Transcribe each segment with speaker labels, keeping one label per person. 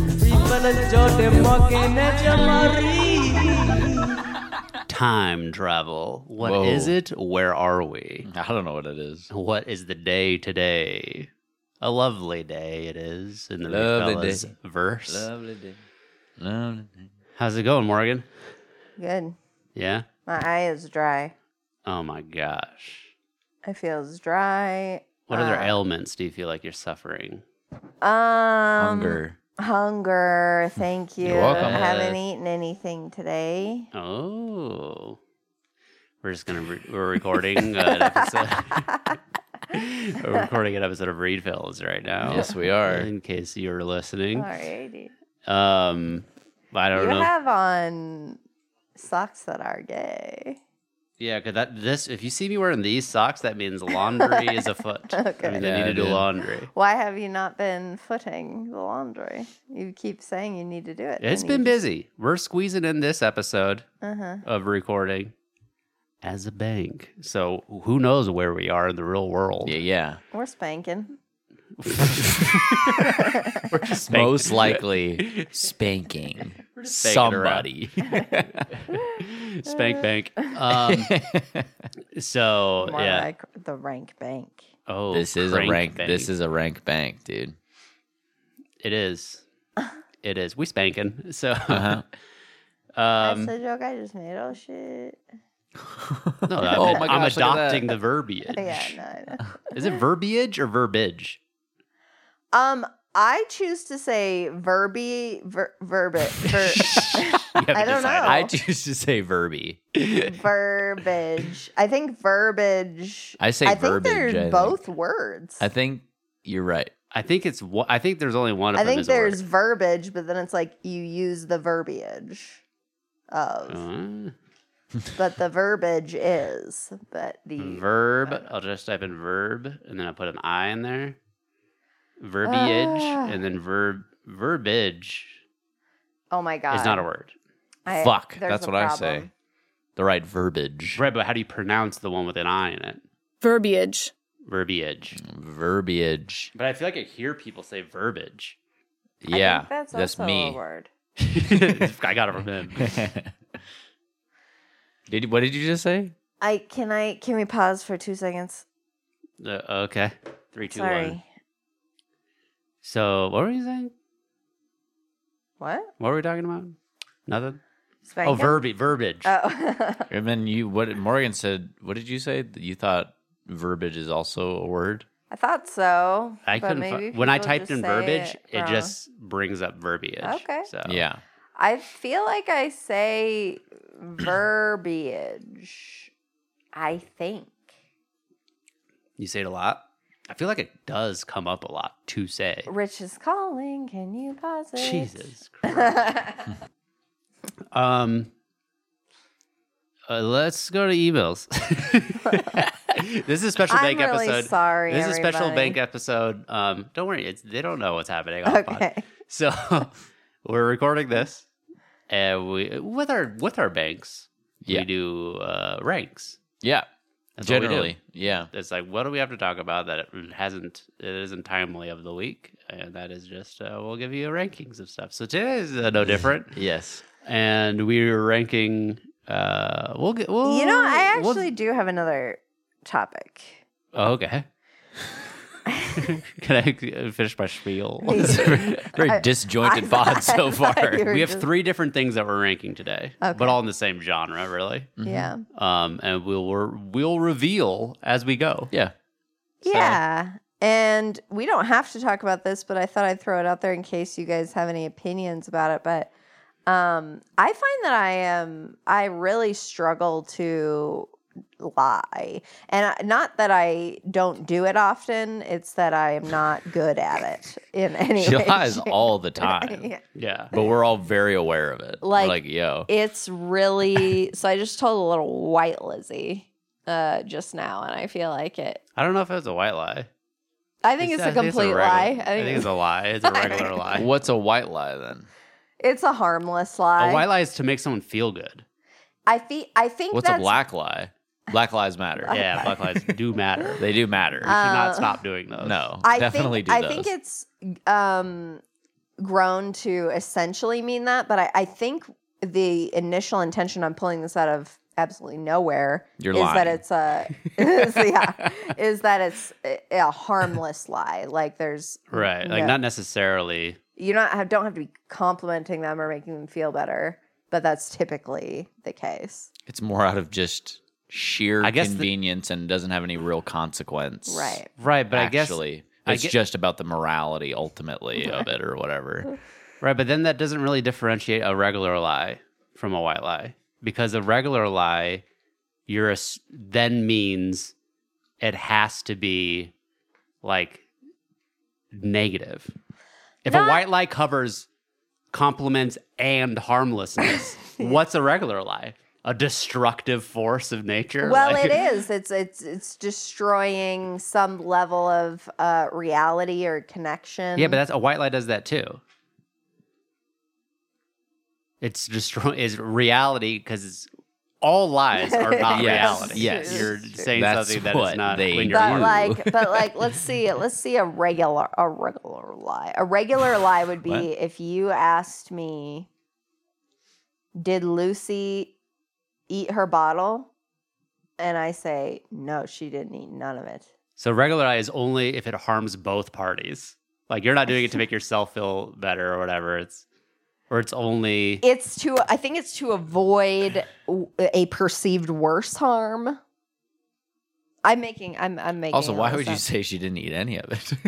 Speaker 1: चल छोटे मौके ने जमारी
Speaker 2: Time travel. What is
Speaker 3: Whoa.
Speaker 2: it? Where are we?
Speaker 3: I don't know what it is.
Speaker 2: What is the day today? A lovely day it is in the
Speaker 3: Lovely
Speaker 2: Goodfellas
Speaker 3: day.
Speaker 2: verse.
Speaker 3: Lovely day. Lovely day.
Speaker 2: How's it going, Morgan?
Speaker 4: Good.
Speaker 2: Yeah.
Speaker 4: My eye is dry.
Speaker 2: Oh my gosh.
Speaker 4: I feel it's dry.
Speaker 2: What other
Speaker 4: Uh,
Speaker 2: ailments do you feel like you're suffering?
Speaker 4: Um,
Speaker 3: Hunger.
Speaker 4: Hunger. Thank you.
Speaker 3: welcome.
Speaker 4: I haven't
Speaker 3: Yes.
Speaker 4: eaten anything today.
Speaker 2: Oh, we're just gonna re- we're recording an episode. we're recording an episode of Reed Fills right now.
Speaker 3: Yes, we are.
Speaker 2: In case you're listening,
Speaker 4: Alrighty.
Speaker 2: um, I don't
Speaker 4: You
Speaker 2: know.
Speaker 4: have on socks that are gay.
Speaker 2: yeah, because that this if you see me wearing these socks, that means laundry is afoot.
Speaker 4: Okay.
Speaker 2: I mean, I
Speaker 3: Yeah,
Speaker 2: need to
Speaker 3: I
Speaker 2: do
Speaker 3: did.
Speaker 2: laundry.
Speaker 4: Why have you not been footing the laundry? You keep saying you need to do it.
Speaker 2: It's been busy. We're squeezing in this episode
Speaker 4: Uh huh.
Speaker 2: of recording as a bank. So who knows where we are in the real world?
Speaker 3: Yeah, yeah.
Speaker 4: We're spanking.
Speaker 2: We're just spanking-
Speaker 3: Most likely spanking
Speaker 2: spanking around.
Speaker 3: somebody.
Speaker 2: Spank bank. Um, so
Speaker 4: More
Speaker 2: Oh, yeah.
Speaker 4: like the rank bank.
Speaker 2: oh,
Speaker 3: this is a
Speaker 2: crank
Speaker 3: rank.
Speaker 2: bank.
Speaker 3: This is a rank bank, dude.
Speaker 2: It is. It is. We spanking. So.
Speaker 3: Uh-huh.
Speaker 2: Um,
Speaker 4: That's the joke I just made. Oh shit.
Speaker 2: no, I'm,
Speaker 3: Oh my
Speaker 2: I'm
Speaker 3: gosh, look at that.
Speaker 2: adopting the verbiage.
Speaker 4: Yeah, no, I know.
Speaker 2: Is it verbiage or verbiage?
Speaker 4: Um, I choose to say verbi ver, verbi ver,
Speaker 2: You haven't
Speaker 4: I don't
Speaker 2: decided.
Speaker 4: know.
Speaker 3: I choose to say verby.
Speaker 4: verbiage. I think verbiage.
Speaker 3: I say
Speaker 4: I think
Speaker 3: verbiage.
Speaker 4: they're
Speaker 3: I think.
Speaker 4: both words.
Speaker 3: I think you're right.
Speaker 2: I think it's. one- I think there's only one of
Speaker 4: I
Speaker 2: them.
Speaker 4: think
Speaker 2: is a word.
Speaker 4: there's verbiage, but then it's like you use the verbiage of,
Speaker 2: Uh,
Speaker 4: but the verbiage is, but the
Speaker 2: verb. I'll just type in verb, and then I put an I in there. Verbiage,
Speaker 4: Ah.
Speaker 2: and then verb. Verbiage
Speaker 4: oh my god,
Speaker 2: is not a word.
Speaker 4: I-
Speaker 3: Fuck,
Speaker 4: there's
Speaker 3: that's
Speaker 4: a
Speaker 3: what I
Speaker 4: problem.
Speaker 3: say. The right verbiage.
Speaker 2: Right, but how do you pronounce the one with an I in it?
Speaker 5: verbiage.
Speaker 2: Verbiage.
Speaker 3: Mm. Verbiage.
Speaker 2: But I feel like I hear people say verbiage.
Speaker 4: I
Speaker 3: Yeah,
Speaker 4: think that's, also A
Speaker 3: me.
Speaker 4: word.
Speaker 2: I got it from him.
Speaker 3: did you- what did you just say?
Speaker 4: I can I can we pause for two seconds?
Speaker 2: Uh, okay. Three, two, one.
Speaker 4: Sorry.
Speaker 2: So, what were you saying?
Speaker 4: What?
Speaker 3: Oh,
Speaker 2: What were we talking about? Nothing?
Speaker 4: Spanking?
Speaker 2: Oh, verbi- verbiage.
Speaker 4: Oh.
Speaker 3: And then you what Morgan said, what did you say? That You thought verbiage is also a word?
Speaker 4: I thought so.
Speaker 2: I
Speaker 4: but
Speaker 2: couldn't.
Speaker 4: maybe
Speaker 2: Fi- when I
Speaker 4: people
Speaker 2: typed
Speaker 4: just
Speaker 2: in
Speaker 4: say
Speaker 2: verbiage, it,
Speaker 4: wrong.
Speaker 2: just brings up verbiage.
Speaker 4: Okay.
Speaker 2: So,
Speaker 3: Yeah.
Speaker 4: I feel like I say verbiage. I think.
Speaker 2: You say it a lot. I feel like it does come up a lot to say.
Speaker 4: Rich is calling. Can you pause it?
Speaker 2: Jesus Christ. Um, uh, let's go to emails. this is a special
Speaker 4: I'm
Speaker 2: bank
Speaker 4: really
Speaker 2: episode.
Speaker 4: sorry.
Speaker 2: this is a special
Speaker 4: everybody.
Speaker 2: bank episode. Um, don't worry, it's they don't know what's happening. On the pod.
Speaker 4: Okay.
Speaker 2: So we're recording this, and we with our with our banks,
Speaker 3: Yeah.
Speaker 2: we do uh, ranks.
Speaker 3: Yeah.
Speaker 2: That's what we do.
Speaker 3: Generally. Yeah.
Speaker 2: It's like, what do we have to talk about that it hasn't, it isn't timely of the week? And that is just, uh, we'll give you rankings of stuff. So today is uh, no different.
Speaker 3: Yes.
Speaker 2: and we're ranking. Uh, we'll get. We'll,
Speaker 4: You know, I
Speaker 2: we'll-
Speaker 4: actually do have another topic.
Speaker 2: oh, okay. Can I finish my spiel?
Speaker 4: Please.
Speaker 3: Very
Speaker 4: I-
Speaker 3: disjointed
Speaker 4: I
Speaker 3: pod
Speaker 4: thought-
Speaker 3: so
Speaker 4: I thought
Speaker 3: far.
Speaker 4: you were-
Speaker 2: we have
Speaker 4: just-
Speaker 2: three different things that we're ranking today,
Speaker 4: Okay.
Speaker 2: but all in the same genre, really.
Speaker 3: Mhm.
Speaker 4: Yeah.
Speaker 2: Um, and we'll we're, we'll reveal as we go.
Speaker 3: Yeah.
Speaker 2: So-
Speaker 4: Yeah. And we don't have to talk about this, but I thought I'd throw it out there in case you guys have any opinions about it. But um, I find that I am, I really struggle to lie. And I, not that I don't do it often, it's that I am not good at it in any
Speaker 3: She
Speaker 4: way.
Speaker 3: lies
Speaker 4: shape-
Speaker 3: all the time.
Speaker 4: Yeah.
Speaker 2: Yeah.
Speaker 3: But we're all very aware of it. We're
Speaker 4: Like-
Speaker 3: like yo.
Speaker 4: It's really, so I just told a little white Lizzie uh, just now, and I feel like it.
Speaker 2: I don't know if it was a white lie.
Speaker 4: I think it's, a complete
Speaker 2: regular-
Speaker 4: lie.
Speaker 2: I think it's a lie. It's a regular lie.
Speaker 3: What's a white lie then?
Speaker 4: It's a harmless lie.
Speaker 2: A white lie is to make someone feel good.
Speaker 4: I think I think
Speaker 3: What's a
Speaker 4: that's
Speaker 3: black lie? Black lies matter.
Speaker 2: Yeah, black lies do matter.
Speaker 3: They do matter.
Speaker 2: We should
Speaker 4: Uh,
Speaker 2: not stop doing those.
Speaker 3: no.
Speaker 4: I
Speaker 3: definitely
Speaker 4: think
Speaker 3: do
Speaker 4: I
Speaker 3: those.
Speaker 4: think it's um grown to essentially mean that, but I, I think the initial intention on pulling this out of absolutely nowhere
Speaker 3: You're
Speaker 4: is that
Speaker 3: lying.
Speaker 4: it's a is, yeah, is that it's a, a harmless lie. Like there's
Speaker 2: Right. Like
Speaker 4: no-
Speaker 2: not necessarily
Speaker 4: you not have, don't have to be complimenting them or making them feel better, but that's typically the case.
Speaker 3: It's more out of just sheer
Speaker 2: I guess the-
Speaker 3: convenience and doesn't have any real consequence.
Speaker 4: Right.
Speaker 2: right, but I
Speaker 3: actually,
Speaker 2: I
Speaker 3: it's
Speaker 2: get-
Speaker 3: just about the morality ultimately of it or whatever.
Speaker 2: guess right, but then that doesn't really differentiate a regular lie from a white lie because a regular lie you're ass- then means it has to be like negative. If
Speaker 4: Not-
Speaker 2: a white lie covers compliments and harmlessness, what's a regular lie? A destructive force of nature?
Speaker 4: Well,
Speaker 2: Like-
Speaker 4: it is. It's it's it's destroying some level of uh, reality or connection.
Speaker 2: Yeah, but that's a white lie does that too. It's destroy is reality because all lies are not
Speaker 3: Yes,
Speaker 2: reality.
Speaker 3: yes.
Speaker 2: you're
Speaker 4: That's
Speaker 2: saying
Speaker 3: That's
Speaker 2: something that
Speaker 3: what
Speaker 2: is not
Speaker 3: they
Speaker 2: when you're
Speaker 4: but
Speaker 3: do.
Speaker 2: lying.
Speaker 4: like but like let's see let's see a regular a regular lie. A regular lie would
Speaker 3: What?
Speaker 4: be if you asked me, did Lucy eat her bottle? And I say no, she didn't eat none of it.
Speaker 2: So regular lie is only if it harms both parties. Like you're not doing it to make yourself feel better or whatever. It's or it's only
Speaker 4: It's to I think it's to avoid w- a perceived worse harm. I'm making I'm I'm making
Speaker 3: Also,
Speaker 4: all
Speaker 3: why
Speaker 4: this
Speaker 3: would you
Speaker 4: up.
Speaker 3: say she didn't eat any of it?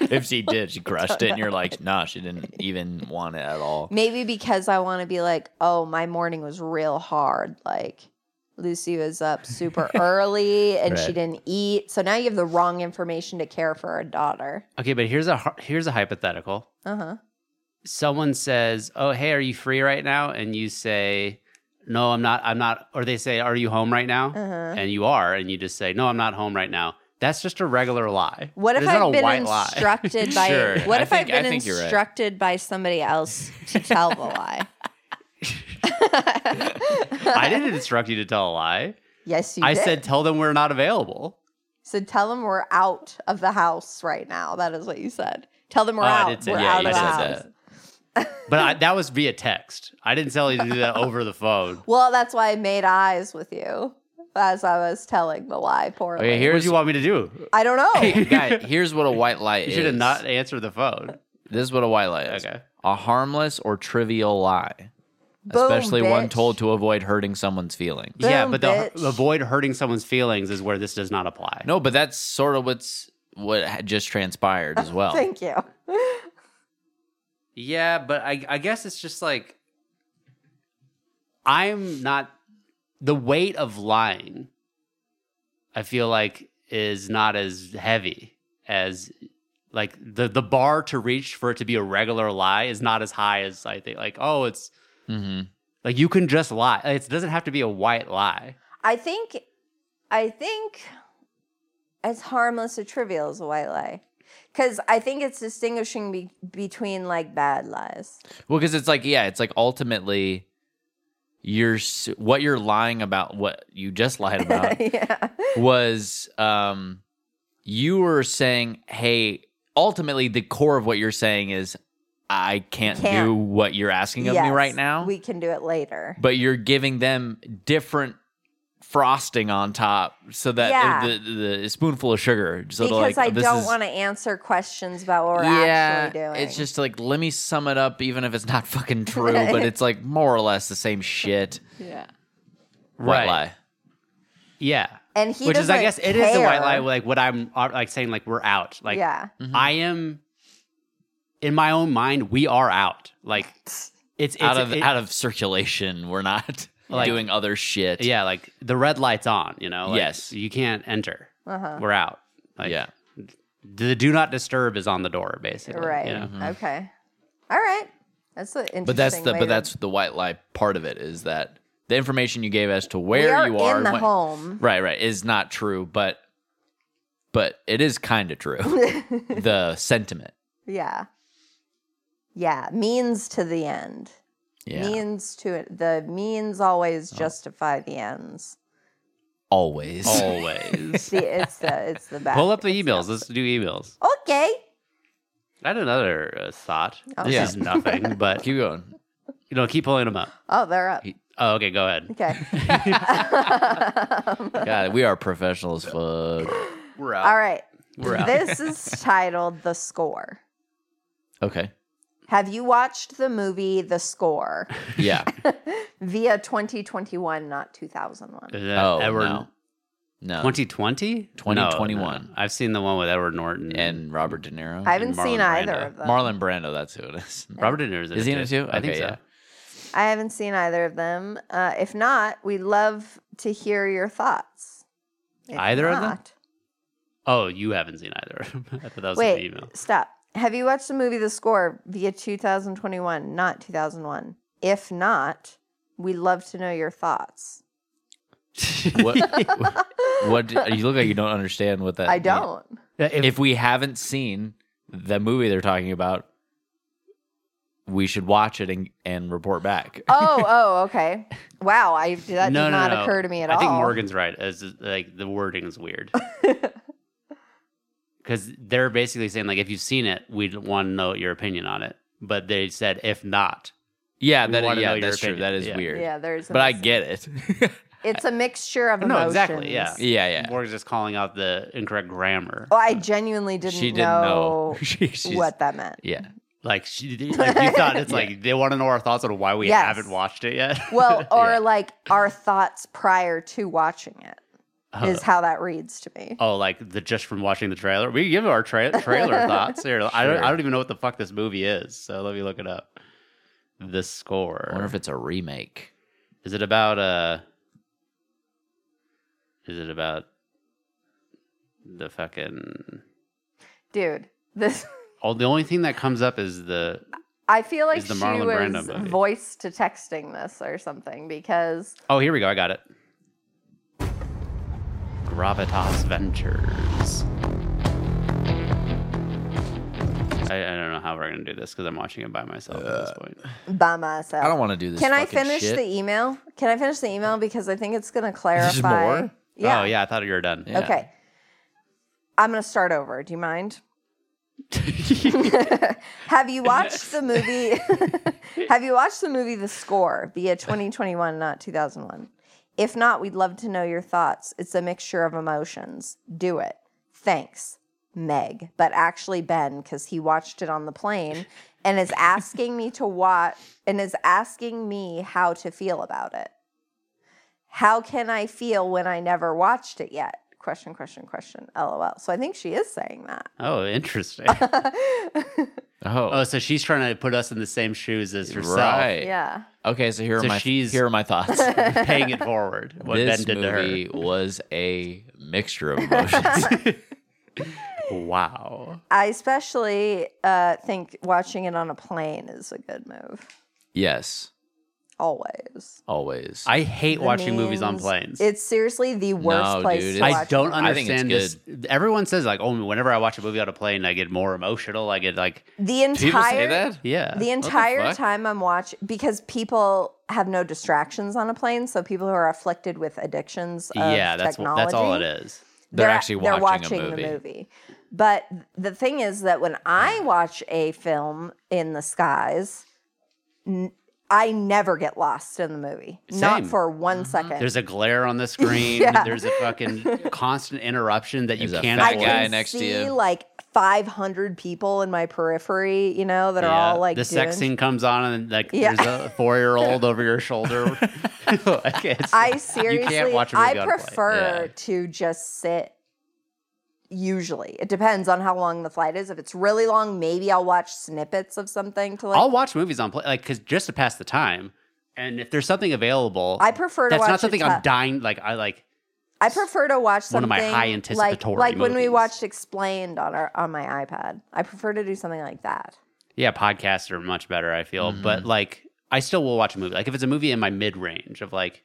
Speaker 3: if she did, she crushed it, and you're like, nah, she didn't even want it at all.
Speaker 4: Maybe because I want to be like, oh, my morning was real hard. Like Lucy was up super early and she
Speaker 3: Right.
Speaker 4: didn't eat. So now you have the wrong information to care for our daughter.
Speaker 2: okay. But here's a har- here's a hypothetical.
Speaker 4: Uh huh.
Speaker 2: someone says, "Oh, hey, are you free right now?" and you say, "No, I'm not. I'm not." Or they say, "Are you home right now?"
Speaker 4: Uh-huh.
Speaker 2: and you are, and you just say, "No, I'm not home right now." That's just a regular lie.
Speaker 4: What if
Speaker 2: It's not
Speaker 4: I've
Speaker 2: a
Speaker 4: been
Speaker 2: white lie.
Speaker 4: instructed by
Speaker 3: Sure.
Speaker 4: What
Speaker 3: I
Speaker 4: if
Speaker 3: think- I
Speaker 4: I've been
Speaker 3: think you're right.
Speaker 4: instructed by somebody else to tell the lie?
Speaker 2: I didn't instruct you to tell a lie.
Speaker 4: Yes, you
Speaker 2: I
Speaker 4: did.
Speaker 2: said, "Tell them we're not available."
Speaker 4: So tell them we're out of the house right now. That is what you said. Tell them we're
Speaker 2: Oh, I
Speaker 4: out.
Speaker 2: did say-
Speaker 4: We're
Speaker 2: yeah,
Speaker 4: out
Speaker 2: you
Speaker 4: of the
Speaker 2: said
Speaker 4: house.
Speaker 3: that.
Speaker 2: But I, that was via text. I didn't tell you to do that over the phone.
Speaker 4: Well, that's why I made eyes with you as I was telling the lie poorly.
Speaker 3: Okay,
Speaker 2: What
Speaker 3: here's
Speaker 2: do you want me to do?
Speaker 4: I don't know.
Speaker 3: guy, here's what a white lie
Speaker 2: You
Speaker 3: is.
Speaker 2: should have not answered the phone.
Speaker 3: This is what a white lie is.
Speaker 2: Okay.
Speaker 3: A harmless or trivial lie,
Speaker 4: Boom,
Speaker 3: especially one
Speaker 4: bitch.
Speaker 3: told to avoid hurting someone's feelings.
Speaker 2: yeah,
Speaker 4: Boom,
Speaker 2: but the,
Speaker 4: bitch.
Speaker 2: avoid hurting someone's feelings is where this does not apply.
Speaker 3: No, but that's sort of what's what had just transpired as well.
Speaker 4: Thank you.
Speaker 2: Yeah, but I, I guess it's just like I'm not the weight of lying. I feel like is not as heavy as like the the bar to reach for it to be a regular lie is not as high as I think. Like oh, it's
Speaker 3: hmm
Speaker 2: like you can just lie. It doesn't have to be a white lie.
Speaker 4: I think, I think, as harmless or trivial as a white lie, because I think it's distinguishing be- between like bad lies.
Speaker 3: Well, because it's like, yeah, it's like ultimately, you're s- what you're lying about, what you just lied
Speaker 2: Uh,
Speaker 3: about,
Speaker 4: yeah.
Speaker 3: was um you were saying hey ultimately the core of what you're saying is i can't,
Speaker 4: Can't.
Speaker 3: do what you're asking of me
Speaker 4: Yes,
Speaker 3: right now
Speaker 4: We can do it later.
Speaker 3: but you're giving them different frosting on top so that uh,
Speaker 4: Yeah.
Speaker 3: the, the, the spoonful of sugar so
Speaker 4: because
Speaker 3: to like
Speaker 4: I
Speaker 3: this
Speaker 4: don't
Speaker 3: is-
Speaker 4: want to answer questions about what we're actually doing.
Speaker 3: it's just like let me sum it up, even if it's not fucking true, but it's like more or less the same shit.
Speaker 4: yeah.
Speaker 3: White
Speaker 2: Right.
Speaker 3: lie.
Speaker 2: Yeah.
Speaker 4: And he
Speaker 2: Which is, I
Speaker 4: doesn't
Speaker 2: guess, it is a white
Speaker 4: care.
Speaker 2: lie. Like what I'm uh, like saying, like we're out. Like
Speaker 4: yeah.
Speaker 3: Mm-hmm.
Speaker 2: I am in my own mind, we are out. Like it's, it's
Speaker 3: out of
Speaker 2: it-
Speaker 3: out of circulation, we're not
Speaker 2: Like-
Speaker 3: doing other shit.
Speaker 2: yeah, like the red light's on, you know? Like,
Speaker 3: Yes.
Speaker 2: You can't enter.
Speaker 4: Uh-huh.
Speaker 2: We're out. Like,
Speaker 3: yeah.
Speaker 2: The do not disturb is on the door, basically.
Speaker 4: Right.
Speaker 2: you know?
Speaker 4: Okay. All right. That's an interesting.
Speaker 3: Mm-hmm. But that's the
Speaker 4: way
Speaker 3: but
Speaker 4: to-
Speaker 3: that's the white lie part of it is that the information you gave as to
Speaker 4: We
Speaker 3: where
Speaker 4: are
Speaker 3: you are
Speaker 4: in the
Speaker 3: when-
Speaker 4: home.
Speaker 3: right right is not true, but but it is kind of true. the sentiment,
Speaker 4: Yeah. Yeah. Means to the end.
Speaker 3: yeah, Oh.
Speaker 4: Means to it. The means always justify the ends.
Speaker 3: always.
Speaker 2: Always.
Speaker 4: See, it's the it's the back.
Speaker 2: Pull up the
Speaker 4: it's
Speaker 2: emails.
Speaker 4: not-
Speaker 2: Let's do emails.
Speaker 4: Okay.
Speaker 2: I had another uh, thought.
Speaker 4: Oh.
Speaker 2: This
Speaker 3: Yeah.
Speaker 2: is nothing, but
Speaker 3: Keep going.
Speaker 2: you know, keep pulling them up.
Speaker 4: Oh, they're up.
Speaker 2: Oh, okay, go ahead.
Speaker 4: Okay.
Speaker 3: God, we are professional as fuck.
Speaker 2: We're out.
Speaker 4: All right.
Speaker 2: We're out.
Speaker 4: This is titled The Score.
Speaker 3: Okay.
Speaker 4: Have you watched the movie The Score
Speaker 3: Yeah.
Speaker 4: via 2021, not 2001?
Speaker 2: Is that
Speaker 3: oh,
Speaker 2: Edward
Speaker 3: no. No.
Speaker 2: 2020?
Speaker 3: 2021.
Speaker 2: I've seen the one with Edward Norton
Speaker 3: and Robert De Niro.
Speaker 4: I haven't
Speaker 2: Marlon
Speaker 4: seen either
Speaker 2: Brando.
Speaker 4: of them.
Speaker 3: Marlon Brando, that's who it is.
Speaker 2: Robert De Niro's in
Speaker 3: Is
Speaker 2: it
Speaker 3: he in it too?
Speaker 2: I think
Speaker 3: Okay,
Speaker 2: so.
Speaker 3: yeah.
Speaker 4: I haven't seen either of them. Uh, if not, we'd love to hear your thoughts. If
Speaker 2: Either of them?
Speaker 4: not-
Speaker 2: Oh, you haven't seen either. of them. I thought that was an
Speaker 4: Wait,
Speaker 2: email.
Speaker 4: stop. Have you watched the movie The Score via 2021, not 2001? If not, we'd love to know your thoughts.
Speaker 3: What? what? do- You look like you don't understand what that.
Speaker 4: I
Speaker 3: mean-
Speaker 4: don't.
Speaker 2: If,
Speaker 3: If we haven't seen the movie they're talking about, we should watch it and, and report back.
Speaker 4: Oh, oh, okay. Wow, I that
Speaker 2: No,
Speaker 4: did
Speaker 2: no,
Speaker 4: not
Speaker 2: no.
Speaker 4: occur to me at
Speaker 2: I
Speaker 4: all.
Speaker 2: think Morgan's right. As like the wording is weird because they're basically saying like if you've seen it, we'd want to know your opinion on it. But they said if not,
Speaker 3: yeah,
Speaker 2: We
Speaker 3: that,
Speaker 2: wanna know
Speaker 3: yeah
Speaker 2: your
Speaker 3: that's true.
Speaker 2: opinion.
Speaker 3: That is
Speaker 2: Yeah.
Speaker 3: weird.
Speaker 4: Yeah, there's. a
Speaker 3: but I
Speaker 4: mis-
Speaker 3: get it.
Speaker 4: it's a mixture of emotions.
Speaker 2: No, exactly, yeah.
Speaker 3: yeah, yeah.
Speaker 2: Morgan's just calling out the incorrect grammar.
Speaker 4: Oh, I genuinely didn't,
Speaker 3: she didn't
Speaker 4: know,
Speaker 3: know. She- she's-
Speaker 4: what that meant.
Speaker 3: Yeah.
Speaker 2: Like, she, like you thought it's like they want to know our thoughts on why we
Speaker 4: Yes.
Speaker 2: haven't watched it yet.
Speaker 4: Well, or
Speaker 3: Yeah.
Speaker 4: like our thoughts prior to watching it is how that reads to me.
Speaker 2: Oh, like the just from watching the trailer. We give our tra- trailer thoughts here. I don't.
Speaker 3: Sure.
Speaker 2: I don't even know what the fuck this movie is. So let me look it up. The score.
Speaker 3: I wonder if it's a remake.
Speaker 2: Is it about uh Is it about the fucking
Speaker 4: Dude, this
Speaker 2: Oh, the only thing that comes up is the
Speaker 4: I feel like
Speaker 2: Is the
Speaker 4: she
Speaker 2: Marlon
Speaker 4: was
Speaker 2: Brando movie.
Speaker 4: voice to texting this or something because
Speaker 2: Oh, here we go. I got it. Gravitas Ventures. I, I don't know how we're gonna do this because I'm watching it by myself at this point.
Speaker 4: by myself.
Speaker 3: I don't want to do this.
Speaker 4: Can I
Speaker 3: fucking
Speaker 4: finish
Speaker 3: shit.
Speaker 4: the email? Can I finish the email because I think it's going to
Speaker 3: There's more?
Speaker 4: clarify.
Speaker 2: Oh yeah, I thought you were done.
Speaker 3: Yeah.
Speaker 4: Okay. I'm going to start over. Do you mind? have you watched the movie? have you watched the movie The Score via 2021, not 2001? If not, we'd love to know your thoughts. It's a mixture of emotions. Do it. Thanks, Meg. But actually, Ben, because he watched it on the plane and is asking me to watch and is asking me how to feel about it. How can I feel when I never watched it yet? Question, question, question. LOL. So I think she is saying that.
Speaker 2: Oh, interesting.
Speaker 3: Oh,
Speaker 2: oh, so she's trying to put us in the same shoes as herself,
Speaker 3: right.
Speaker 4: Yeah.
Speaker 3: Okay, so here are
Speaker 2: So
Speaker 3: my
Speaker 2: she's-
Speaker 3: here are my thoughts.
Speaker 2: paying it forward. What
Speaker 3: this
Speaker 2: Ben did
Speaker 3: movie was a mixture of emotions.
Speaker 2: to her. Wow.
Speaker 4: I especially uh, think watching it on a plane is a good move.
Speaker 3: yes,
Speaker 4: Always.
Speaker 3: always.
Speaker 2: I hate
Speaker 4: The
Speaker 2: watching movies on
Speaker 4: memes-
Speaker 2: planes.
Speaker 4: It's seriously the worst
Speaker 3: No,
Speaker 4: place
Speaker 3: dude,
Speaker 4: to
Speaker 3: it's-
Speaker 2: I
Speaker 4: watch
Speaker 2: don't
Speaker 4: it.
Speaker 3: I think it's
Speaker 2: understand this. Everyone says like, "Oh, whenever I watch a movie on a plane, I get more emotional. I get like,
Speaker 4: The entire
Speaker 3: People say that.
Speaker 2: yeah,
Speaker 4: the
Speaker 3: the
Speaker 4: entire
Speaker 3: fuck?
Speaker 4: time I'm watching because people have no distractions on a plane, so people who are afflicted with addictions of
Speaker 2: yeah, that's wh-
Speaker 4: technology,
Speaker 2: that's all it is.
Speaker 3: They're actually
Speaker 4: they're
Speaker 3: watching a
Speaker 4: the
Speaker 3: movie.
Speaker 4: movie. But the thing is that when I watch a film in the skies, n- I never get lost in the movie. Not
Speaker 2: Same. Mm-hmm.
Speaker 4: for one second.
Speaker 2: There's a glare on the screen.
Speaker 4: Yeah.
Speaker 2: There's a fucking constant interruption that you
Speaker 3: There's a
Speaker 2: can't
Speaker 4: I
Speaker 3: fat
Speaker 2: avoid.
Speaker 4: can
Speaker 3: guy next to
Speaker 4: see
Speaker 3: you.
Speaker 4: like 500 people in my periphery, you know, that
Speaker 2: Yeah.
Speaker 4: are all like
Speaker 2: the sex
Speaker 4: doing-
Speaker 2: scene comes on and like
Speaker 4: Yeah.
Speaker 2: there's a four year old over your shoulder. Like, it's-
Speaker 4: I seriously,
Speaker 2: watch a movie
Speaker 4: I
Speaker 2: on a plane.
Speaker 4: prefer
Speaker 3: Yeah.
Speaker 4: to just sit. Usually, it depends on how long the flight is. If it's really long, maybe I'll watch snippets of something to like.
Speaker 2: I'll watch movies on plane, like, cause just to pass the time. And if there's something available,
Speaker 4: I prefer to
Speaker 2: that's
Speaker 4: watch
Speaker 2: not
Speaker 4: it
Speaker 2: something
Speaker 4: ti-
Speaker 2: I'm dying. Like I like.
Speaker 4: I prefer to watch
Speaker 2: One
Speaker 4: something
Speaker 2: of my high
Speaker 4: like
Speaker 2: anticipatory
Speaker 4: like when we
Speaker 2: movies.
Speaker 4: watched Explained on our on my iPad. I prefer to do something like that.
Speaker 2: Yeah, podcasts are much better, I feel. But like I still will watch a movie. Like if it's a movie in my mid range of like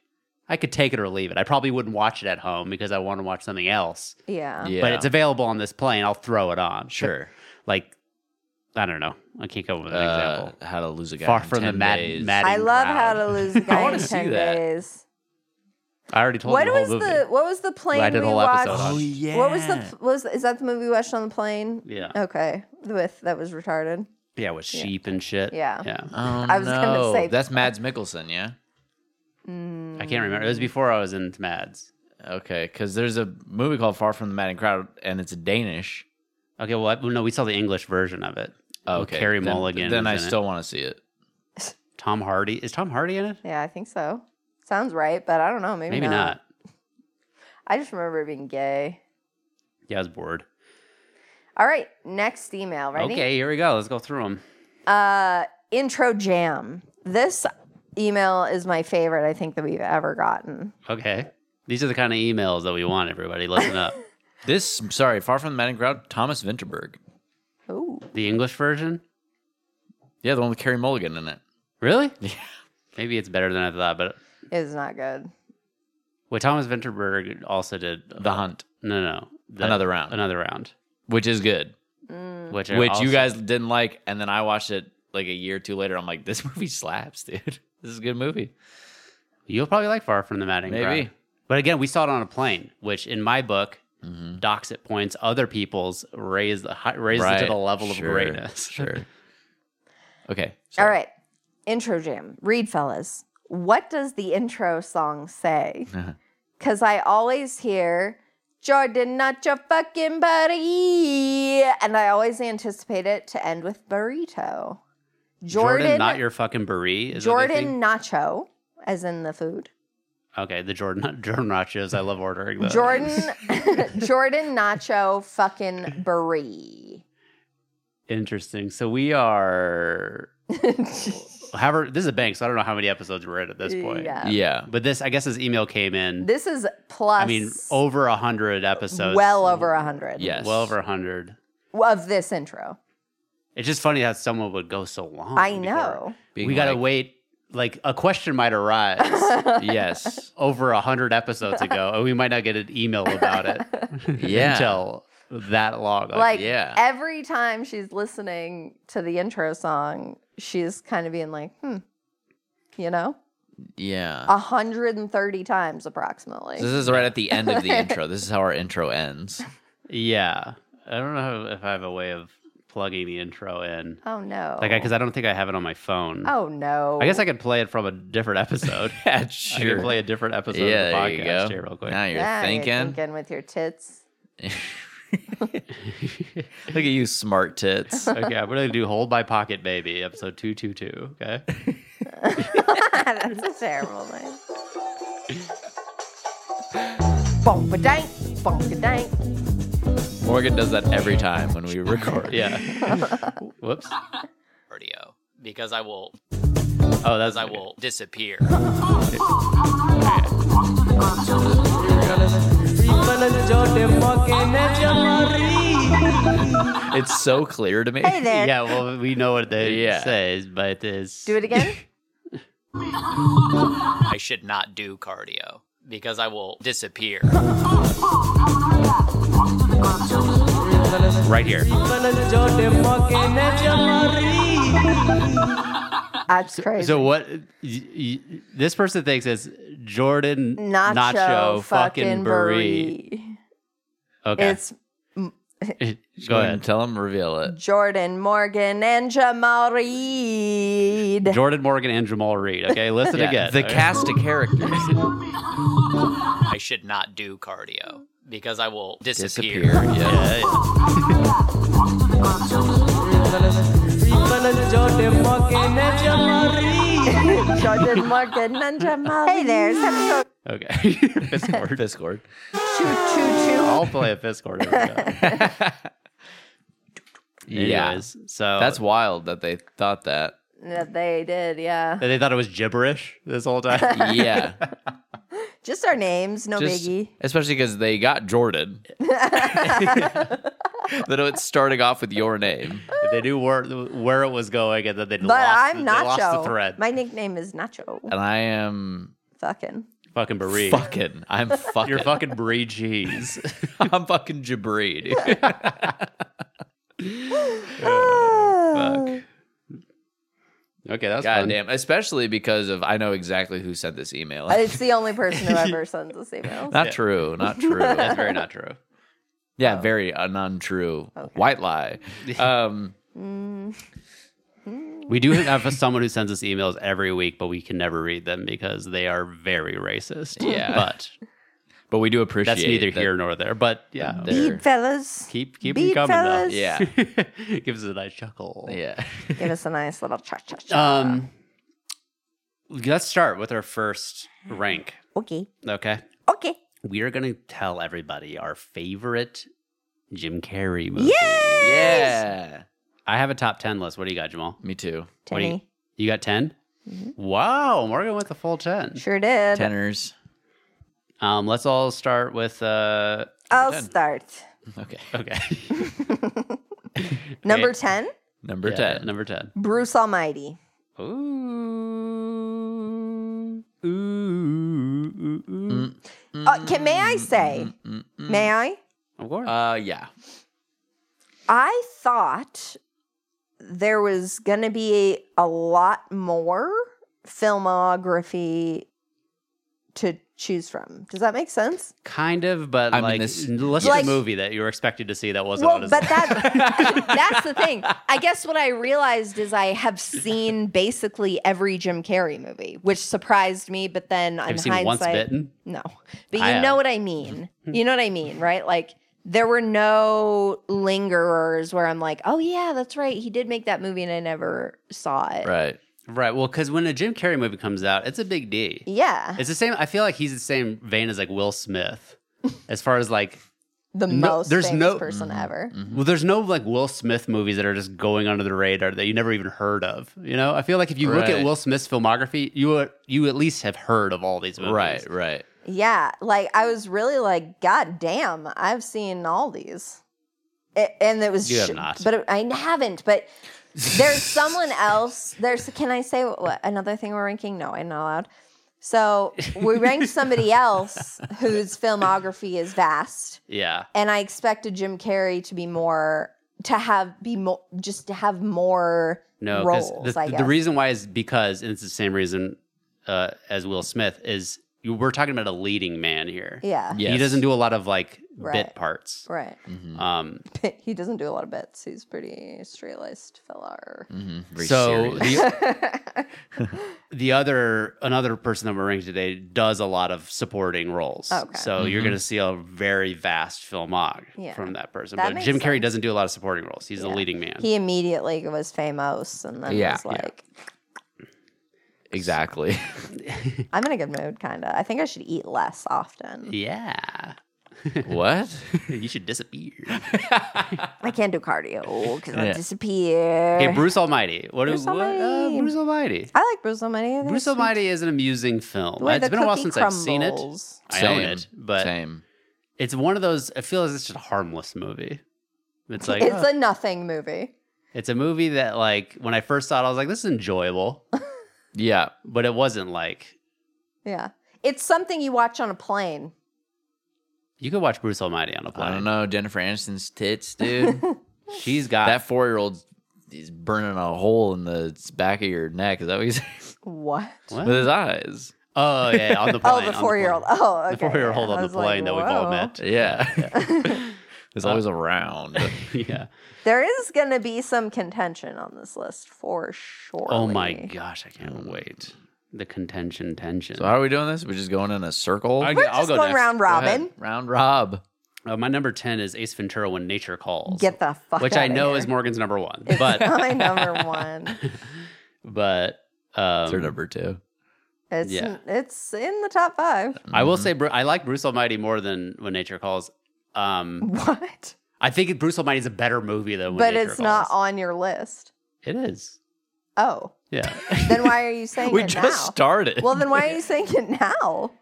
Speaker 2: I could take it or leave it. I probably wouldn't watch it at home because I want to watch something else.
Speaker 4: Yeah.
Speaker 3: yeah,
Speaker 2: But it's available on this plane, I'll throw it on.
Speaker 3: sure.
Speaker 2: But, like I don't know. I can't come up with an
Speaker 3: Uh,
Speaker 2: example.
Speaker 3: how to lose a guy
Speaker 2: Far
Speaker 3: in
Speaker 2: from the
Speaker 3: 10
Speaker 2: mad,
Speaker 3: days.
Speaker 2: mad
Speaker 4: I love how to lose a guy
Speaker 3: wanna
Speaker 4: in
Speaker 3: see
Speaker 4: ten
Speaker 3: that.
Speaker 4: days.
Speaker 2: I already told
Speaker 4: What
Speaker 2: you the
Speaker 4: was
Speaker 2: whole movie.
Speaker 4: the what was the plane
Speaker 2: I did a
Speaker 4: we
Speaker 2: whole
Speaker 4: watched?
Speaker 2: episode on. Oh,
Speaker 3: yeah.
Speaker 4: What was the f- was is that the movie we watched on the plane?
Speaker 2: Yeah.
Speaker 4: Okay, with that was retarded.
Speaker 2: yeah, with sheep and shit.
Speaker 4: Yeah.
Speaker 2: Yeah.
Speaker 3: Oh,
Speaker 4: I was gonna
Speaker 3: no.
Speaker 4: say-
Speaker 3: that's Mads Mikkelsen, yeah.
Speaker 2: I can't remember.
Speaker 3: Mm.
Speaker 4: Mm.
Speaker 2: It was before I was into Mads.
Speaker 3: Okay, because there's a movie called Far from the Madding Crowd, and it's Danish.
Speaker 2: Okay, well, I, no, we saw the English version of it. Oh,
Speaker 3: Okay,
Speaker 2: Carrie
Speaker 3: then-
Speaker 2: Mulligan.
Speaker 3: Then
Speaker 2: was
Speaker 3: I
Speaker 2: in it.
Speaker 3: still want to see it.
Speaker 2: Tom Hardy. Is Tom Hardy in it?
Speaker 4: Yeah, I think so. Sounds right, but I don't know. Maybe,
Speaker 2: Maybe, not.
Speaker 4: I just remember it being gay.
Speaker 2: Yeah, I was bored.
Speaker 4: All right, next email. Ready?
Speaker 2: Okay, here we go. Let's go through them.
Speaker 4: Uh, intro jam. This email is my favorite. I think that we've ever gotten.
Speaker 2: Okay. These are the kind of emails that we want, everybody. Listen up.
Speaker 3: This, sorry, Far from the Madding Crowd, Thomas Vinterberg.
Speaker 4: Ooh,
Speaker 2: the English version?
Speaker 3: Yeah, the one with Carrie Mulligan in it.
Speaker 2: Really? Yeah. Maybe it's better than I thought, but
Speaker 4: it was not good.
Speaker 2: well, Thomas Vinterberg also did
Speaker 3: The Hunt,
Speaker 2: No, no. The-
Speaker 3: Another Round.
Speaker 2: Another round.
Speaker 3: which is good,
Speaker 2: Which, I
Speaker 3: which
Speaker 2: also-
Speaker 3: you guys didn't like, and then I watched it like a year or two later. I'm like, this movie slaps, dude. This is a good movie.
Speaker 2: You'll probably like Far From the Madding
Speaker 3: Maybe.
Speaker 2: Crowd. But again, we saw it on a plane, which in my book
Speaker 3: Mm-hmm.
Speaker 2: docks it points. Other people's raise the hi- raise it to the level
Speaker 3: Sure.
Speaker 2: of greatness.
Speaker 3: Sure. okay.
Speaker 4: All right, intro jam. Read, fellas. What does the intro song say? Because I always hear Jordan, not your fucking buddy, and I always anticipate it to end with burrito.
Speaker 2: Jordan,
Speaker 4: Jordan,
Speaker 2: not your fucking beret. Is what they
Speaker 4: Jordan Nacho, as in the food.
Speaker 2: think? Okay, the Jordan Jordan nachos. I love ordering those.
Speaker 4: Jordan, Jordan Nacho, fucking brie.
Speaker 2: Interesting. So we are. However, this is a bank, so I don't know how many episodes we're in at this point.
Speaker 4: Yeah.
Speaker 3: Yeah.
Speaker 2: But this, I guess, this email came in.
Speaker 4: This is plus.
Speaker 2: I mean, over a hundred episodes.
Speaker 4: well over a hundred
Speaker 3: Yes.
Speaker 2: well over a hundred.
Speaker 4: of this intro.
Speaker 2: It's just funny how someone would go so long.
Speaker 4: I
Speaker 2: before-
Speaker 4: know.
Speaker 3: Being
Speaker 2: we gotta
Speaker 3: like-
Speaker 2: wait. Like a question might arise
Speaker 3: Yes.
Speaker 2: over a hundred episodes ago, and we might not get an email about it
Speaker 3: Yeah.
Speaker 2: until that long.
Speaker 4: Like
Speaker 3: yeah.
Speaker 4: every time she's listening to the intro song, she's kind of being like, hmm, you know,
Speaker 3: Yeah.
Speaker 4: hundred and thirty times approximately.
Speaker 3: So this is right at the end of the intro. This is how our intro ends.
Speaker 2: yeah, I don't know if I have a way of plugging the intro in,
Speaker 4: oh no!
Speaker 2: like, because I don't think I have it on my phone.
Speaker 4: oh no!
Speaker 2: I guess I could play it from a different episode.
Speaker 3: Yeah,
Speaker 2: I could play a different episode
Speaker 3: yeah,
Speaker 2: of the
Speaker 3: there you
Speaker 2: podcast
Speaker 3: go.
Speaker 2: here real quick.
Speaker 3: Now you're
Speaker 4: Yeah,
Speaker 3: thinking.
Speaker 4: thinking with your tits.
Speaker 3: Look at you, smart tits.
Speaker 2: okay, I'm gonna do "Hold My Pocket Baby" episode two two two. Okay.
Speaker 4: That's a terrible name. Bonka dank, bonka dank.
Speaker 3: Morgan does that every time when we record.
Speaker 2: Yeah. Whoops.
Speaker 5: cardio because I will
Speaker 2: Oh, that's
Speaker 5: I
Speaker 2: okay.
Speaker 5: will disappear.
Speaker 3: It's so clear to me.
Speaker 4: Hey there.
Speaker 2: Yeah, well, we know what they
Speaker 3: Yeah.
Speaker 2: says, but it's
Speaker 4: Do it again.
Speaker 5: I should not do cardio because I will disappear.
Speaker 2: right here.
Speaker 4: That's crazy.
Speaker 2: So what y- y- this person thinks is Jordan
Speaker 4: nacho,
Speaker 2: Nacho, fucking Brie.
Speaker 4: brie.
Speaker 2: Okay,
Speaker 4: It's
Speaker 2: go ahead.
Speaker 3: Tell him, reveal it.
Speaker 4: Jordan Morgan and Jamal Reed.
Speaker 2: Jordan Morgan and Jamal Reed. Okay, listen
Speaker 3: Yeah,
Speaker 2: again.
Speaker 3: the
Speaker 2: Okay.
Speaker 3: cast of characters
Speaker 5: I should not do cardio because I will disappear.
Speaker 3: disappear. Yeah.
Speaker 2: Yeah, yeah.
Speaker 4: Jordan Morgan and Jamal. Hey there. it's episode-
Speaker 2: Okay, Fiscord.
Speaker 3: Discord.
Speaker 4: Choo choo
Speaker 2: I'll play a Fiscord.
Speaker 3: Yeah.
Speaker 2: Anyways, so
Speaker 3: That's wild that they thought that.
Speaker 4: choo. Yeah, They did, yeah.
Speaker 2: they thought it was gibberish this whole time.
Speaker 3: Yeah.
Speaker 4: Just our names, no
Speaker 3: Just-
Speaker 4: biggie.
Speaker 3: Especially because they got Jordan. That it's starting off with your name.
Speaker 2: they knew where where it was going, and then they
Speaker 4: But
Speaker 2: lost,
Speaker 4: I'm
Speaker 2: the, they
Speaker 4: Nacho.
Speaker 2: lost the thread.
Speaker 4: My nickname is Nacho.
Speaker 3: And I am
Speaker 4: Fucking.
Speaker 2: fucking Brie.
Speaker 3: fucking. I'm fucking.
Speaker 2: You're fucking Brie cheese.
Speaker 3: I'm fucking Jabri, dude.
Speaker 2: Okay, that's
Speaker 3: God
Speaker 2: fun.
Speaker 3: damn. Especially because of I know exactly who sent this email.
Speaker 4: It's the only person who ever sends us emails.
Speaker 2: Uh,
Speaker 3: not true. Not true.
Speaker 2: That's very not true.
Speaker 3: yeah, very un- untrue.
Speaker 4: Okay.
Speaker 3: White lie. Um,
Speaker 4: Mm.
Speaker 2: We do have someone who sends us emails every week, but we can never read them because they are very racist.
Speaker 3: Yeah.
Speaker 2: but
Speaker 3: but we do appreciate
Speaker 2: that's neither
Speaker 3: that-
Speaker 2: here nor there. But yeah,
Speaker 3: That-
Speaker 4: Bead fellas.
Speaker 2: keep keep
Speaker 4: Beat
Speaker 2: them coming
Speaker 4: fellas.
Speaker 3: Yeah.
Speaker 2: though. Gives us a nice chuckle.
Speaker 3: Yeah.
Speaker 4: Give us a nice little cha cha cha.
Speaker 2: Um, let's start with our first rank.
Speaker 4: okay.
Speaker 2: Okay,
Speaker 4: Okay.
Speaker 2: we are going to tell everybody our favorite Jim Carrey movie.
Speaker 4: Yay!
Speaker 3: Yeah.
Speaker 2: I have a top ten list. What do you got, Jamal?
Speaker 3: Me too.
Speaker 2: What do you-
Speaker 4: Tenny.
Speaker 2: You got 10 Wow, Morgan with the full ten.
Speaker 4: Mm-hmm. Sure did.
Speaker 3: Tenors.
Speaker 2: Um, let's all start with uh.
Speaker 4: I'll
Speaker 3: Ten.
Speaker 4: start.
Speaker 3: Okay.
Speaker 2: Okay.
Speaker 4: Number
Speaker 2: Okay.
Speaker 4: 10,
Speaker 3: Number
Speaker 2: Yeah,
Speaker 3: 10.
Speaker 2: Number ten.
Speaker 4: Bruce Almighty.
Speaker 2: Ooh. Ooh. ooh, ooh.
Speaker 3: Mm.
Speaker 4: Uh, can, may
Speaker 2: Mm,
Speaker 4: I say, may I?
Speaker 2: Of course.
Speaker 3: Uh, yeah.
Speaker 4: I thought there was going to be a lot more filmography to choose from. Does that make sense?
Speaker 2: kind of, but
Speaker 3: I mean,
Speaker 2: like,
Speaker 3: this-
Speaker 2: list
Speaker 4: Like-
Speaker 2: a movie that you were expected to see that wasn't
Speaker 4: Well,
Speaker 2: on his
Speaker 4: but
Speaker 2: list.
Speaker 4: that that's the thing. I guess what I realized is I have seen basically every Jim Carrey movie, which surprised me, but then on
Speaker 2: Have you seen
Speaker 4: hindsight
Speaker 2: Once Bitten?
Speaker 4: No. But you
Speaker 2: I
Speaker 4: know
Speaker 2: have. Hmm.
Speaker 4: what I mean. You know what I mean, right? Like there were no lingerers where I'm like, "Oh yeah, that's right. He did make that movie and I never saw it."
Speaker 3: Right.
Speaker 2: Right. Well, because when a Jim Carrey movie comes out, it's a big D.
Speaker 4: Yeah.
Speaker 2: It's the same. I feel like he's the same vein as like Will Smith, as far as like.
Speaker 4: The
Speaker 2: No,
Speaker 4: most
Speaker 2: there's
Speaker 4: famous
Speaker 2: no- Mm-hmm.
Speaker 4: person ever.
Speaker 3: Mm-hmm.
Speaker 2: Well, there's no like Will Smith movies that are just going under the radar that you never even heard of. You know, I feel like if you look at
Speaker 3: Right.
Speaker 2: Will Smith's filmography, you you at least have heard of all these movies.
Speaker 3: Right. Right.
Speaker 4: Yeah, like I was really like, God damn, I've seen all these, A- and it was
Speaker 2: You have
Speaker 4: sh-
Speaker 2: not.
Speaker 4: but it- I haven't. But there's someone else. There's can I say what, what- another thing we're ranking? No, I'm not allowed. So we ranked somebody else whose filmography is vast,
Speaker 2: Yeah.
Speaker 4: and I expected Jim Carrey to be more to have be more just to have more
Speaker 2: No, because
Speaker 4: roles.
Speaker 2: the,
Speaker 4: I
Speaker 2: the
Speaker 4: guess.
Speaker 2: reason why is because, and it's the same reason uh, as Will Smith, is you, we're talking about a leading man here.
Speaker 4: yeah,
Speaker 3: Yeah.
Speaker 2: He
Speaker 3: Yes.
Speaker 2: doesn't do a lot of like
Speaker 4: Right.
Speaker 2: bit parts.
Speaker 4: right.
Speaker 3: Mm-hmm.
Speaker 2: Um,
Speaker 4: He doesn't do a lot of bits. He's pretty straight laced fella.
Speaker 3: Mm-hmm. Very
Speaker 2: so
Speaker 3: serious.
Speaker 2: the, the other another person that we're ranking today does a lot of supporting roles.
Speaker 4: Okay.
Speaker 2: So you're
Speaker 3: Mm-hmm.
Speaker 2: going to see a very vast filmog
Speaker 4: Yeah.
Speaker 2: from that person.
Speaker 4: That
Speaker 2: but
Speaker 4: makes
Speaker 2: Jim Carrey
Speaker 4: sense.
Speaker 2: doesn't do a lot of supporting roles. He's the
Speaker 4: Yeah.
Speaker 2: leading man.
Speaker 4: he immediately was famous and then
Speaker 3: Yeah.
Speaker 4: was
Speaker 3: Yeah.
Speaker 4: like,
Speaker 3: exactly.
Speaker 4: I'm in a good mood, kind of. I think I should eat less often.
Speaker 2: yeah.
Speaker 3: what?
Speaker 2: you should disappear.
Speaker 4: I can't do cardio because I
Speaker 3: Yeah.
Speaker 4: disappear.
Speaker 2: okay, Bruce Almighty. What is
Speaker 4: Bruce Almighty.
Speaker 2: Uh, Bruce Almighty.
Speaker 4: I like Bruce Almighty. I think
Speaker 2: Bruce
Speaker 4: it's sweet.
Speaker 2: Almighty is an amusing film.
Speaker 4: The way
Speaker 2: it's
Speaker 4: the
Speaker 2: been a while
Speaker 4: cookie
Speaker 2: since I've seen it.
Speaker 4: crumbles.
Speaker 2: I own
Speaker 3: Same.
Speaker 2: it, but
Speaker 3: Same.
Speaker 2: it's one of those. I feel as it's just a harmless movie. It's like oh,
Speaker 4: It's a nothing movie.
Speaker 2: movie that like when I first saw it, I was like, this is enjoyable,
Speaker 3: Yeah.
Speaker 2: but it wasn't like
Speaker 4: Yeah. It's something you watch on a plane.
Speaker 2: you could watch Bruce Almighty on a plane.
Speaker 3: I don't know. Jennifer Aniston's tits, dude.
Speaker 2: She's got
Speaker 3: that four year old is burning a hole in the back of your neck. Is that what he's
Speaker 4: What?
Speaker 2: What?
Speaker 3: with his eyes?
Speaker 2: oh yeah, yeah, on the plane.
Speaker 4: Oh,
Speaker 2: on
Speaker 4: the
Speaker 2: plane.
Speaker 4: four year old. Oh, okay.
Speaker 2: The four-year-old
Speaker 4: yeah. I
Speaker 2: on the
Speaker 4: was like,
Speaker 2: plane that we've all
Speaker 4: whoa.
Speaker 2: met.
Speaker 3: Yeah. It's always around.
Speaker 2: yeah.
Speaker 4: There is going to be some contention on this list for sure.
Speaker 2: Oh my gosh, I can't wait. Mm. The contention tension.
Speaker 3: So how are we doing this? We're just going in a circle.
Speaker 2: I-
Speaker 4: We're
Speaker 2: I'll
Speaker 4: just
Speaker 2: go
Speaker 4: going
Speaker 2: next.
Speaker 4: round
Speaker 3: Go ahead. Um,
Speaker 4: robin.
Speaker 3: Round rob.
Speaker 2: Uh, my number ten is Ace Ventura: When Nature Calls.
Speaker 4: Get the fuck
Speaker 2: which I
Speaker 4: outta
Speaker 2: know
Speaker 4: here.
Speaker 2: is Morgan's number one,
Speaker 4: It's
Speaker 2: but
Speaker 4: my number one.
Speaker 2: but um,
Speaker 3: That's our number two.
Speaker 4: It's
Speaker 2: Yeah.
Speaker 4: it's in the top five.
Speaker 2: I will say Bru- I like Bruce Almighty more than When Nature Calls. Um,
Speaker 4: What?
Speaker 2: I think Bruce Almighty is a better movie than. When
Speaker 4: but
Speaker 2: Nature
Speaker 4: it's not
Speaker 2: Calls.
Speaker 4: on your list.
Speaker 2: It is.
Speaker 4: Oh,
Speaker 2: Yeah,
Speaker 4: then why are you saying
Speaker 3: We
Speaker 4: it
Speaker 3: just
Speaker 4: now?
Speaker 3: started.
Speaker 4: Well, then why are you saying it now?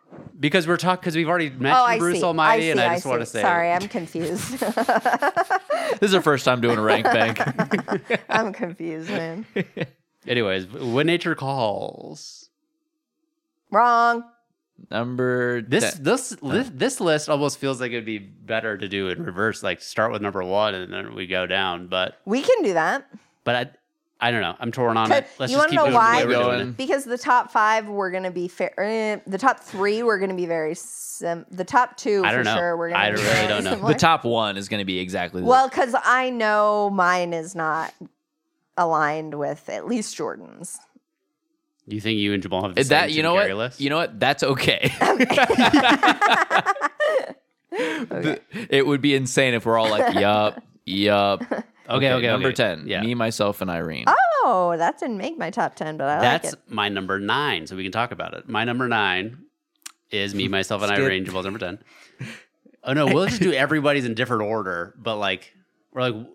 Speaker 2: because we're talking because we've already mentioned
Speaker 4: oh, I
Speaker 2: Bruce
Speaker 4: see.
Speaker 2: Almighty,
Speaker 4: I see,
Speaker 2: and I just want to
Speaker 4: see.
Speaker 2: say,
Speaker 4: Sorry, I'm confused.
Speaker 3: this is our first time doing a rank bank.
Speaker 4: I'm confused, man.
Speaker 2: Anyways, When Nature Calls.
Speaker 4: Wrong.
Speaker 3: number
Speaker 2: This
Speaker 3: ten.
Speaker 2: this this, this list almost feels like it'd be better to do in reverse, like start with number one and then we go down. But
Speaker 4: We can do that.
Speaker 2: but I I don't know. I'm torn on it. Let's
Speaker 4: you want
Speaker 2: just
Speaker 4: to
Speaker 2: keep
Speaker 4: know
Speaker 2: doing
Speaker 4: why?
Speaker 2: the way we're doing it.
Speaker 4: Because the top five were going to be fair. eh, the top three were going to be very sim. The top two,
Speaker 2: I don't
Speaker 4: for
Speaker 2: know.
Speaker 4: sure, were going
Speaker 2: I
Speaker 4: to be
Speaker 2: really
Speaker 4: very
Speaker 2: don't know. The
Speaker 4: similar.
Speaker 3: The top one is going to be exactly the-
Speaker 4: Well, because I know mine is not aligned with at least Jordan's.
Speaker 2: You think you and Jamal have the
Speaker 3: Is that
Speaker 2: same
Speaker 3: you know
Speaker 2: Jim
Speaker 3: what
Speaker 2: Carrey list?
Speaker 3: you know what that's okay. The- it would be insane if we're all like, yup, yup. Okay,
Speaker 2: okay, okay,
Speaker 3: number
Speaker 2: okay.
Speaker 3: ten.
Speaker 2: Yeah,
Speaker 3: Me, myself, and Irene.
Speaker 4: oh, that didn't make my top ten, but I
Speaker 2: that's
Speaker 4: like it.
Speaker 2: my number nine. So we can talk about it. My number nine is me, myself, and
Speaker 3: Skip.
Speaker 2: Irene. Jamal's number ten. Oh no, we'll just do everybody's in different order, but like we're like,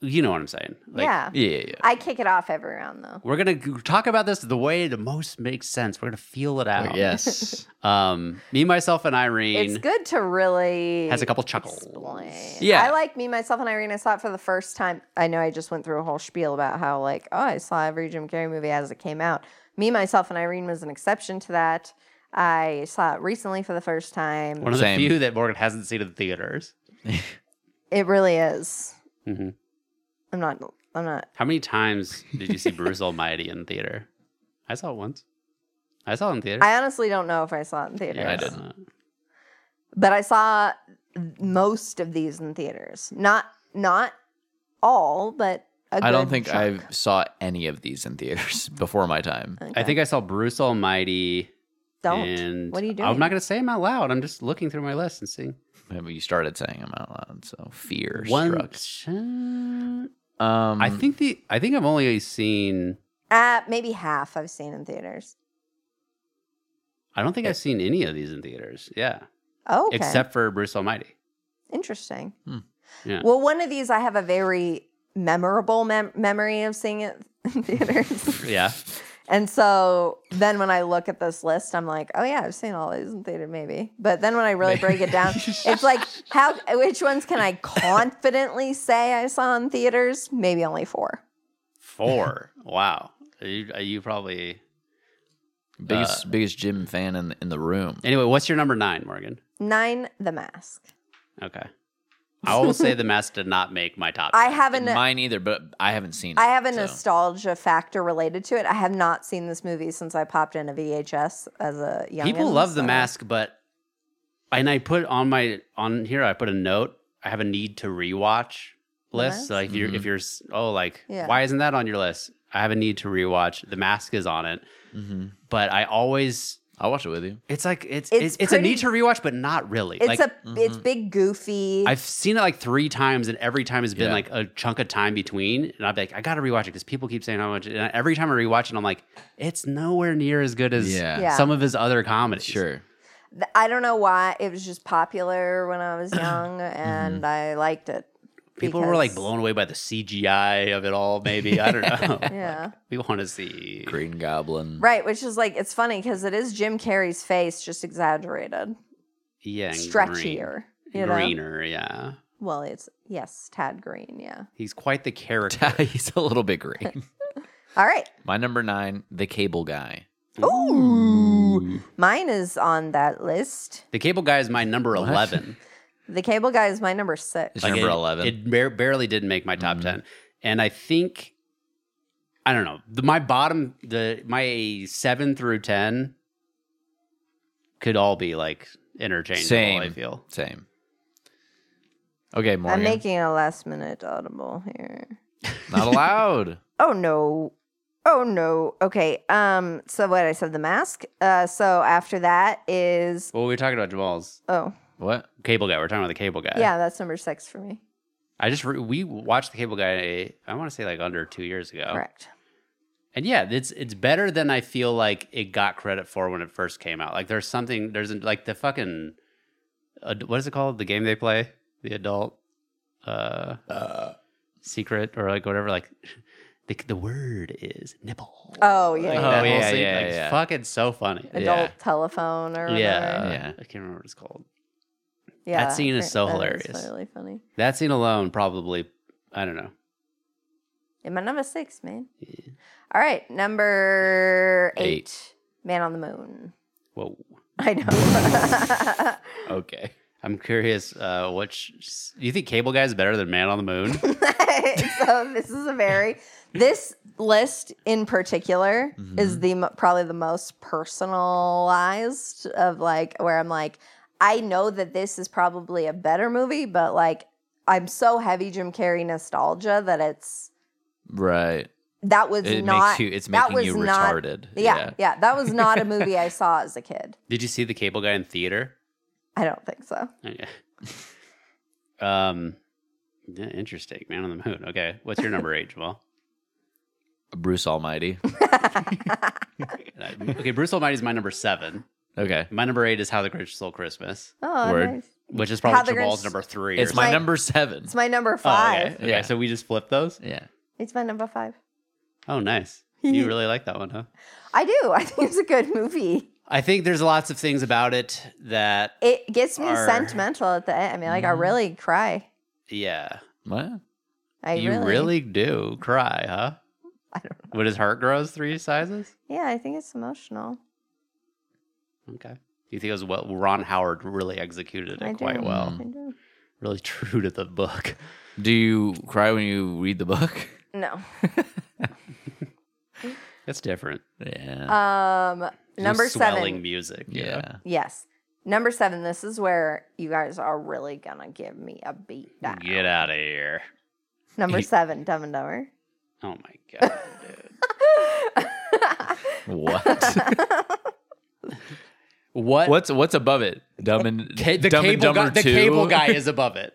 Speaker 2: you know what I'm saying? Like,
Speaker 4: yeah,
Speaker 3: yeah, yeah, yeah.
Speaker 4: I kick it off every round though.
Speaker 2: We're gonna g- talk about this the way the most makes sense. We're gonna feel it out.
Speaker 3: Yes.
Speaker 2: Um, me, myself, and
Speaker 4: It's
Speaker 2: Irene
Speaker 4: good to really
Speaker 2: has a couple chuckles.
Speaker 4: explain.
Speaker 3: Yeah.
Speaker 4: I like me, myself, and Irene. I saw it for the first time. I know I just went through a whole spiel about how like, oh, I saw every Jim Carrey movie as it came out. Me, myself, and Irene was an exception to that. I saw it recently for the first time.
Speaker 2: One of
Speaker 3: Same.
Speaker 2: the few that Morgan hasn't seen in the theaters.
Speaker 4: It really is.
Speaker 2: Mhm.
Speaker 4: I'm not. I'm not.
Speaker 2: How many times did you see Bruce Almighty in theater? I saw it once. I saw it in theater.
Speaker 4: I honestly don't know if I saw it in theaters.
Speaker 3: I
Speaker 2: saw
Speaker 3: didn't.
Speaker 2: it.
Speaker 4: but I saw most of these in theaters. Not not all, but I
Speaker 3: I don't think I saw any of these in theaters before my time.
Speaker 4: Uh.
Speaker 2: I think I saw Bruce Almighty.
Speaker 4: don't.
Speaker 2: And
Speaker 4: What are you
Speaker 2: I'm
Speaker 4: doing?
Speaker 2: not going to say them out loud. I'm just looking through my list and seeing.
Speaker 3: Maybe you started saying them out loud, so fear
Speaker 2: One.
Speaker 3: struck.
Speaker 2: ch-
Speaker 3: Um,
Speaker 2: I think the. I think I've only seen.
Speaker 4: Uh, maybe half I've seen in theaters.
Speaker 2: I don't think I've seen any of these in theaters. Yeah,
Speaker 4: Oh, okay.
Speaker 2: except for Bruce Almighty.
Speaker 4: interesting.
Speaker 3: Hmm.
Speaker 2: Yeah.
Speaker 4: Well, one of these I have a very memorable mem- memory of seeing it in theaters,
Speaker 2: Yeah,
Speaker 4: and so then when I look at this list, I'm like, oh yeah, I've seen all these in theater, maybe. But then when I really break it down, it's like how which ones can I confidently say I saw in theaters? Maybe only four.
Speaker 2: four. wow, you, you probably. uh,
Speaker 3: biggest biggest Jim fan in in the room.
Speaker 2: Anyway, what's your number nine, Morgan?
Speaker 4: Nine, The Mask.
Speaker 2: Okay, I will say the mask did not make my top.
Speaker 4: I
Speaker 2: ten.
Speaker 4: have an
Speaker 3: Mine either, but I haven't seen.
Speaker 4: I uh,
Speaker 3: it,
Speaker 4: have a
Speaker 3: so.
Speaker 4: nostalgia factor related to it. I have not seen this movie since I popped in a VHS as a young.
Speaker 2: People love the mask, but and I put on my on here. I put a note. I have a need to rewatch list.
Speaker 4: Mask?
Speaker 2: So like if you're if you're s- oh like
Speaker 4: Yeah.
Speaker 2: why isn't that on your list? I have a need to rewatch. The mask is on it,
Speaker 3: Mhm.
Speaker 2: but I always
Speaker 3: I'll watch it with you.
Speaker 2: it's like it's
Speaker 4: It's
Speaker 2: it's, it's, a
Speaker 4: pretty-
Speaker 2: need to rewatch, but not really.
Speaker 4: It's
Speaker 2: like mm-hmm.
Speaker 4: a it's big goofy.
Speaker 2: I've seen it like three times, and every time has been
Speaker 3: Yeah.
Speaker 2: like a chunk of time between. And I'm like, I gotta rewatch it because people keep saying how much. And every time I rewatch it, I'm like, it's nowhere near as good as
Speaker 3: Yeah.
Speaker 4: Yeah.
Speaker 2: some of his other comedies.
Speaker 3: Sure.
Speaker 4: th- I don't know why it was just popular when I was young, and I liked it.
Speaker 2: Mm-hmm. people were like
Speaker 4: because-
Speaker 2: blown away by the CGI of it all. Maybe I don't know.
Speaker 4: Yeah.
Speaker 2: we want to see.
Speaker 3: Green Goblin.
Speaker 4: mm. Right, which is like it's funny because it is Jim Carrey's face, just exaggerated,
Speaker 2: Yeah, and
Speaker 4: stretchier.
Speaker 2: green.
Speaker 4: You know?
Speaker 2: greener. Yeah,
Speaker 4: Well, it's yes, tad green. Yeah.
Speaker 2: he's quite the character.
Speaker 3: He's a little bit green.
Speaker 4: All right.
Speaker 3: My number nine, the cable guy.
Speaker 4: Ooh. Mine is on that list.
Speaker 2: the Cable Guy is my number
Speaker 3: What?
Speaker 2: eleven.
Speaker 4: The Cable Guy is my number six.
Speaker 3: It's number
Speaker 2: it,
Speaker 3: eleven. Mm-hmm.
Speaker 2: It bar- barely didn't make my top ten, and I think I don't know. The, my bottom, the my seven through ten could all be like interchangeable. I
Speaker 3: Same.
Speaker 2: feel
Speaker 3: Same. Okay, Morgan.
Speaker 4: I'm making a last minute audible here.
Speaker 3: Not allowed.
Speaker 4: Oh no. Oh no. Okay. Um so what I said the mask. Uh so after that is
Speaker 2: well, we were talking about Jamal's
Speaker 4: oh
Speaker 3: what?
Speaker 2: Cable Guy. We're talking about the Cable Guy.
Speaker 4: yeah, that's number 6 for me.
Speaker 2: I just re- we watched the Cable Guy. I want to say like under two years ago.
Speaker 4: Correct.
Speaker 2: And yeah, it's it's better than I feel like it got credit for when it first came out. Like there's something there's like the fucking ad what is it called? The game they play, the adult uh, secret or like whatever. Like the the word is nipple.
Speaker 4: Oh yeah.
Speaker 2: Like,
Speaker 4: yeah.
Speaker 3: Oh,
Speaker 2: that whole
Speaker 3: yeah,
Speaker 2: scene,
Speaker 3: yeah,
Speaker 2: like,
Speaker 3: yeah.
Speaker 2: Fucking so funny.
Speaker 3: Yeah.
Speaker 4: Adult telephone or
Speaker 2: Yeah,
Speaker 4: whatever.
Speaker 3: Yeah.
Speaker 2: I can't remember what it's called.
Speaker 4: yeah.
Speaker 2: That scene is
Speaker 4: great.
Speaker 2: so
Speaker 4: That
Speaker 2: hilarious.
Speaker 4: really funny.
Speaker 2: That scene alone probably I don't know.
Speaker 4: Yeah, my number 6, man. All right, number 8. Man on the moon.
Speaker 2: Whoa.
Speaker 4: I know.
Speaker 3: Okay.
Speaker 2: I'm curious. Uh, which you think Cable Guy is better than Man on the Moon?
Speaker 4: so this is a very this list in particular
Speaker 2: Mm-hmm.
Speaker 4: is the mo- probably the most personalized of like where I'm like I know that this is probably a better movie, but like I'm so heavy Jim Carrey nostalgia that it's
Speaker 3: Right.
Speaker 4: that was
Speaker 3: It
Speaker 4: not
Speaker 3: makes you. It's
Speaker 4: that
Speaker 3: making you
Speaker 4: was not-
Speaker 3: retarded.
Speaker 4: Yeah, yeah, that was not a movie I saw as a kid.
Speaker 2: Did you see the Cable Guy in theater?
Speaker 4: I don't think so.
Speaker 2: Oh, Yeah. um, yeah, interesting. Man on the Moon. Okay, what's your number eight, Jamal?
Speaker 3: Bruce Almighty.
Speaker 2: And I- Okay, Bruce Almighty's my number seven.
Speaker 3: Okay.
Speaker 2: My number eight is How the Grinch Stole Christmas,
Speaker 4: Oh,
Speaker 3: Word.
Speaker 4: nice.
Speaker 2: which is
Speaker 4: How the
Speaker 2: probably
Speaker 4: Grinch-
Speaker 2: Jamal's number three. or
Speaker 3: It's my
Speaker 4: my-
Speaker 3: number seven.
Speaker 4: It's my number
Speaker 2: something.
Speaker 4: five.
Speaker 2: Oh, okay. okay,
Speaker 3: Yeah.
Speaker 2: so we just flipped those.
Speaker 3: Yeah.
Speaker 4: It's my number five.
Speaker 2: Oh, nice. You really like that one, huh?
Speaker 4: I do. I think it's a good movie.
Speaker 2: I think there's lots of things about it that,
Speaker 4: It gets me
Speaker 2: Are-
Speaker 4: sentimental at the end. I mean, like I
Speaker 2: Mm-hmm.
Speaker 4: really cry.
Speaker 2: yeah,
Speaker 3: What?
Speaker 4: I
Speaker 2: you really?
Speaker 4: really,
Speaker 2: do cry, huh?
Speaker 4: I don't
Speaker 2: When his heart grows three sizes.
Speaker 4: Yeah, I think it's emotional.
Speaker 2: Okay. You think it was well? Ron Howard really executed it
Speaker 4: I
Speaker 2: quite
Speaker 4: do.
Speaker 2: well.
Speaker 4: I do.
Speaker 2: Really true to the book.
Speaker 3: Do you cry when you read the book?
Speaker 4: No.
Speaker 2: It's different.
Speaker 3: Yeah.
Speaker 4: Um,
Speaker 2: There's
Speaker 4: number
Speaker 2: swelling
Speaker 4: seven.
Speaker 2: music. you know?
Speaker 3: yeah.
Speaker 4: Yes. Number seven. This is where you guys are really gonna give me a beat down.
Speaker 2: Get out of here.
Speaker 4: Number seven, Dumb and Dumber.
Speaker 2: Oh my god. dude.
Speaker 3: What?
Speaker 2: What?
Speaker 3: what's what's above it? Dumb and
Speaker 2: Ca- the
Speaker 3: Dumb and
Speaker 2: cable guy?
Speaker 3: Dumber
Speaker 2: The
Speaker 3: 2?
Speaker 2: cable guy is above it.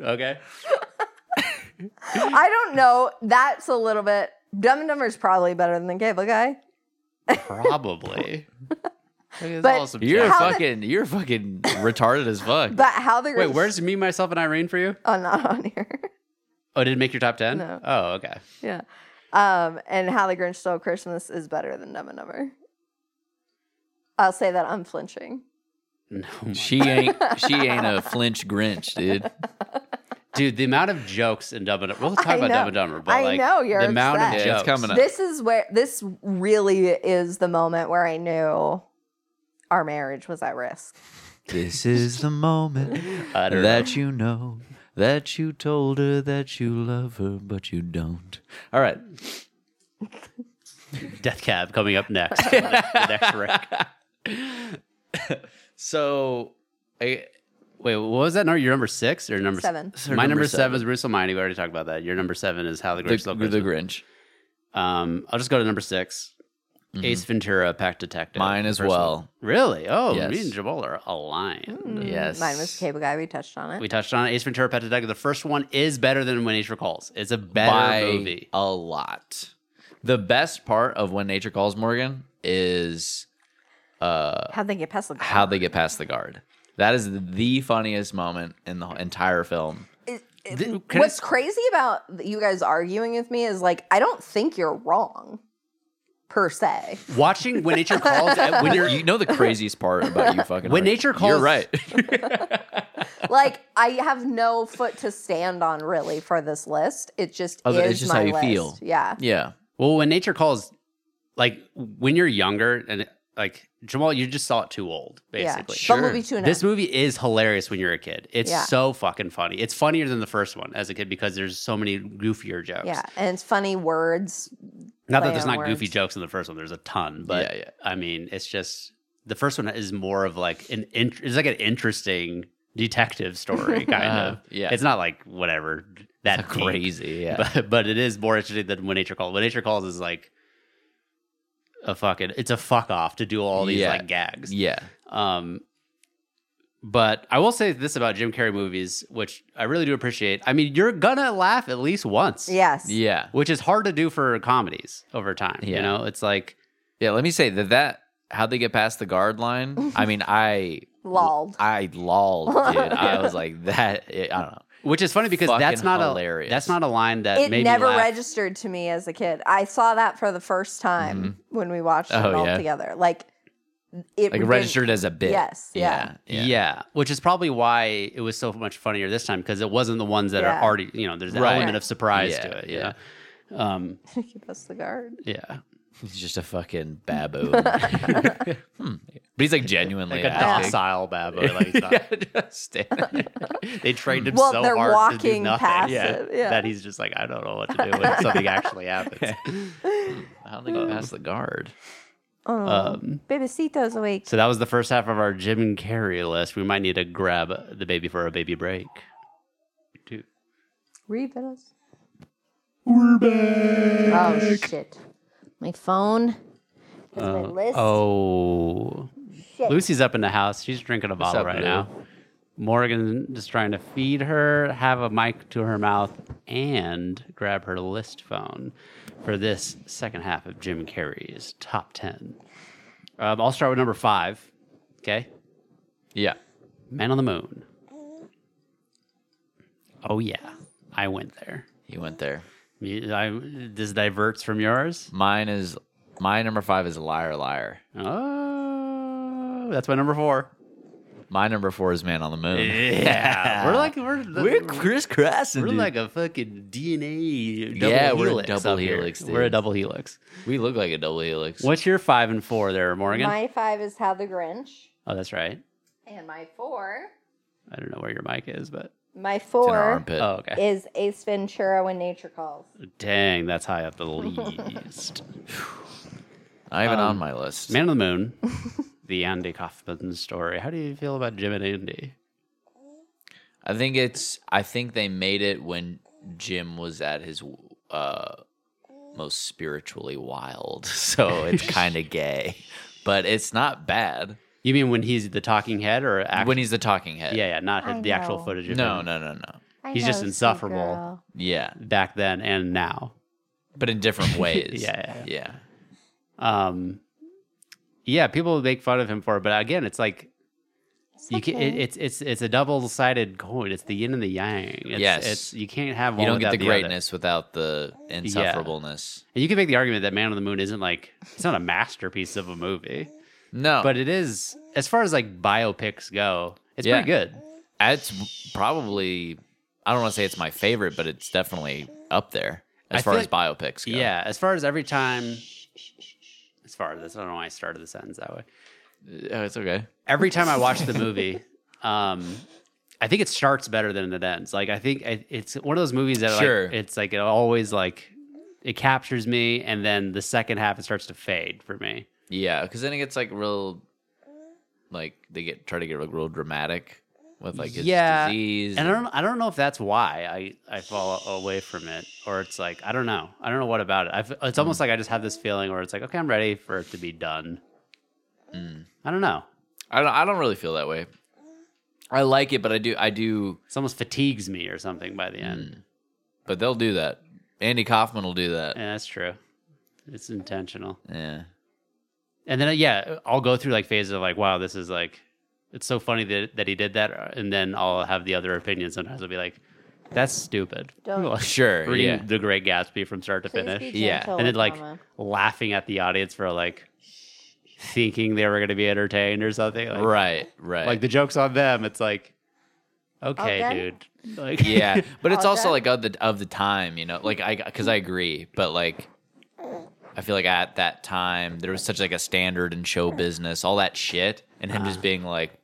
Speaker 2: Okay.
Speaker 4: I don't know. That's a little bit. Dumb and Dumber is probably better than the Cable Guy.
Speaker 2: Probably. It's
Speaker 4: But
Speaker 2: all subjective.
Speaker 3: You're a
Speaker 4: How the-
Speaker 3: fucking you're fucking retarded as fuck.
Speaker 4: But how the
Speaker 2: Wait,
Speaker 4: Grinch-
Speaker 2: where's me, myself, and Irene for you?
Speaker 4: Oh, not on here.
Speaker 2: Oh, did it make your top ten?
Speaker 4: No.
Speaker 2: Oh, okay.
Speaker 4: yeah. Um, and How the Grinch Stole Christmas is better than Dumb and Dumber. I'll say that unflinching.
Speaker 2: No, my-
Speaker 3: She ain't she ain't a flinch Grinch, dude.
Speaker 2: dude, the amount of jokes in Dumb and Dumber. We'll talk
Speaker 4: I
Speaker 2: about
Speaker 4: know.
Speaker 2: Dumb and Dumber, but
Speaker 4: I
Speaker 2: like
Speaker 4: know, you're
Speaker 2: the amount of
Speaker 4: obsessed.
Speaker 2: jokes
Speaker 3: Yeah, it's coming up.
Speaker 4: This is where this really is the moment where I knew our marriage was at risk.
Speaker 3: This is the moment
Speaker 2: I don't know.
Speaker 3: that you know that you told her that you love her, but you don't. All right.
Speaker 2: Death Cab coming up next. The next rec.
Speaker 3: So I
Speaker 2: Wait, what was that number? Your number six or number s-
Speaker 4: Seven.
Speaker 2: My
Speaker 3: Her
Speaker 2: number,
Speaker 3: number
Speaker 2: seven, is Bruce Almighty. We already talked about that. Your number seven is How the
Speaker 3: the,
Speaker 2: Grinch Stole
Speaker 3: the
Speaker 2: Christmas.
Speaker 3: Grinch.
Speaker 2: Um, I'll just go to number 6 Ace Ventura, Pack Detective.
Speaker 3: Mm-hmm. Mine as
Speaker 2: First
Speaker 3: well.
Speaker 2: one. Really? Oh,
Speaker 3: Yes.
Speaker 2: me and Jabal are aligned.
Speaker 3: Yes.
Speaker 4: Mm, Mine was Cable Guy. We touched on it.
Speaker 2: We touched on it. Ace Ventura, Pet Detective. The first one is better than When Nature Calls. It's a better
Speaker 3: by
Speaker 2: movie.
Speaker 3: a lot. The best part of When Nature Calls Morgan is
Speaker 2: uh,
Speaker 4: How'd they get past the
Speaker 3: how they get past the guard. That is the funniest moment in the entire film.
Speaker 4: It- it-
Speaker 2: Th- can I
Speaker 4: eh, what's
Speaker 2: s-
Speaker 4: crazy about you guys arguing with me is like I don't think you're wrong per se.
Speaker 2: Watching When Nature Calls uh, when you're
Speaker 3: You know the craziest part about you fucking.
Speaker 2: When
Speaker 3: Arch-
Speaker 2: nature
Speaker 3: You're
Speaker 2: calls-
Speaker 3: right.
Speaker 4: like I have no foot to stand on really for this list. It just
Speaker 3: Other-
Speaker 4: is
Speaker 3: it's just
Speaker 4: my
Speaker 3: how you
Speaker 4: list.
Speaker 3: feel.
Speaker 4: Yeah.
Speaker 3: yeah.
Speaker 2: Well, when nature calls, like when you're younger and like Jamal, you just saw it too old, basically.
Speaker 4: Yeah. But movie tuna.
Speaker 2: This movie is hilarious when you're a kid. It's
Speaker 4: Yeah.
Speaker 2: so fucking funny. It's funnier than the first one as a kid because there's so many goofier jokes.
Speaker 4: yeah, and it's funny words.
Speaker 2: Not that
Speaker 4: Play
Speaker 2: there's
Speaker 4: on
Speaker 2: not goofy
Speaker 4: words.
Speaker 2: jokes in the first one. There's a ton, but
Speaker 3: Yeah, yeah.
Speaker 2: I mean, it's just the first one is more of like an int- it's like an interesting detective story kind
Speaker 3: Uh-huh.
Speaker 2: of.
Speaker 3: Yeah.
Speaker 2: It's not like whatever that deep.
Speaker 3: Crazy. Yeah.
Speaker 2: but, but it is more interesting than when nature calls. When nature calls is like a fucking it's a fuck off to do all these
Speaker 3: Yeah.
Speaker 2: like gags.
Speaker 3: yeah.
Speaker 2: Um, but I will say this about Jim Carrey movies, which I really do appreciate. I mean, you're gonna laugh at least once,
Speaker 4: Yes.
Speaker 3: Yeah.
Speaker 2: which is hard to do for comedies over time. You
Speaker 3: Yeah.
Speaker 2: know, it's like
Speaker 3: Yeah. Let me say that that how they get past the guard line. I mean, I
Speaker 4: Lolled.
Speaker 3: I lolled, dude. I was like that. I don't know.
Speaker 2: which is funny because
Speaker 3: Fucking
Speaker 2: that's not
Speaker 3: hilarious.
Speaker 2: a that's not a line that
Speaker 4: It
Speaker 2: made
Speaker 4: never
Speaker 2: me laugh.
Speaker 4: registered to me as a kid. I saw that for the first time when we watched it
Speaker 3: Oh,
Speaker 4: all
Speaker 3: yeah.
Speaker 4: together. Like it
Speaker 3: Like
Speaker 4: didn't-
Speaker 3: registered as a bit.
Speaker 4: Yes, yeah.
Speaker 2: Yeah. which is probably why it was so much funnier this time because it wasn't the ones that
Speaker 4: Yeah.
Speaker 2: are already you know there's an
Speaker 3: Right.
Speaker 2: element of surprise
Speaker 3: Yeah,
Speaker 2: to it.
Speaker 3: yeah.
Speaker 2: Yeah, um,
Speaker 4: Keep us the guard.
Speaker 2: yeah.
Speaker 3: He's just a fucking baboon. hmm. But he's like genuinely
Speaker 2: like a
Speaker 3: asking.
Speaker 2: docile baboon. Like he's not-
Speaker 3: yeah, just standing there.
Speaker 2: They trained him
Speaker 4: Well,
Speaker 2: so
Speaker 4: they're
Speaker 2: hard to do
Speaker 4: walking
Speaker 2: nothing
Speaker 4: passive, yeah.
Speaker 2: that he's just like, I don't know what to do when something actually happens.
Speaker 3: I don't think he passed the guard.
Speaker 4: Oh,
Speaker 2: Um,
Speaker 4: Babysito's awake.
Speaker 2: so that was the first half of our Jim and Carrey list. We might need to grab the baby for a baby break. Dude.
Speaker 4: Read us. We're back. Oh shit! My phone. Is my
Speaker 2: Uh,
Speaker 4: list.
Speaker 2: Oh,
Speaker 4: Shit.
Speaker 2: Lucy's up in the house. She's drinking a bottle
Speaker 3: up,
Speaker 2: right
Speaker 3: boo?
Speaker 2: now. Morgan is trying to feed her, have a mic to her mouth, and grab her list phone for this second half of Jim Carrey's top ten. Um, I'll start with number five. Okay,
Speaker 3: Yeah.
Speaker 2: Man on the Moon. Oh yeah, I went there.
Speaker 3: He went there.
Speaker 2: You- I- this diverts from yours.
Speaker 3: Mine is my number five is liar liar.
Speaker 2: Oh, that's my number four.
Speaker 3: My number four is man on the moon.
Speaker 2: Yeah, we're like we're
Speaker 3: Uh, We're crisscrossing.
Speaker 2: We're
Speaker 3: dude.
Speaker 2: like a fucking DNA. Double
Speaker 3: Yeah, we're a
Speaker 2: helix
Speaker 3: double
Speaker 2: up here.
Speaker 3: helix, dude.
Speaker 2: We're a double helix.
Speaker 3: we look like a double helix.
Speaker 2: What's your five and four there, Morgan?
Speaker 4: My five is How the Grinch,
Speaker 2: oh, that's right.
Speaker 4: and my four,
Speaker 2: I don't know where your mic is, but
Speaker 4: my
Speaker 3: It's in our
Speaker 4: four
Speaker 3: armpit.
Speaker 2: oh, okay.
Speaker 4: is Ace Ventura when nature calls.
Speaker 2: Dang, that's high up the list.
Speaker 3: Not even
Speaker 2: um,
Speaker 3: on my list.
Speaker 2: Man on the Moon, the Andy Kaufman story. How do you feel about Jim and Andy?
Speaker 3: I think it's. I think they made it when Jim was at his uh, most spiritually wild, so it's kind of gay, but it's not bad
Speaker 2: You mean when he's the talking head or actually?
Speaker 3: when he's the talking head.
Speaker 2: yeah, yeah, not
Speaker 4: I
Speaker 2: the actual
Speaker 4: know.
Speaker 2: footage of
Speaker 3: No,
Speaker 2: him
Speaker 3: no, no, no.
Speaker 4: I
Speaker 2: He's just
Speaker 4: know, sweet
Speaker 2: insufferable.
Speaker 4: girl.
Speaker 3: Yeah,
Speaker 2: back then and now.
Speaker 3: but in different ways.
Speaker 2: Yeah.
Speaker 3: yeah.
Speaker 2: Um, yeah, people make fun of him for it, but again, it's like
Speaker 4: It's
Speaker 2: You can, it,
Speaker 4: okay.
Speaker 2: it's it's it's a double sided coin. It's the yin and the yang. It's,
Speaker 3: Yes.
Speaker 2: it's you can't have one.
Speaker 3: You don't
Speaker 2: without
Speaker 3: get the
Speaker 2: other.
Speaker 3: greatness without the insufferableness.
Speaker 2: And you can make the argument that Man on the Moon isn't like it's not a masterpiece of a movie,
Speaker 3: No,
Speaker 2: but it is as far as like biopics go. It's
Speaker 3: Yeah.
Speaker 2: pretty good.
Speaker 3: it's probably. I don't want to say it's my favorite, but it's definitely up there as
Speaker 2: I
Speaker 3: far
Speaker 2: feel
Speaker 3: as biopics go.
Speaker 2: Yeah. as far as every time, as far as that's I don't know why I started the sentence that way.
Speaker 3: oh, it's okay.
Speaker 2: every time I watch the movie, um, I think it starts better than it ends. Like I think I, it's one of those movies that like,
Speaker 3: Sure.
Speaker 2: it's like it always like it captures me, and then the second half it starts to fade for me.
Speaker 3: Yeah, because then it gets like real, like they get try to get like real dramatic with like his
Speaker 2: Yeah,
Speaker 3: disease.
Speaker 2: And I don't I don't know if that's why I I fall away from it, or it's like I don't know I don't know what about it. I've, it's almost like I just have this feeling where it's like okay I'm ready for it to be done. I don't know.
Speaker 3: I don't. I don't really feel that way. I like it, but I do. I do.
Speaker 2: It's almost fatigues me or something by the end.
Speaker 3: But they'll do that. Andy Kaufman will do that.
Speaker 2: Yeah, that's true. It's intentional.
Speaker 3: Yeah.
Speaker 2: and then uh, yeah, I'll go through like phases of like, wow, this is like, it's so funny that that he did that, and then I'll have the other opinion. Sometimes I'll be like, that's stupid.
Speaker 4: Don't.
Speaker 3: Sure.
Speaker 2: Reading
Speaker 3: yeah.
Speaker 2: The Great Gatsby from start to
Speaker 4: Please be
Speaker 2: finish,
Speaker 4: gentle
Speaker 3: Yeah.
Speaker 2: and
Speaker 4: with
Speaker 2: then like
Speaker 4: Mama.
Speaker 2: laughing at the audience for like thinking they were going to be entertained or something. Like,
Speaker 3: Right. Right.
Speaker 2: Like the jokes on them. It's like,
Speaker 4: Oh,
Speaker 2: okay,
Speaker 4: Okay.
Speaker 2: dude. Like
Speaker 3: yeah, but it's
Speaker 4: Oh,
Speaker 3: also
Speaker 4: that-
Speaker 3: like of the of the time, you know. Like I, because I agree, but like I feel like at that time there was such like a standard in show business, all that shit, and him
Speaker 2: Ah.
Speaker 3: just being like,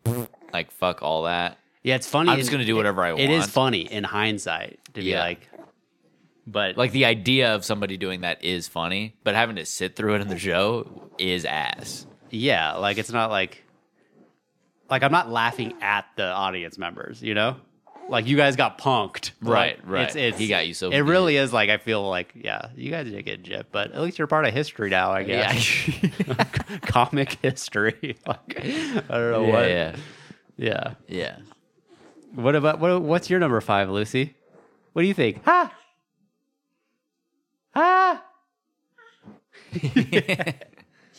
Speaker 3: like fuck all that.
Speaker 2: yeah. It's funny.
Speaker 3: I'm just gonna do whatever I
Speaker 2: It is
Speaker 3: want.
Speaker 2: funny in hindsight to be
Speaker 3: Yeah.
Speaker 2: like, but
Speaker 3: Like the idea of somebody doing that is funny, but having to sit through it in the show is ass.
Speaker 2: Yeah, like it's not like like I'm not laughing at the audience members, you know? Like you guys got punked. Like,
Speaker 3: Right, right.
Speaker 2: It's, it's,
Speaker 3: He got you so
Speaker 2: It really is like I feel like yeah, you guys did get gypped, but at least you're part of history now, I guess. Comic history. like, I don't know
Speaker 3: yeah,
Speaker 2: what.
Speaker 3: yeah,
Speaker 2: Yeah.
Speaker 3: yeah.
Speaker 2: What about what what's your number 5, Lucy? What do you think? Ha. Ha.
Speaker 4: She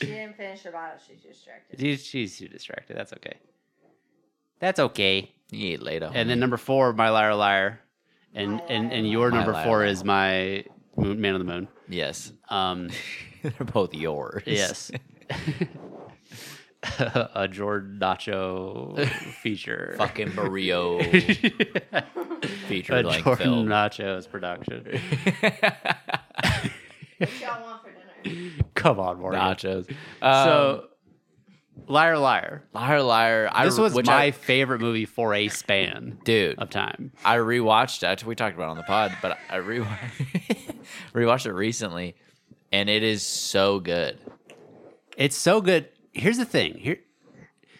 Speaker 4: didn't finish her bottle. She's distracted.
Speaker 2: She's, she's too distracted. That's okay. That's okay.
Speaker 3: You eat later.
Speaker 2: And then number four, my liar liar, and and and your
Speaker 3: Mm-hmm. My
Speaker 2: number
Speaker 3: Liar
Speaker 2: four
Speaker 3: Liar.
Speaker 2: is my moon, man on the moon.
Speaker 3: yes,
Speaker 2: Um,
Speaker 3: they're both yours.
Speaker 2: yes, a Jordacho feature,
Speaker 3: fucking Barrio
Speaker 2: a
Speaker 3: featured like film.
Speaker 2: Jordacho's production.
Speaker 4: What y'all want for dinner?
Speaker 3: Um,
Speaker 2: Come on, Morgan.
Speaker 3: nachos.
Speaker 2: so Liar, liar.
Speaker 3: Liar, liar. I,
Speaker 2: This was
Speaker 3: which
Speaker 2: my
Speaker 3: I-
Speaker 2: favorite movie for a span
Speaker 3: dude.
Speaker 2: of time.
Speaker 3: I rewatched it. We talked about it on the pod, but I rewatched, rewatched it recently, and it is so good.
Speaker 2: It's so good. Here's the thing. Here,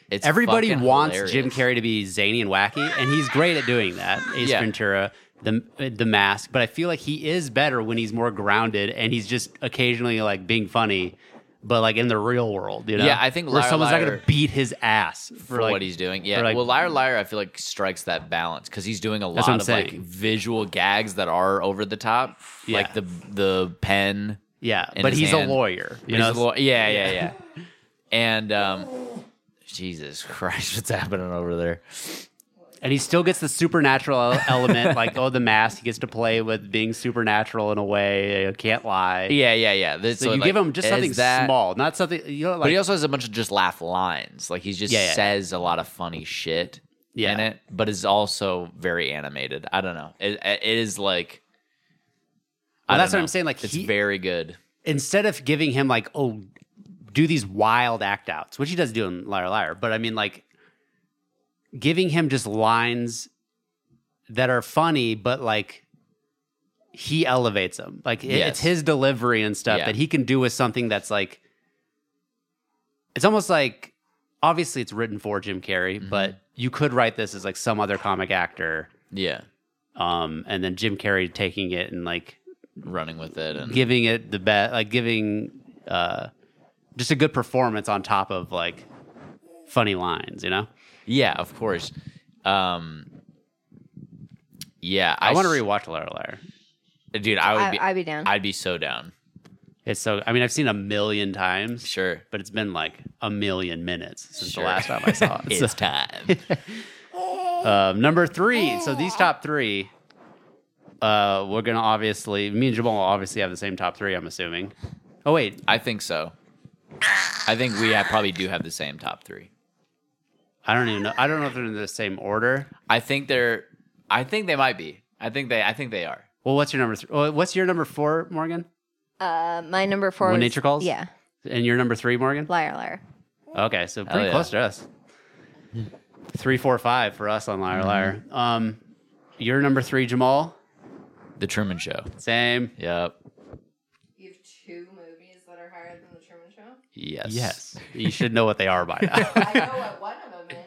Speaker 3: It's
Speaker 2: everybody
Speaker 3: fucking
Speaker 2: wants
Speaker 3: hilarious.
Speaker 2: Jim Carrey to be zany and wacky, and he's great at doing that. Ace
Speaker 3: Yeah.
Speaker 2: Ventura, the the Mask, but I feel like he is better when he's more grounded and he's just occasionally like being funny, but like in the real world, you know?
Speaker 3: Yeah, I think
Speaker 2: where
Speaker 3: Liar
Speaker 2: someone's not
Speaker 3: Liar-
Speaker 2: gonna beat his ass for,
Speaker 3: for
Speaker 2: like,
Speaker 3: what he's doing. Yeah.
Speaker 2: for, like-
Speaker 3: well, Liar Liar, I feel like strikes that balance because he's doing a
Speaker 2: That's what
Speaker 3: lot of
Speaker 2: I'm
Speaker 3: like
Speaker 2: saying.
Speaker 3: visual gags that are over the top,
Speaker 2: Yeah.
Speaker 3: like the the pen.
Speaker 2: Yeah,
Speaker 3: in
Speaker 2: but
Speaker 3: his
Speaker 2: he's
Speaker 3: hand.
Speaker 2: a lawyer. You
Speaker 3: He's
Speaker 2: know,
Speaker 3: a lo- yeah, yeah, yeah. and um, Jesus Christ, what's happening over there?
Speaker 2: and he still gets the supernatural el- element, like oh, the mask. He gets to play with being supernatural in a way. uh, Can't lie.
Speaker 3: Yeah, yeah, yeah. This-
Speaker 2: So, you
Speaker 3: like,
Speaker 2: give him just
Speaker 3: is
Speaker 2: something
Speaker 3: that-
Speaker 2: small, not something you know, like.
Speaker 3: but he also has a bunch of just laugh lines. Like he just
Speaker 2: Yeah, yeah.
Speaker 3: says a lot of funny shit
Speaker 2: Yeah.
Speaker 3: in it, but is also very animated. I don't know. It, it is like. I
Speaker 2: Well,
Speaker 3: don't
Speaker 2: that's what
Speaker 3: know.
Speaker 2: I'm saying, like,
Speaker 3: it's
Speaker 2: he-
Speaker 3: very good.
Speaker 2: instead of giving him like oh do these wild act outs which he does do in liar liar but i mean like giving him just lines that are funny but like he elevates them like it-
Speaker 3: Yes.
Speaker 2: it's his delivery and stuff
Speaker 3: Yeah.
Speaker 2: that he can do with something that's like it's almost like obviously it's written for jim carrey
Speaker 3: Mm-hmm.
Speaker 2: but you could write this as like some other comic actor
Speaker 3: Yeah,
Speaker 2: um and then jim carrey taking it and like
Speaker 3: running with it and
Speaker 2: giving it the best, like giving uh, just a good performance on top of like funny lines, you know?
Speaker 3: yeah, of course. Um, yeah,
Speaker 2: I, want to
Speaker 3: s-
Speaker 2: rewatch Liar Liar.
Speaker 3: dude. I would
Speaker 4: I,
Speaker 3: be.
Speaker 4: I'd be down.
Speaker 3: I'd be so down.
Speaker 2: It's so, I mean, I've seen a million times,
Speaker 3: Sure.
Speaker 2: but it's been like a million minutes since
Speaker 3: Sure.
Speaker 2: the last time I saw it.
Speaker 3: It's
Speaker 2: So,
Speaker 3: time.
Speaker 2: um, number three. So these top three, uh, we're going to obviously, me and Jamal will obviously have the same top three, I'm assuming. Oh, wait.
Speaker 3: I think so. I think we have, probably do have the same top three.
Speaker 2: I don't even know. I don't know if they're in the same order.
Speaker 3: I think they're. I think they might be. I think they. I think they are.
Speaker 2: Well, what's your number? Th- well, what's your number four, Morgan?
Speaker 4: uh, my number four.
Speaker 2: When
Speaker 4: was-
Speaker 2: nature calls?
Speaker 4: Yeah,
Speaker 2: And your number three, Morgan?
Speaker 4: liar, liar.
Speaker 2: Okay, so
Speaker 3: Hell
Speaker 2: pretty
Speaker 3: yeah.
Speaker 2: close to us. Three, four, five for us on
Speaker 3: Mm-hmm.
Speaker 2: Liar Liar. Um, you're number three, Jamal.
Speaker 3: The Truman Show.
Speaker 2: Same.
Speaker 3: Yep.
Speaker 4: You have two movies that are higher than the Truman Show.
Speaker 3: Yes.
Speaker 2: Yes, you should know what they are by now.
Speaker 4: I know what one of them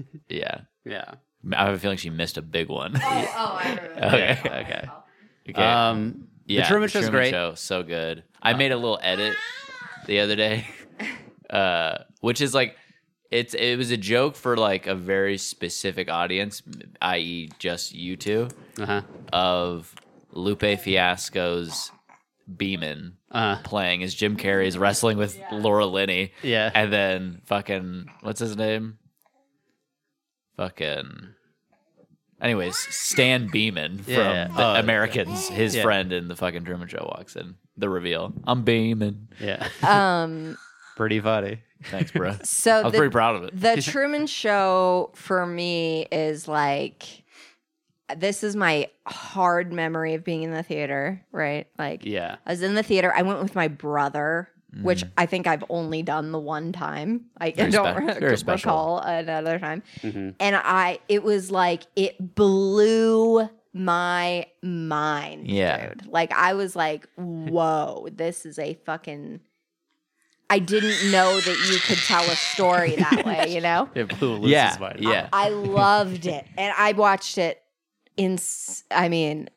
Speaker 4: is.
Speaker 3: Yeah.
Speaker 2: yeah.
Speaker 3: I have a feeling she missed a big one.
Speaker 4: Oh, oh, I remember.
Speaker 3: Okay.
Speaker 2: Okay.
Speaker 3: Okay.
Speaker 2: Um,
Speaker 3: yeah,
Speaker 2: the Truman Show's great.
Speaker 3: Show, so good. I made a little edit the other day, uh, which is like, it's it was a joke for like a very specific audience, i.e., just you two,
Speaker 2: Uh-huh.
Speaker 3: of Lupe Fiasco's Beeman
Speaker 2: Uh-huh.
Speaker 3: playing as Jim Carrey's wrestling with Laura Linney.
Speaker 2: Yeah.
Speaker 3: And then fucking what's his name? Fucking. Anyways, Stan Beeman from
Speaker 2: Yeah.
Speaker 3: the
Speaker 2: Oh,
Speaker 3: Americans, his
Speaker 2: Yeah.
Speaker 3: friend in the fucking Truman Show walks in. The reveal. I'm Beeman.
Speaker 2: yeah.
Speaker 4: Um,
Speaker 2: pretty funny.
Speaker 3: Thanks, bro. I
Speaker 4: so
Speaker 3: was
Speaker 4: the,
Speaker 3: pretty proud of it.
Speaker 4: The Truman Show for me is like this is my hard memory of being in the theater, right? Like
Speaker 2: Yeah.
Speaker 4: I was in the theater. I went with my brother, Mm. which I think I've only done the one time. I
Speaker 3: Mm-hmm. Very
Speaker 4: don't
Speaker 3: spe-
Speaker 4: re-
Speaker 3: very special.
Speaker 4: recall another time.
Speaker 2: Mhm.
Speaker 4: And I it was like it blew my mind,
Speaker 3: Yeah.
Speaker 4: dude. Like I was like, "Whoa, this is a fucking I didn't know that you could tell a story that way, you know?
Speaker 2: It blew Lucy's
Speaker 3: Yeah.
Speaker 2: mind.
Speaker 3: Yeah.
Speaker 4: I loved it, and I watched it in. I mean,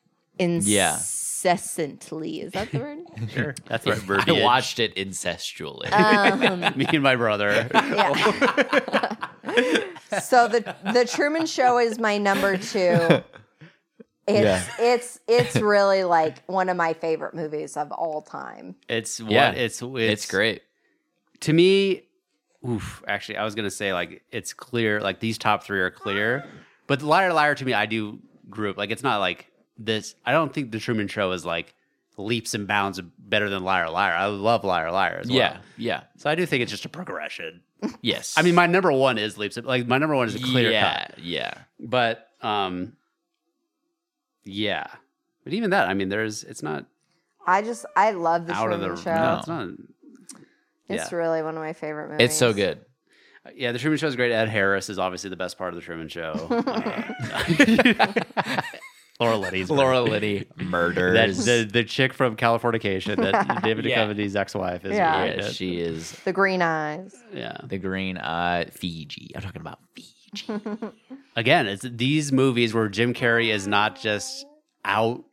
Speaker 4: incessantly. Is that the word?
Speaker 2: Sure. That's right.
Speaker 3: I watched it incestually.
Speaker 4: Um,
Speaker 2: Me and my brother.
Speaker 4: yeah. so the the Truman Show is my number two. It's it's it's really like one of my favorite movies of all time.
Speaker 2: It's what
Speaker 3: Yeah.
Speaker 2: it's, it's
Speaker 3: it's, great.
Speaker 2: to me, oof, actually, I was gonna say like it's clear, like these top three are clear, but the liar liar to me, I do group like it's not like this. I don't think the Truman Show is like leaps and bounds better than liar liar. I love liar liar as well.
Speaker 3: Yeah. Yeah.
Speaker 2: so I do think it's just a progression.
Speaker 3: Yes.
Speaker 2: I mean, my number one is leaps and like my number one is a clear
Speaker 3: yeah,
Speaker 2: cut,
Speaker 3: Yeah.
Speaker 2: but um, yeah, but even that, I mean, there's it's not
Speaker 4: I just I love the
Speaker 2: out of
Speaker 4: Truman
Speaker 2: the
Speaker 4: Show.
Speaker 2: no, it's not.
Speaker 4: It's
Speaker 2: yeah.
Speaker 4: really one of my favorite movies.
Speaker 3: It's so good.
Speaker 2: Yeah, the Truman Show is great. Ed Harris is obviously the best part of the Truman Show. Laura Liddy's
Speaker 3: Laura Liddy murdered.
Speaker 2: That is the, the chick from Californication that David
Speaker 3: Yeah.
Speaker 2: Duchovny's ex-wife is.
Speaker 4: Yeah.
Speaker 2: great
Speaker 3: yeah,
Speaker 2: at.
Speaker 3: she is
Speaker 4: The green eyes.
Speaker 2: yeah.
Speaker 3: the green eye Fiji. I'm talking about Fiji.
Speaker 2: Again, it's these movies where Jim Carrey is not just out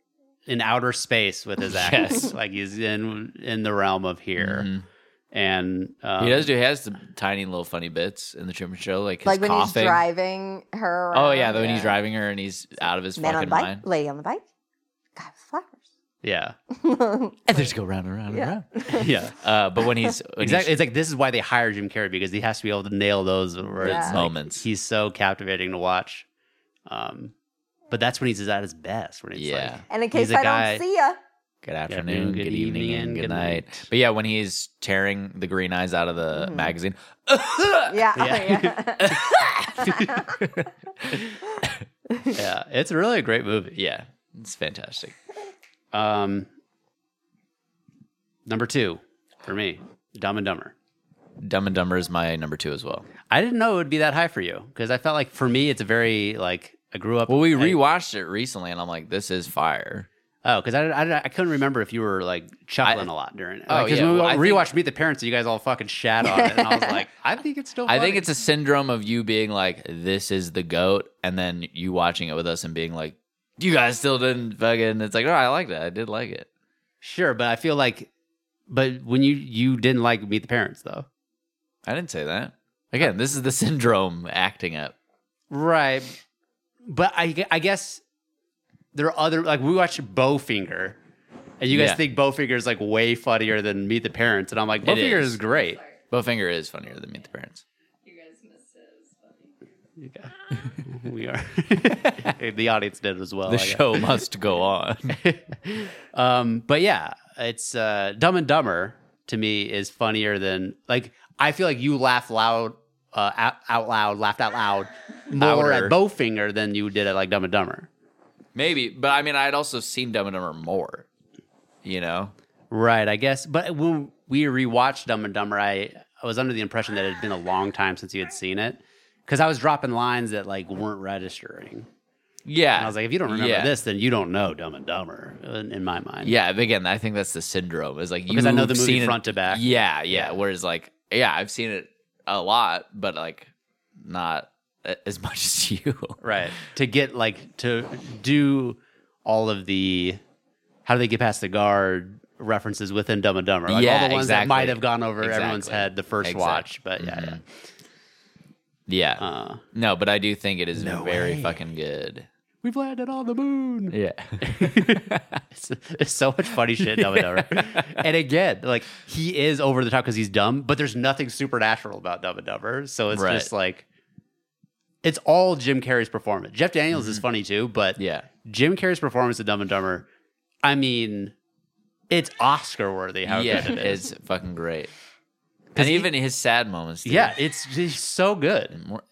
Speaker 2: in outer space with his act.
Speaker 3: Yes.
Speaker 2: like he's in in the realm of here.
Speaker 3: Mhm.
Speaker 2: And um,
Speaker 3: He does do. He has some tiny little funny bits in the Truman Show, like his
Speaker 4: like when
Speaker 3: coughing.
Speaker 4: he's driving her.
Speaker 3: Oh
Speaker 4: around,
Speaker 3: yeah, when he's driving her and he's out of his
Speaker 4: Man on
Speaker 3: fucking
Speaker 4: the bike,
Speaker 3: mind.
Speaker 4: lady on the bike, guy with
Speaker 2: yeah,
Speaker 4: flowers.
Speaker 3: And they just go round and round
Speaker 4: Yeah.
Speaker 3: and round.
Speaker 2: yeah.
Speaker 3: Uh, but when he's when
Speaker 2: Exactly. It's like this is why they hire Jim Carrey because he has to be able to nail those where
Speaker 4: Yeah.
Speaker 2: it's like,
Speaker 3: Moments.
Speaker 2: He's so captivating to watch. Um, but that's when he's at his best. When he's
Speaker 3: Yeah.
Speaker 2: like,
Speaker 4: and in
Speaker 2: He's
Speaker 4: case
Speaker 2: a
Speaker 4: I
Speaker 2: guy-
Speaker 4: don't see ya,
Speaker 3: good afternoon, good, evening, and good night.
Speaker 2: night.
Speaker 3: But yeah, when he's tearing the green eyes out of the
Speaker 4: Mhm.
Speaker 3: magazine,
Speaker 4: yeah,
Speaker 2: Yeah.
Speaker 4: yeah.
Speaker 2: yeah, it's really a great movie.
Speaker 3: yeah, it's fantastic.
Speaker 2: Um, number two for me, Dumb and Dumber.
Speaker 3: Dumb and Dumber is my number two as well.
Speaker 2: I didn't know it would be that high for you because I felt like for me it's a very like I grew up.
Speaker 3: Well, we
Speaker 2: I-
Speaker 3: rewatched it recently, and I'm like, this is fire.
Speaker 2: Oh, because I, I, I couldn't remember if you were like chuckling a lot during it.
Speaker 3: Oh,
Speaker 2: Like, 'cause
Speaker 3: yeah,
Speaker 2: when we
Speaker 3: well, I
Speaker 2: rewatched Meet the Parents, you guys all fucking shat on it, and I was like, I think it's still.
Speaker 3: I think
Speaker 2: funny.
Speaker 3: it's a syndrome of you being like, this is the goat, and then you watching it with us and being like, you guys still didn't fucking. It's like, oh, I liked it. I did like it.
Speaker 2: sure, but I feel like, but when you you didn't like Meet the Parents though,
Speaker 3: I didn't say that. Again, this is the syndrome acting up.
Speaker 2: right? But I gue- I guess there are other like we watched Bowfinger, and you guys
Speaker 3: Yeah.
Speaker 2: think Bowfinger is like way funnier than Meet the Parents, and I'm like Bowfinger is.
Speaker 3: is.
Speaker 2: great.
Speaker 3: Bowfinger is funnier than Meet the Parents.
Speaker 2: we are the audience did as well.
Speaker 3: The
Speaker 2: I guess.
Speaker 3: show must go on.
Speaker 2: um, but yeah, it's uh, Dumb and Dumber to me is funnier than like I feel like you laugh loud uh, out, out loud, laughed out loud more
Speaker 3: Louder.
Speaker 2: at Bowfinger than you did at like Dumb and Dumber.
Speaker 3: Maybe, but I mean, I'd also seen Dumb and Dumber more. You know,
Speaker 2: Right, I guess. But when we rewatched Dumb and Dumber, I, I was under the impression that it had been a long time since you had seen it because I was dropping lines that like weren't registering.
Speaker 3: yeah.
Speaker 2: And I was like, if you don't remember
Speaker 3: Yeah.
Speaker 2: this, then you don't know Dumb and Dumber in, in my mind.
Speaker 3: yeah. but Again, I think that's the syndrome. Is like
Speaker 2: Because I know the
Speaker 3: you've
Speaker 2: movie
Speaker 3: seen it-
Speaker 2: front to back.
Speaker 3: Yeah, yeah,
Speaker 2: Yeah.
Speaker 3: Whereas like, yeah, I've seen it a lot, but like, not a- as much as you.
Speaker 2: right to get like to do all of the how do they get past the guard references within dumb and dumber like all
Speaker 3: Yeah,
Speaker 2: the ones that
Speaker 3: exactly.
Speaker 2: might have gone over everyone's
Speaker 3: Exactly.
Speaker 2: head the first
Speaker 3: Exact- Mm-hmm.
Speaker 2: watch but yeah, yeah.
Speaker 3: Yeah.
Speaker 2: Uh,
Speaker 3: no, but I do think it is very
Speaker 2: way.
Speaker 3: fucking good.
Speaker 2: we've landed on the moon
Speaker 3: Yeah.
Speaker 2: it's, it's so much funny shit in dumb and dumber and again like he is over the top because he's dumb but there's nothing supernatural about dumb and dumber so it's
Speaker 3: Right.
Speaker 2: just like it's all jim carrey's performance jeff daniels is funny too but
Speaker 3: Mm-hmm. yeah.
Speaker 2: Jim Carrey's performance in Dumb and Dumber, I mean, it's Oscar worthy how
Speaker 3: yeah,
Speaker 2: good it is.
Speaker 3: it's fucking great. And even his sad moments. dude.
Speaker 2: yeah, it's just so good.
Speaker 3: And more,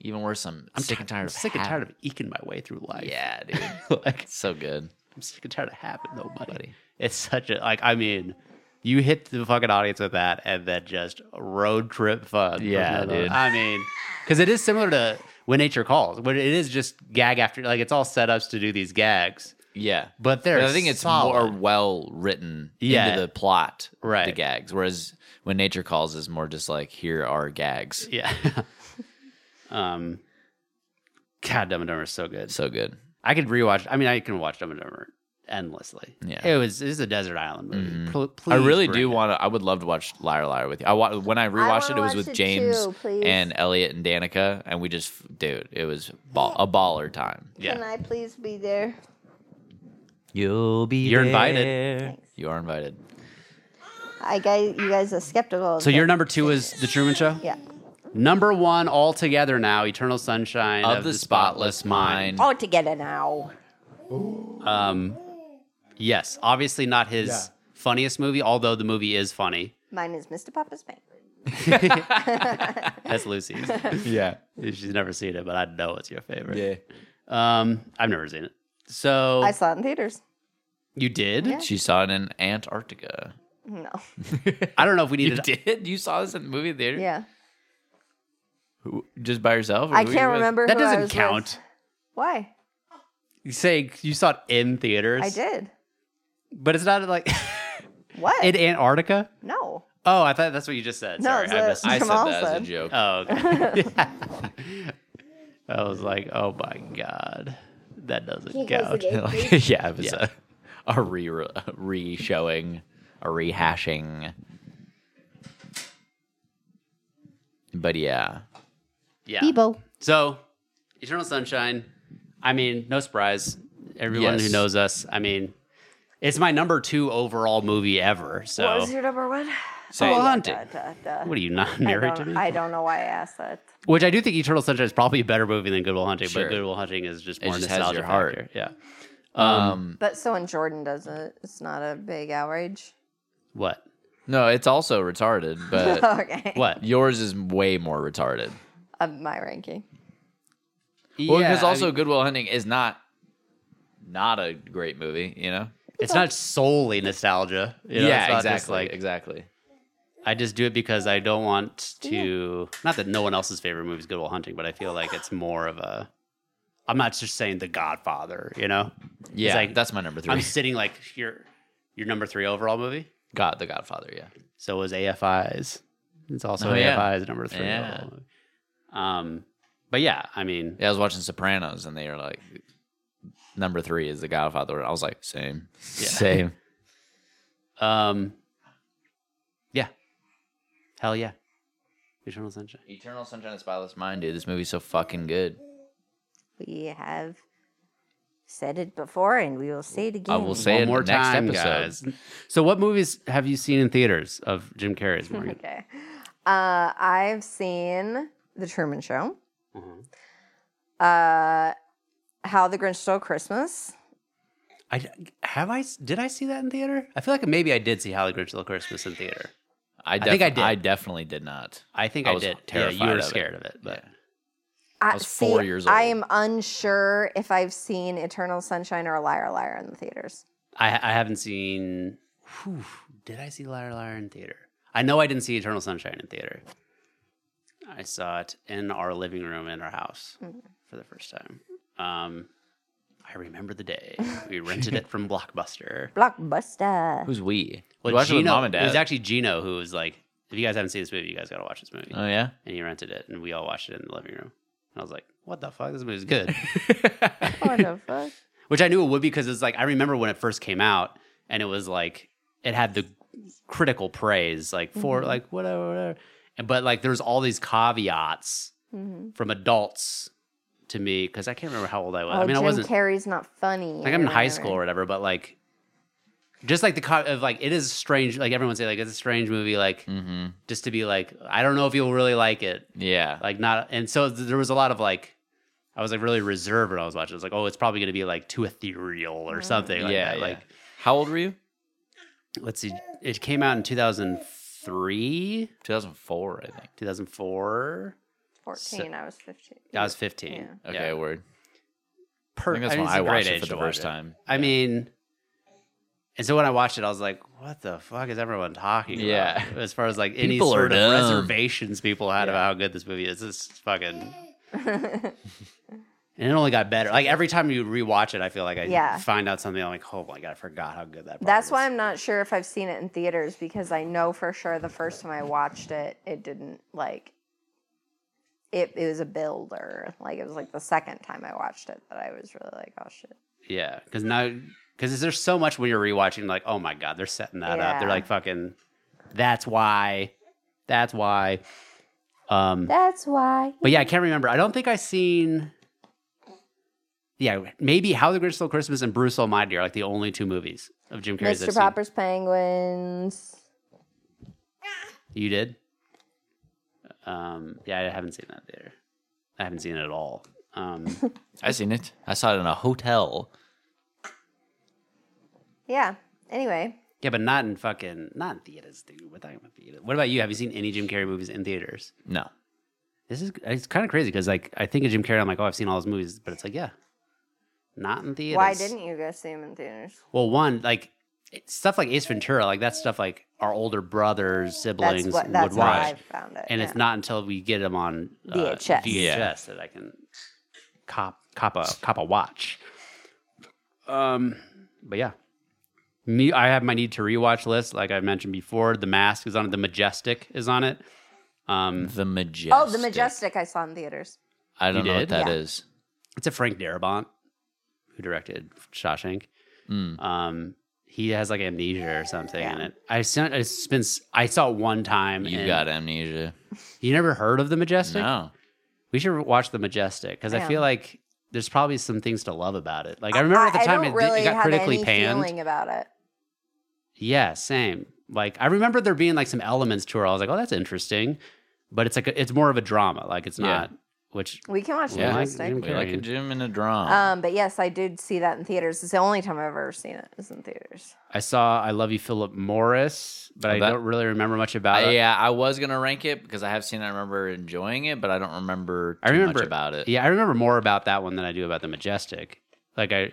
Speaker 3: even worse, I'm,
Speaker 2: I'm
Speaker 3: sick and
Speaker 2: ti-
Speaker 3: tired.
Speaker 2: I'm
Speaker 3: of
Speaker 2: sick and tired
Speaker 3: having-
Speaker 2: of eking my way through life.
Speaker 3: Yeah, dude.
Speaker 2: like
Speaker 3: so good.
Speaker 2: I'm sick and tired of having nobody.
Speaker 3: Buddy.
Speaker 2: It's such a like. I mean, you hit the fucking audience with that, and then just road trip fun. from then
Speaker 3: Yeah,
Speaker 2: on.
Speaker 3: dude.
Speaker 2: I mean, because it is similar to when nature calls, but it is just gag after like it's all setups to do these gags.
Speaker 3: Yeah.
Speaker 2: But they're
Speaker 3: I think it's
Speaker 2: solid.
Speaker 3: more well written
Speaker 2: Yeah.
Speaker 3: into the plot, the
Speaker 2: Right.
Speaker 3: gags. Whereas when nature calls is more just like here are gags.
Speaker 2: Yeah. um. God, Dumb and Dumber is so good.
Speaker 3: So good.
Speaker 2: I could rewatch. I mean, I can watch Dumb and Dumber endlessly.
Speaker 3: Yeah.
Speaker 2: It was. This is a desert island movie.
Speaker 3: Mhm.
Speaker 2: Pl-
Speaker 3: I
Speaker 2: please
Speaker 3: really
Speaker 2: bring
Speaker 3: do
Speaker 2: it.
Speaker 3: want to. I would love to watch Liar Liar with you. I wa- when I rewatched it, it was with James and Elliot and Danica, and we just dude, it was ball, a baller time.
Speaker 4: Can
Speaker 2: Yeah.
Speaker 4: I please be there?
Speaker 3: You'll be.
Speaker 2: You're invited.
Speaker 3: You are invited.
Speaker 4: I guys, you guys are skeptical.
Speaker 2: So your number two is The Truman Show.
Speaker 4: yeah.
Speaker 2: Number one altogether now. Eternal Sunshine
Speaker 3: Of the spotless mind.
Speaker 4: All together now.
Speaker 2: Um. Yes. Obviously not his funniest movie, although the movie is funny.
Speaker 4: Mine is Mr. Papa's Bank.
Speaker 2: That's Lucy's.
Speaker 3: Yeah.
Speaker 2: She's never seen it, but I know it's your favorite. Um. I've never seen it. So
Speaker 4: I saw it in theaters.
Speaker 2: you did.
Speaker 4: Yeah.
Speaker 3: She saw it in Antarctica.
Speaker 4: No.
Speaker 2: I don't know if we need to.
Speaker 3: You did? You saw this in the movie theater?
Speaker 4: Yeah.
Speaker 3: Who- Just by yourself?
Speaker 4: I
Speaker 3: Who
Speaker 4: can't
Speaker 3: you with?
Speaker 4: remember.
Speaker 2: That
Speaker 4: who I
Speaker 2: doesn't
Speaker 4: was with.
Speaker 2: count.
Speaker 4: Why?
Speaker 2: You say you saw it in theaters.
Speaker 4: I did.
Speaker 2: but it's not like
Speaker 4: What?
Speaker 2: in Antarctica.
Speaker 4: no.
Speaker 2: Oh, I thought that's what you just said.
Speaker 4: No,
Speaker 2: Sorry,
Speaker 4: it's
Speaker 2: I
Speaker 4: a-
Speaker 2: missed.
Speaker 3: I said
Speaker 4: Jamal
Speaker 3: that as a
Speaker 4: said.
Speaker 3: joke.
Speaker 2: Oh, okay. I was like, oh my god, that doesn't count.
Speaker 3: Like, yeah, it was
Speaker 2: Yeah.
Speaker 3: A, a re re showing, a rehashing. But yeah,
Speaker 2: Yeah. So, Eternal Sunshine. I mean, no surprise. Everyone who
Speaker 3: Yes.
Speaker 2: knows us. I mean, it's my number two overall movie ever. So,
Speaker 4: What was your number one?
Speaker 3: so
Speaker 2: Oh,
Speaker 4: Duh,
Speaker 2: Hunting.
Speaker 4: duh, duh.
Speaker 2: What are you not
Speaker 4: I
Speaker 2: married to
Speaker 4: don't-
Speaker 2: me?
Speaker 4: I don't know why I asked that.
Speaker 2: Which I do think Eternal Sunshine is probably a better movie than Good Will Hunting,
Speaker 3: Sure.
Speaker 2: but Good Will Hunting is just
Speaker 3: It
Speaker 2: more
Speaker 3: just has
Speaker 2: nostalgia
Speaker 3: your heart.
Speaker 2: factor. Yeah. Hmm.
Speaker 3: um,
Speaker 4: But so when Jordan does it, it's not a big outrage.
Speaker 2: What?
Speaker 3: no, it's also retarded, but
Speaker 4: okay.
Speaker 2: What?
Speaker 3: yours is way more retarded.
Speaker 4: Of my ranking.
Speaker 3: Well,
Speaker 2: Yeah,
Speaker 3: because
Speaker 2: I
Speaker 3: also
Speaker 2: mean,
Speaker 3: Goodwill Hunting is not not a great movie, you know?
Speaker 2: it's not solely nostalgia. you know, it's
Speaker 3: yeah,
Speaker 2: not just
Speaker 3: exactly.
Speaker 2: like
Speaker 3: exactly.
Speaker 2: I just do it because I don't want to. Not that no one else's favorite movie is Good Will Hunting, but I feel like it's more of a. I'm not just saying The Godfather, you know.
Speaker 3: Yeah,
Speaker 2: like-
Speaker 3: that's my number 3
Speaker 2: I'm sitting like your your number three overall movie.
Speaker 3: God, The Godfather. Yeah,
Speaker 2: So was AFI's. It's also
Speaker 3: Oh, yeah.
Speaker 2: AFI's number three.
Speaker 3: Yeah.
Speaker 2: overall movie. Um, but yeah, I mean,
Speaker 3: yeah. I was watching Sopranos, and they were like, number three is The Godfather. And I was like, same, same.
Speaker 2: um, yeah, hell yeah, Eternal Sunshine.
Speaker 3: Eternal Sunshine of the Spotless Mind, dude. This movie's so fucking good.
Speaker 4: We have said it before and we will say it again.
Speaker 3: I will say
Speaker 2: One
Speaker 3: it
Speaker 2: more
Speaker 3: next
Speaker 2: time,
Speaker 3: episode.
Speaker 2: guys. So, what movies have you seen in theaters of Jim Carrey's? Morgan?
Speaker 4: Okay. Uh, I've seen The Truman Show,
Speaker 2: Mhm.
Speaker 4: uh, How the Grinch Stole Christmas.
Speaker 2: I have I did I see that in theater? I feel like maybe I did see How the Grinch Stole Christmas in theater.
Speaker 3: I,
Speaker 2: think I
Speaker 3: defi-
Speaker 2: did.
Speaker 3: I definitely did not.
Speaker 2: I think I,
Speaker 3: I was
Speaker 2: did. yeah,
Speaker 3: terrified
Speaker 2: you were
Speaker 3: of it.
Speaker 2: scared of it, but
Speaker 3: Yeah.
Speaker 4: I,
Speaker 3: was four years
Speaker 4: I
Speaker 3: old.
Speaker 4: am unsure if I've seen Eternal Sunshine or Liar Liar in the theaters.
Speaker 2: I, I haven't seen. whew, did I see Liar Liar in theater? I know I didn't see Eternal Sunshine in theater. I saw it in our living room in our house for the first time. Um, I remember the day we rented it from Blockbuster.
Speaker 4: Blockbuster.
Speaker 3: Who's we?
Speaker 2: Well,
Speaker 3: we watched it with
Speaker 2: Gino-
Speaker 3: mom and dad.
Speaker 2: It was actually Gino who was like, "If you guys haven't seen this movie, you guys got to watch this movie."
Speaker 3: oh yeah.
Speaker 2: And he rented it, and we all watched it in the living room. And I was like, "What the fuck? This movie's good."
Speaker 4: What the fuck?
Speaker 2: Which I knew it would be because it's like I remember when it first came out, and it was like it had the critical praise, like for
Speaker 4: Mm-hmm.
Speaker 2: like whatever, whatever. And but like there's all these caveats
Speaker 4: Mhm.
Speaker 2: from adults to me because I can't remember how old I
Speaker 4: Oh,
Speaker 2: was. I mean,
Speaker 4: Jim
Speaker 2: I wasn't
Speaker 4: Carrey's not funny.
Speaker 2: like I'm in high school or whatever, but like just like the co- of like it is strange. Like everyone say like it's a strange movie. Like
Speaker 3: Mm-hmm.
Speaker 2: just to be like I don't know if you'll really like it.
Speaker 3: Yeah.
Speaker 2: Like not and so th- there was a lot of like I was like really reserved when I was watching. I was like oh it's probably gonna be like too ethereal or something. Like
Speaker 3: yeah,
Speaker 2: that.
Speaker 3: yeah.
Speaker 2: Like
Speaker 3: how old were you?
Speaker 2: let's see, it came out in 2003,
Speaker 3: 2004, I think.
Speaker 2: 2004.
Speaker 4: 14, I was 15.
Speaker 2: I was 15.
Speaker 4: Yeah.
Speaker 3: Okay, word. I
Speaker 2: Per-
Speaker 3: think that's when
Speaker 2: it's a
Speaker 3: I
Speaker 2: great
Speaker 3: watched it
Speaker 2: age
Speaker 3: for the
Speaker 2: to
Speaker 3: first
Speaker 2: watch it.
Speaker 3: time.
Speaker 2: I mean, and so when I watched it, I was like, "What the fuck is everyone talking about?"
Speaker 3: Yeah.
Speaker 2: As far as like any
Speaker 3: People are
Speaker 2: sort of
Speaker 3: dumb.
Speaker 2: reservations people had
Speaker 3: Yeah.
Speaker 2: about how good this movie is, this is fucking. And it only got better. Like every time you rewatch it, I feel like I
Speaker 4: Yeah.
Speaker 2: find out something. I'm like, oh my god, I forgot how good that. part
Speaker 4: That's
Speaker 2: is."
Speaker 4: why I'm not sure if I've seen it in theaters because I know for sure the first time I watched it, it didn't like it. It was a builder. Like it was like the second time I watched it that I was really like, oh shit.
Speaker 2: Yeah, because now, because there's so much when you're rewatching, like, oh my god, they're setting that up. They're
Speaker 4: Yeah.
Speaker 2: like, fucking, that's why, that's why. Um,
Speaker 4: That's why.
Speaker 2: but yeah, I can't remember. I don't think I seen. Yeah, maybe How the Grinch Stole Christmas and Bruce Almighty are like the only two movies of Jim Carrey's. I've
Speaker 4: Mr.
Speaker 2: seen.
Speaker 4: Popper's Penguins.
Speaker 2: You did. Um, yeah, I haven't seen that there. I haven't seen it at all. Um,
Speaker 3: I seen it. I saw it in a hotel.
Speaker 4: Yeah. Anyway,
Speaker 2: yeah, but not in fucking not in theaters, dude. We're talking about theaters. What about you? Have you seen any Jim Carrey movies in theaters?
Speaker 3: No.
Speaker 2: this is it's kind of crazy because like I think of Jim Carrey, I'm like, oh, I've seen all his movies, but it's like, yeah, not in theaters.
Speaker 4: why didn't you go see him in theaters?
Speaker 2: Well, one like stuff like Ace Ventura, like that's stuff like our older brothers, siblings
Speaker 4: That's what that's
Speaker 2: would
Speaker 4: how
Speaker 2: watch.
Speaker 4: I found it.
Speaker 2: and
Speaker 4: yeah.
Speaker 2: it's not until we get them on uh,
Speaker 4: VHS.
Speaker 2: VHS that I can cop cop a cop a watch. Um, but yeah, me I have my need to rewatch list. Like I mentioned before, The Mask is on it. The Majestic is on it. Um,
Speaker 3: The Majestic.
Speaker 4: Oh, the Majestic I saw in theaters.
Speaker 3: I don't
Speaker 2: You
Speaker 3: know
Speaker 2: did?
Speaker 3: what that
Speaker 4: Yeah.
Speaker 3: is.
Speaker 2: it's a Frank Darabont who directed Shawshank.
Speaker 3: Mm.
Speaker 2: Um, he has like amnesia or something in
Speaker 4: Yeah.
Speaker 2: it. I sent it's been s- I saw it one time.
Speaker 3: You
Speaker 2: and-
Speaker 3: got amnesia.
Speaker 2: You never heard of The Majestic?
Speaker 3: No.
Speaker 2: We should watch The Majestic because I
Speaker 4: Yeah.
Speaker 2: feel like there's probably some things to love about it. Like I remember at the time
Speaker 4: don't
Speaker 2: it, did-
Speaker 4: really
Speaker 2: it got
Speaker 4: have
Speaker 2: critically
Speaker 4: any
Speaker 2: panned.
Speaker 4: feeling about it.
Speaker 2: Yeah, same. Like I remember there being like some elements to it. I was like, oh, that's interesting, but it's like a, it's more of a drama. Like it's
Speaker 3: Yeah.
Speaker 2: not. Which
Speaker 4: We can watch
Speaker 2: Yeah,
Speaker 4: the
Speaker 2: I-
Speaker 4: Majestic.
Speaker 2: Okay.
Speaker 3: We like a gym and a
Speaker 2: Oh.
Speaker 3: drama.
Speaker 4: Um, but yes, I did see that in theaters. It's the only time I've ever seen it is in theaters.
Speaker 2: I saw, I love you, Philip Morris, but I
Speaker 3: That-
Speaker 2: don't really remember much about
Speaker 3: I-
Speaker 2: it.
Speaker 3: yeah, I was gonna rank it because I have seen. it. I remember enjoying it, but I don't remember too
Speaker 2: I remember
Speaker 3: much about it.
Speaker 2: Yeah, I remember more about that one than I do about the Majestic. Like I,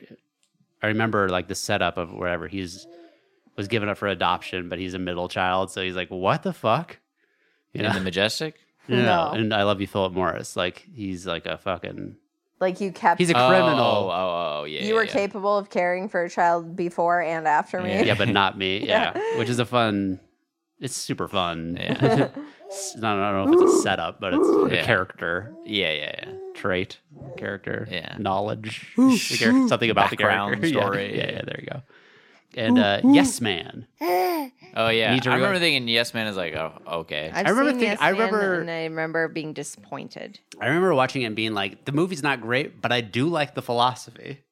Speaker 2: I remember like the setup of wherever he's was given up for adoption, but he's a middle child, so he's like, what the fuck? You
Speaker 3: In
Speaker 2: know?
Speaker 3: the Majestic.
Speaker 2: No, no,
Speaker 4: No.
Speaker 2: and I love you, Philip Morris. Like he's like a fucking.
Speaker 4: Like you kept
Speaker 2: He's a
Speaker 3: Oh,
Speaker 2: criminal.
Speaker 3: Oh, oh, oh, yeah.
Speaker 4: you were
Speaker 3: yeah, yeah.
Speaker 4: capable of caring for a child before and after me.
Speaker 2: yeah, but not me. Yeah,
Speaker 4: Yeah.
Speaker 2: which is a fun. It's super fun.
Speaker 3: Yeah.
Speaker 2: It's- I, don't, I don't know if it's a setup, but it's
Speaker 3: Yeah.
Speaker 2: a character
Speaker 3: Yeah, yeah, yeah.
Speaker 2: trait, character,
Speaker 3: Yeah.
Speaker 2: knowledge, the char- something about
Speaker 3: Background
Speaker 2: the character. Yeah,
Speaker 3: story.
Speaker 2: Yeah, yeah, there you go. And uh, Yes Man.
Speaker 3: Oh yeah.
Speaker 2: Need to
Speaker 3: I
Speaker 2: re-
Speaker 3: remember thinking Yes Man is like, oh, okay.
Speaker 4: I've
Speaker 2: I remember
Speaker 4: seen
Speaker 2: think-
Speaker 4: Yes
Speaker 2: I
Speaker 4: Man,
Speaker 2: remember-
Speaker 4: and I remember being disappointed.
Speaker 2: I remember watching it and being like, the movie's not great, but I do like the philosophy.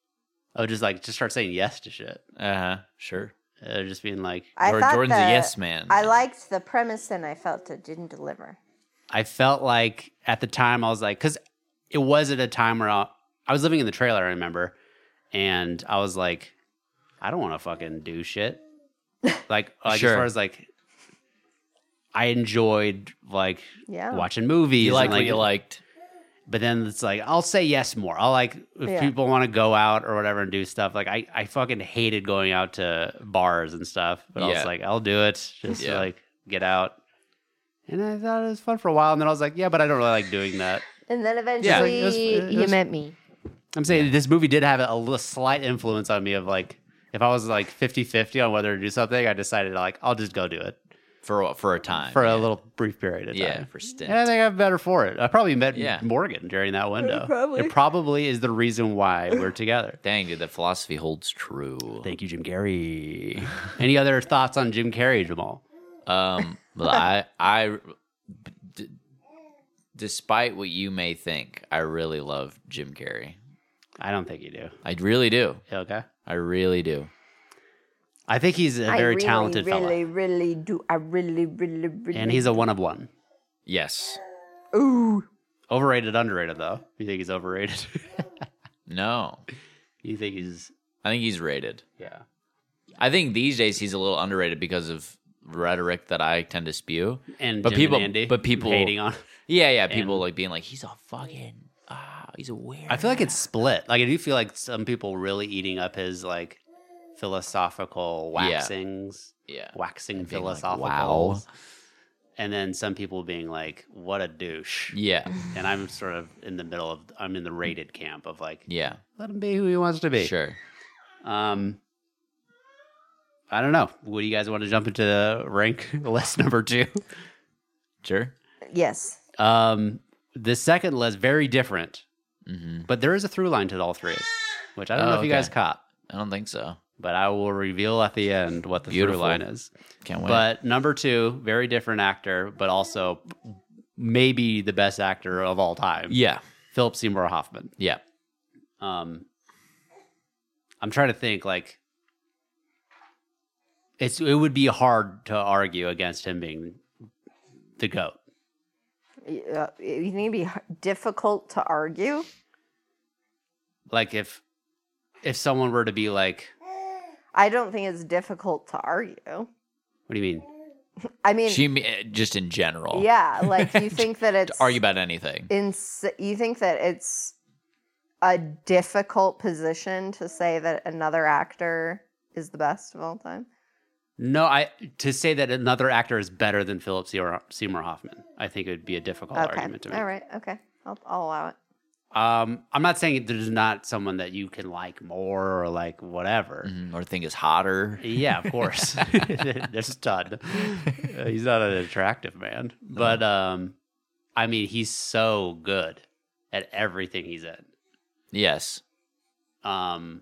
Speaker 2: I would just like just start saying yes to shit.
Speaker 3: Uh huh. Sure.
Speaker 2: Uh, just being like,
Speaker 4: I
Speaker 3: Jor-
Speaker 4: thought
Speaker 3: Jordan's
Speaker 4: the-
Speaker 3: a yes man.
Speaker 4: I liked the premise, and I felt it didn't deliver.
Speaker 2: I felt like at the time I was like, because it was at a time where I, I was living in the trailer, I remember, and I was like, I don't want to fucking do shit. Like, like
Speaker 3: Sure.
Speaker 2: as far as like, I enjoyed like
Speaker 4: Yeah,
Speaker 2: watching movies.
Speaker 3: You
Speaker 2: and,
Speaker 3: like what you liked.
Speaker 2: but then it's like I'll say yes more. I'll like if
Speaker 4: Yeah.
Speaker 2: people want to go out or whatever and do stuff. Like I, I fucking hated going out to bars and stuff, but I was
Speaker 3: Yeah.
Speaker 2: like, I'll do it just to
Speaker 3: Yeah.
Speaker 2: like get out. And I thought it was fun for a while, and then I was like, yeah, but I don't really like doing that.
Speaker 4: and then
Speaker 2: Yeah,
Speaker 4: eventually
Speaker 2: it was- it
Speaker 4: you
Speaker 2: was-
Speaker 4: met me.
Speaker 2: I'm saying this movie did have a, little slight influence on me of like if I was like 50-50 on whether to do something, I decided like I'll just go do it
Speaker 3: for a- for a time
Speaker 2: for
Speaker 3: yeah.
Speaker 2: a little brief period of time.
Speaker 3: yeah for stint.
Speaker 2: And I think I'm better for it. I probably met
Speaker 3: Yeah.
Speaker 2: Morgan during that window.
Speaker 4: Probably.
Speaker 2: It probably is the reason why we're together.
Speaker 3: Dang, dude, that philosophy holds true.
Speaker 2: Thank you, Jim Carrey. Any other thoughts on Jim Carrey, Jamal?
Speaker 3: Um, well, I I d- despite what you may think, I really love Jim Carrey.
Speaker 2: I don't think you do.
Speaker 3: I really do.
Speaker 2: Okay.
Speaker 3: I really do.
Speaker 2: I think he's a
Speaker 4: I
Speaker 2: very
Speaker 4: really,
Speaker 2: talented
Speaker 4: really,
Speaker 2: fella.
Speaker 4: really do. I really, really, really.
Speaker 2: And he's a one of one.
Speaker 3: Yes.
Speaker 4: ooh.
Speaker 2: Overrated, underrated, though. You think he's overrated?
Speaker 3: No.
Speaker 2: you think he's.
Speaker 3: I think he's rated.
Speaker 2: Yeah.
Speaker 3: I think these days he's a little underrated because of rhetoric that I tend to spew.
Speaker 2: And
Speaker 3: But
Speaker 2: Jim
Speaker 3: people-
Speaker 2: and Andy
Speaker 3: but people-
Speaker 2: hating on.
Speaker 3: Yeah, yeah. People like being like, he's a fucking ah, he's a weird.
Speaker 2: I feel like it's split. Like I do feel like some people really eating up his like philosophical
Speaker 3: Yeah.
Speaker 2: waxings.
Speaker 3: yeah.
Speaker 2: waxing
Speaker 3: being like,
Speaker 2: philosophical.
Speaker 3: "Wow."
Speaker 2: And then some people being like, what a douche.
Speaker 3: Yeah.
Speaker 2: And I'm sort of in the middle of, I'm in the rated camp of like,
Speaker 3: Yeah.
Speaker 2: let him be who he wants to be.
Speaker 3: Sure.
Speaker 2: Um, I don't know. Would you guys want to jump into the rank list number two?
Speaker 3: Sure.
Speaker 4: Yes.
Speaker 2: Um, the second list, very different,
Speaker 3: Mm-hmm.
Speaker 2: but there is a through line to all three, which I don't
Speaker 3: Oh,
Speaker 2: know if you guys
Speaker 3: okay.
Speaker 2: caught,
Speaker 3: I don't think so.
Speaker 2: but I will reveal at the end what the
Speaker 3: Beautiful.
Speaker 2: through line is.
Speaker 3: Can't wait.
Speaker 2: But number two, very different actor, but also maybe the best actor of all time,
Speaker 3: yeah.
Speaker 2: Philip Seymour Hoffman.
Speaker 3: Yeah.
Speaker 2: Um, I'm trying to think like it's it would be hard to argue against him being the goat.
Speaker 4: Y- uh, You need to be h- difficult to argue.
Speaker 2: Like if if someone were to be like,
Speaker 4: I don't think it's difficult to argue.
Speaker 2: what do you mean?
Speaker 4: I mean,
Speaker 3: She me- eh, just in general.
Speaker 4: yeah, like you think that it's
Speaker 3: To argue about anything.
Speaker 4: ins- you think that it's a difficult position to say that another actor is the best of all time.
Speaker 2: No, I to say that another actor is better than Philip Seymour Seymour Hoffman, I think it would be a difficult
Speaker 4: okay.
Speaker 2: argument to make.
Speaker 4: All right. Okay. I'll, I'll allow it.
Speaker 2: Um, I'm not saying there's not someone that you can like more or like whatever.
Speaker 3: Mhm, or think is hotter.
Speaker 2: Yeah, of course. There's a ton. Uh, He's not an attractive man, but um, I mean, he's so good at everything he's in.
Speaker 3: Yes.
Speaker 2: Um,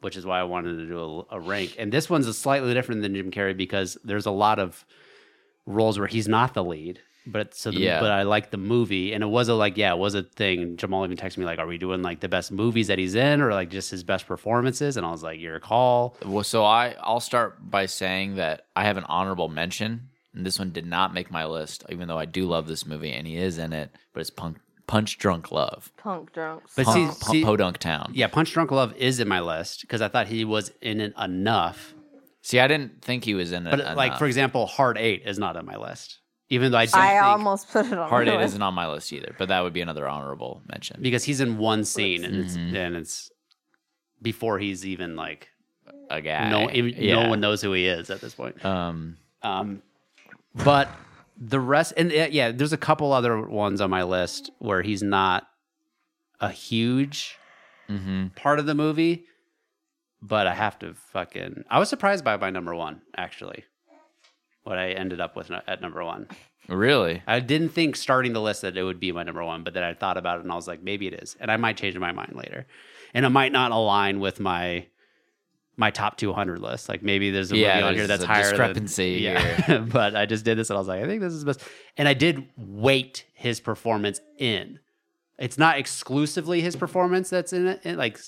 Speaker 2: which is why I wanted to do a, a rank. And this one's a slightly different than Jim Carrey because there's a lot of roles where he's not the lead. But so, the,
Speaker 3: Yeah.
Speaker 2: but I like the movie, and it was a like, yeah, it was a thing. And Jamal even texted me like, "Are we doing like the best movies that he's in, or like just his best performances?" And I was like, "Your call."
Speaker 3: Well, so I I'll start by saying that I have an honorable mention, and this one did not make my list, even though I do love this movie and he is in it. But it's Punk Punch Drunk Love,
Speaker 4: Punk drunks.
Speaker 2: But see-
Speaker 3: Punk, Punk Podunk Town.
Speaker 2: Yeah, Punch Drunk Love is in my list because I thought he was in it enough.
Speaker 3: See, I didn't think he was in it.
Speaker 2: But like
Speaker 3: enough.
Speaker 2: for example, Hard Eight is not on my list, even though I do
Speaker 4: I
Speaker 2: think
Speaker 4: almost put it on.
Speaker 3: Hard
Speaker 4: my
Speaker 3: Eight
Speaker 4: list.
Speaker 3: isn't on my list either, but that would be another honorable mention.
Speaker 2: because he's in one scene and it's
Speaker 3: Mhm.
Speaker 2: and it's before he's even like
Speaker 3: a guy.
Speaker 2: no even,
Speaker 3: Yeah.
Speaker 2: no one knows who he is at this point.
Speaker 3: Um,
Speaker 2: Um, but the rest and uh, yeah, there's a couple other ones on my list where he's not a huge
Speaker 3: mhm.
Speaker 2: part of the movie. But I have to fucking. I was surprised by my number one actually. What I ended up with at number one.
Speaker 3: Really?
Speaker 2: I didn't think starting the list that it would be my number one, but then I thought about it and I was like, maybe it is, and I might change my mind later, and it might not align with my my top 200 list. Like maybe there's a
Speaker 3: Yeah,
Speaker 2: movie on
Speaker 3: there's
Speaker 2: here that's
Speaker 3: a
Speaker 2: higher.
Speaker 3: discrepancy
Speaker 2: than, yeah. but I just did this and I was like, I think this is best, and I did weight his performance in. It's not exclusively his performance that's in it, it, like,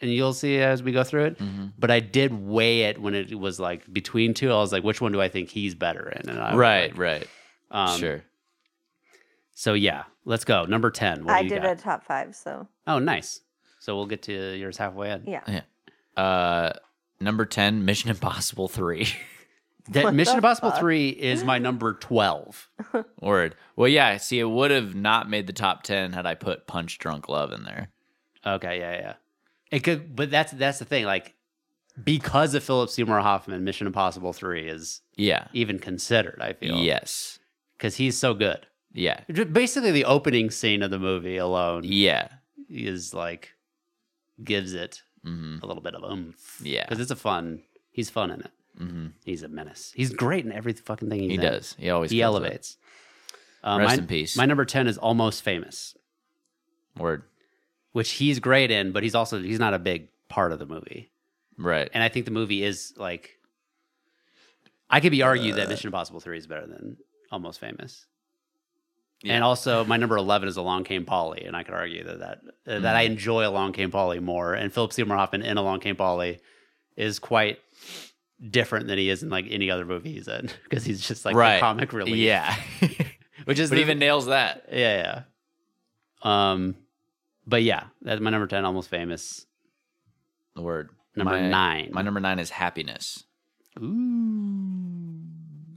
Speaker 2: and you'll see as we go through it.
Speaker 3: Mhm.
Speaker 2: But I did weigh it when it was like between two. I was like, which one do I think he's better in? And I was
Speaker 3: Right, right.
Speaker 2: like, um,
Speaker 3: sure.
Speaker 2: so yeah, let's go. Number ten. What
Speaker 4: I
Speaker 2: do you
Speaker 4: did
Speaker 2: got?
Speaker 4: a top five, so
Speaker 2: Oh, nice. So we'll get to yours halfway in.
Speaker 4: yeah.
Speaker 3: Uh, number ten, Mission Impossible Three.
Speaker 2: That
Speaker 4: What
Speaker 2: Mission
Speaker 4: the
Speaker 2: Impossible
Speaker 4: fuck?
Speaker 2: Three is my number twelve.
Speaker 3: Word. Well, yeah. See, it would have not made the top ten had I put Punch Drunk Love in there.
Speaker 2: Okay, yeah, yeah. It could, but that's that's the thing. Like because of Philip Seymour Hoffman, Mission Impossible Three is
Speaker 3: Yeah.
Speaker 2: even considered. I feel
Speaker 3: Yes.
Speaker 2: because he's so good.
Speaker 3: Yeah.
Speaker 2: Ju- Basically, the opening scene of the movie alone
Speaker 3: Yeah.
Speaker 2: is like gives it
Speaker 3: hmm
Speaker 2: a little bit of oomph.
Speaker 3: Yeah.
Speaker 2: because it's a fun. He's fun in it.
Speaker 3: hmm
Speaker 2: He's a menace. He's great in every fucking thing he's
Speaker 3: He
Speaker 2: in.
Speaker 3: does. He always
Speaker 2: he
Speaker 3: kills it.
Speaker 2: E elevates. Uh,
Speaker 3: Rest
Speaker 2: my,
Speaker 3: in peace.
Speaker 2: My number ten is almost famous,
Speaker 3: Word.
Speaker 2: which he's great in, but he's also he's not a big part of the movie.
Speaker 3: Right.
Speaker 2: And I think the movie is like, I could be argued
Speaker 3: Uh,
Speaker 2: that Mission Impossible Three is better than Almost Famous.
Speaker 3: Yeah.
Speaker 2: And also, my number eleven is Along Came Polly, and I could argue that that, uh, that
Speaker 3: Mm.
Speaker 2: I enjoy Along Came Polly more. And Philip Seymour Hoffman in Along Came Polly is quite different than he is in like any other movie he's in because he's just like
Speaker 3: Right.
Speaker 2: the comic relief.
Speaker 3: Yeah.
Speaker 2: which is
Speaker 3: but
Speaker 2: the-
Speaker 3: even nails that.
Speaker 2: Yeah, yeah. Um, but yeah, that's my number ten. Almost famous.
Speaker 3: Word.
Speaker 2: Number
Speaker 3: My-
Speaker 2: nine.
Speaker 3: My number nine is happiness.
Speaker 2: Ooh.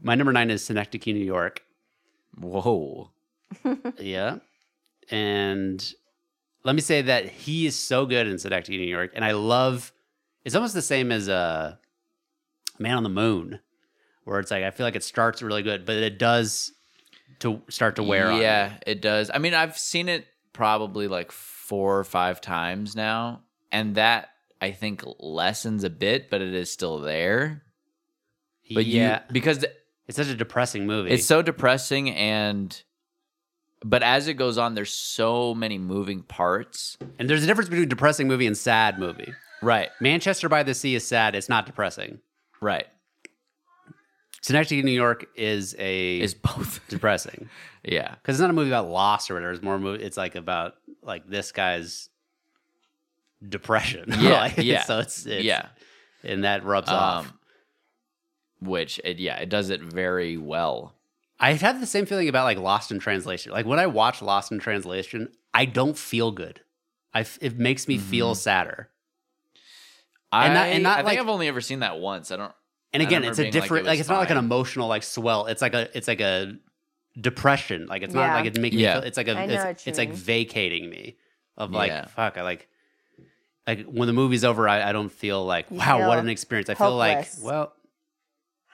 Speaker 2: My number nine is Synecdoche, New York.
Speaker 3: Whoa.
Speaker 2: yeah, and let me say that he is so good in Synecdoche, New York, and I love. It's almost the same as uh, Man on the Moon, where it's like I feel like it starts really good, but it does to start to wear on.
Speaker 3: yeah it does i mean i've seen it probably like four or five times now and that i think lessens a bit but it is still there
Speaker 2: you.
Speaker 3: but
Speaker 2: yeah,
Speaker 3: yeah because th-
Speaker 2: it's such a depressing movie.
Speaker 3: it's so depressing and but as it goes on there's so many moving parts
Speaker 2: and there's a difference between depressing movie and sad movie.
Speaker 3: right
Speaker 2: Manchester by the Sea is sad. It's not depressing.
Speaker 3: right
Speaker 2: Synecdoche, New York is a
Speaker 3: is both
Speaker 2: depressing
Speaker 3: yeah
Speaker 2: because it's not a movie about loss or whatever. It's more movie. It's like about like this guy's depression.
Speaker 3: Yeah,
Speaker 2: Like,
Speaker 3: yeah,
Speaker 2: So it's, it's
Speaker 3: yeah
Speaker 2: and that rubs off.
Speaker 3: um, which it, yeah it does it very well
Speaker 2: I have the same feeling about like Lost in Translation. Like when I watch Lost in Translation, I don't feel good. I f- it makes me
Speaker 3: Mm-hmm.
Speaker 2: feel sadder.
Speaker 3: I,
Speaker 2: And not- and not
Speaker 3: I think
Speaker 2: like-
Speaker 3: I've only ever seen that once. I don't.
Speaker 2: And
Speaker 3: I
Speaker 2: again,
Speaker 3: remember
Speaker 2: it's a
Speaker 3: being like, it
Speaker 2: different like,
Speaker 3: was
Speaker 2: it's not like an
Speaker 3: fine.
Speaker 2: emotional like swell. It's like a it's like a depression. Like it's not
Speaker 4: Yeah.
Speaker 2: like it's making me
Speaker 3: Yeah.
Speaker 2: feel it's like a
Speaker 4: I know
Speaker 2: it's,
Speaker 4: what you
Speaker 2: it's like
Speaker 4: mean.
Speaker 2: vacating me of like
Speaker 3: Yeah.
Speaker 2: fuck, I like like when the movie's over, I, I don't feel like wow, what
Speaker 4: feel
Speaker 2: an experience. I feel
Speaker 4: hopeless.
Speaker 2: like well,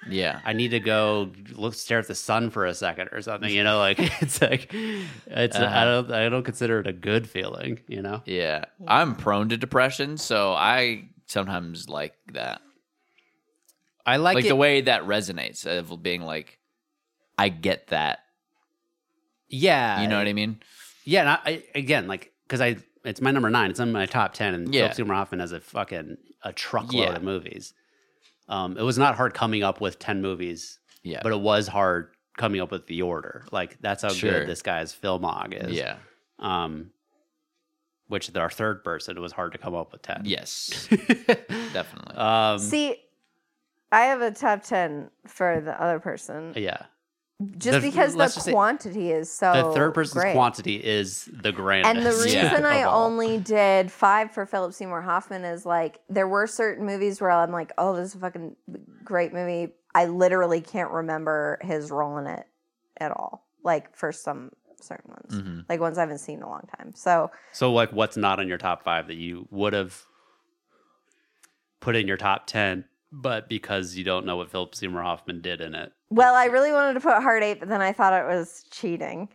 Speaker 3: Yeah.
Speaker 2: I need to go look stare at the sun for a second or something. You know, like it's like it's I
Speaker 3: Uh-huh.
Speaker 2: don't I don't consider it a good feeling. You know,
Speaker 3: Yeah. I'm prone to depression, so I sometimes like that.
Speaker 2: I like,
Speaker 3: Like,
Speaker 2: it-
Speaker 3: the way that resonates of being like, I get that.
Speaker 2: Yeah,
Speaker 3: You know what I mean?
Speaker 2: Yeah, and I, I again like because I it's my number nine. It's in my top ten, and
Speaker 3: Yeah.
Speaker 2: Philip Seymour Hoffman has a fucking a truckload
Speaker 3: Yeah.
Speaker 2: of movies. Um, it was not hard coming up with ten movies,
Speaker 3: Yeah.
Speaker 2: but it was hard coming up with the order. Like that's how
Speaker 3: Sure.
Speaker 2: good this guy's filmog is.
Speaker 3: yeah.
Speaker 2: Um, which our third person it was hard to come up with ten.
Speaker 3: Yes. Definitely.
Speaker 2: Um,
Speaker 4: See, I have a top ten for the other person,
Speaker 2: yeah.
Speaker 4: just
Speaker 2: the-
Speaker 4: because
Speaker 2: let's just
Speaker 4: the
Speaker 2: say-
Speaker 4: quantity is so.
Speaker 2: the third person's
Speaker 4: great.
Speaker 2: quantity is the grandest.
Speaker 4: And the
Speaker 3: Yeah.
Speaker 4: reason I
Speaker 2: of all.
Speaker 4: only did five for Philip Seymour Hoffman is like there were certain movies where I'm like, oh, this is a fucking great movie. I literally can't remember his role in it at all. Like for some certain ones,
Speaker 2: Mm-hmm.
Speaker 3: Mhm.
Speaker 4: like ones I haven't seen in a long time. So
Speaker 2: So, like, what's not on your top five that you would have put in your top 10, but because you don't know what Philip Seymour Hoffman did in it?
Speaker 4: Well, I really wanted to put Heart Eight, but then I thought it was cheating.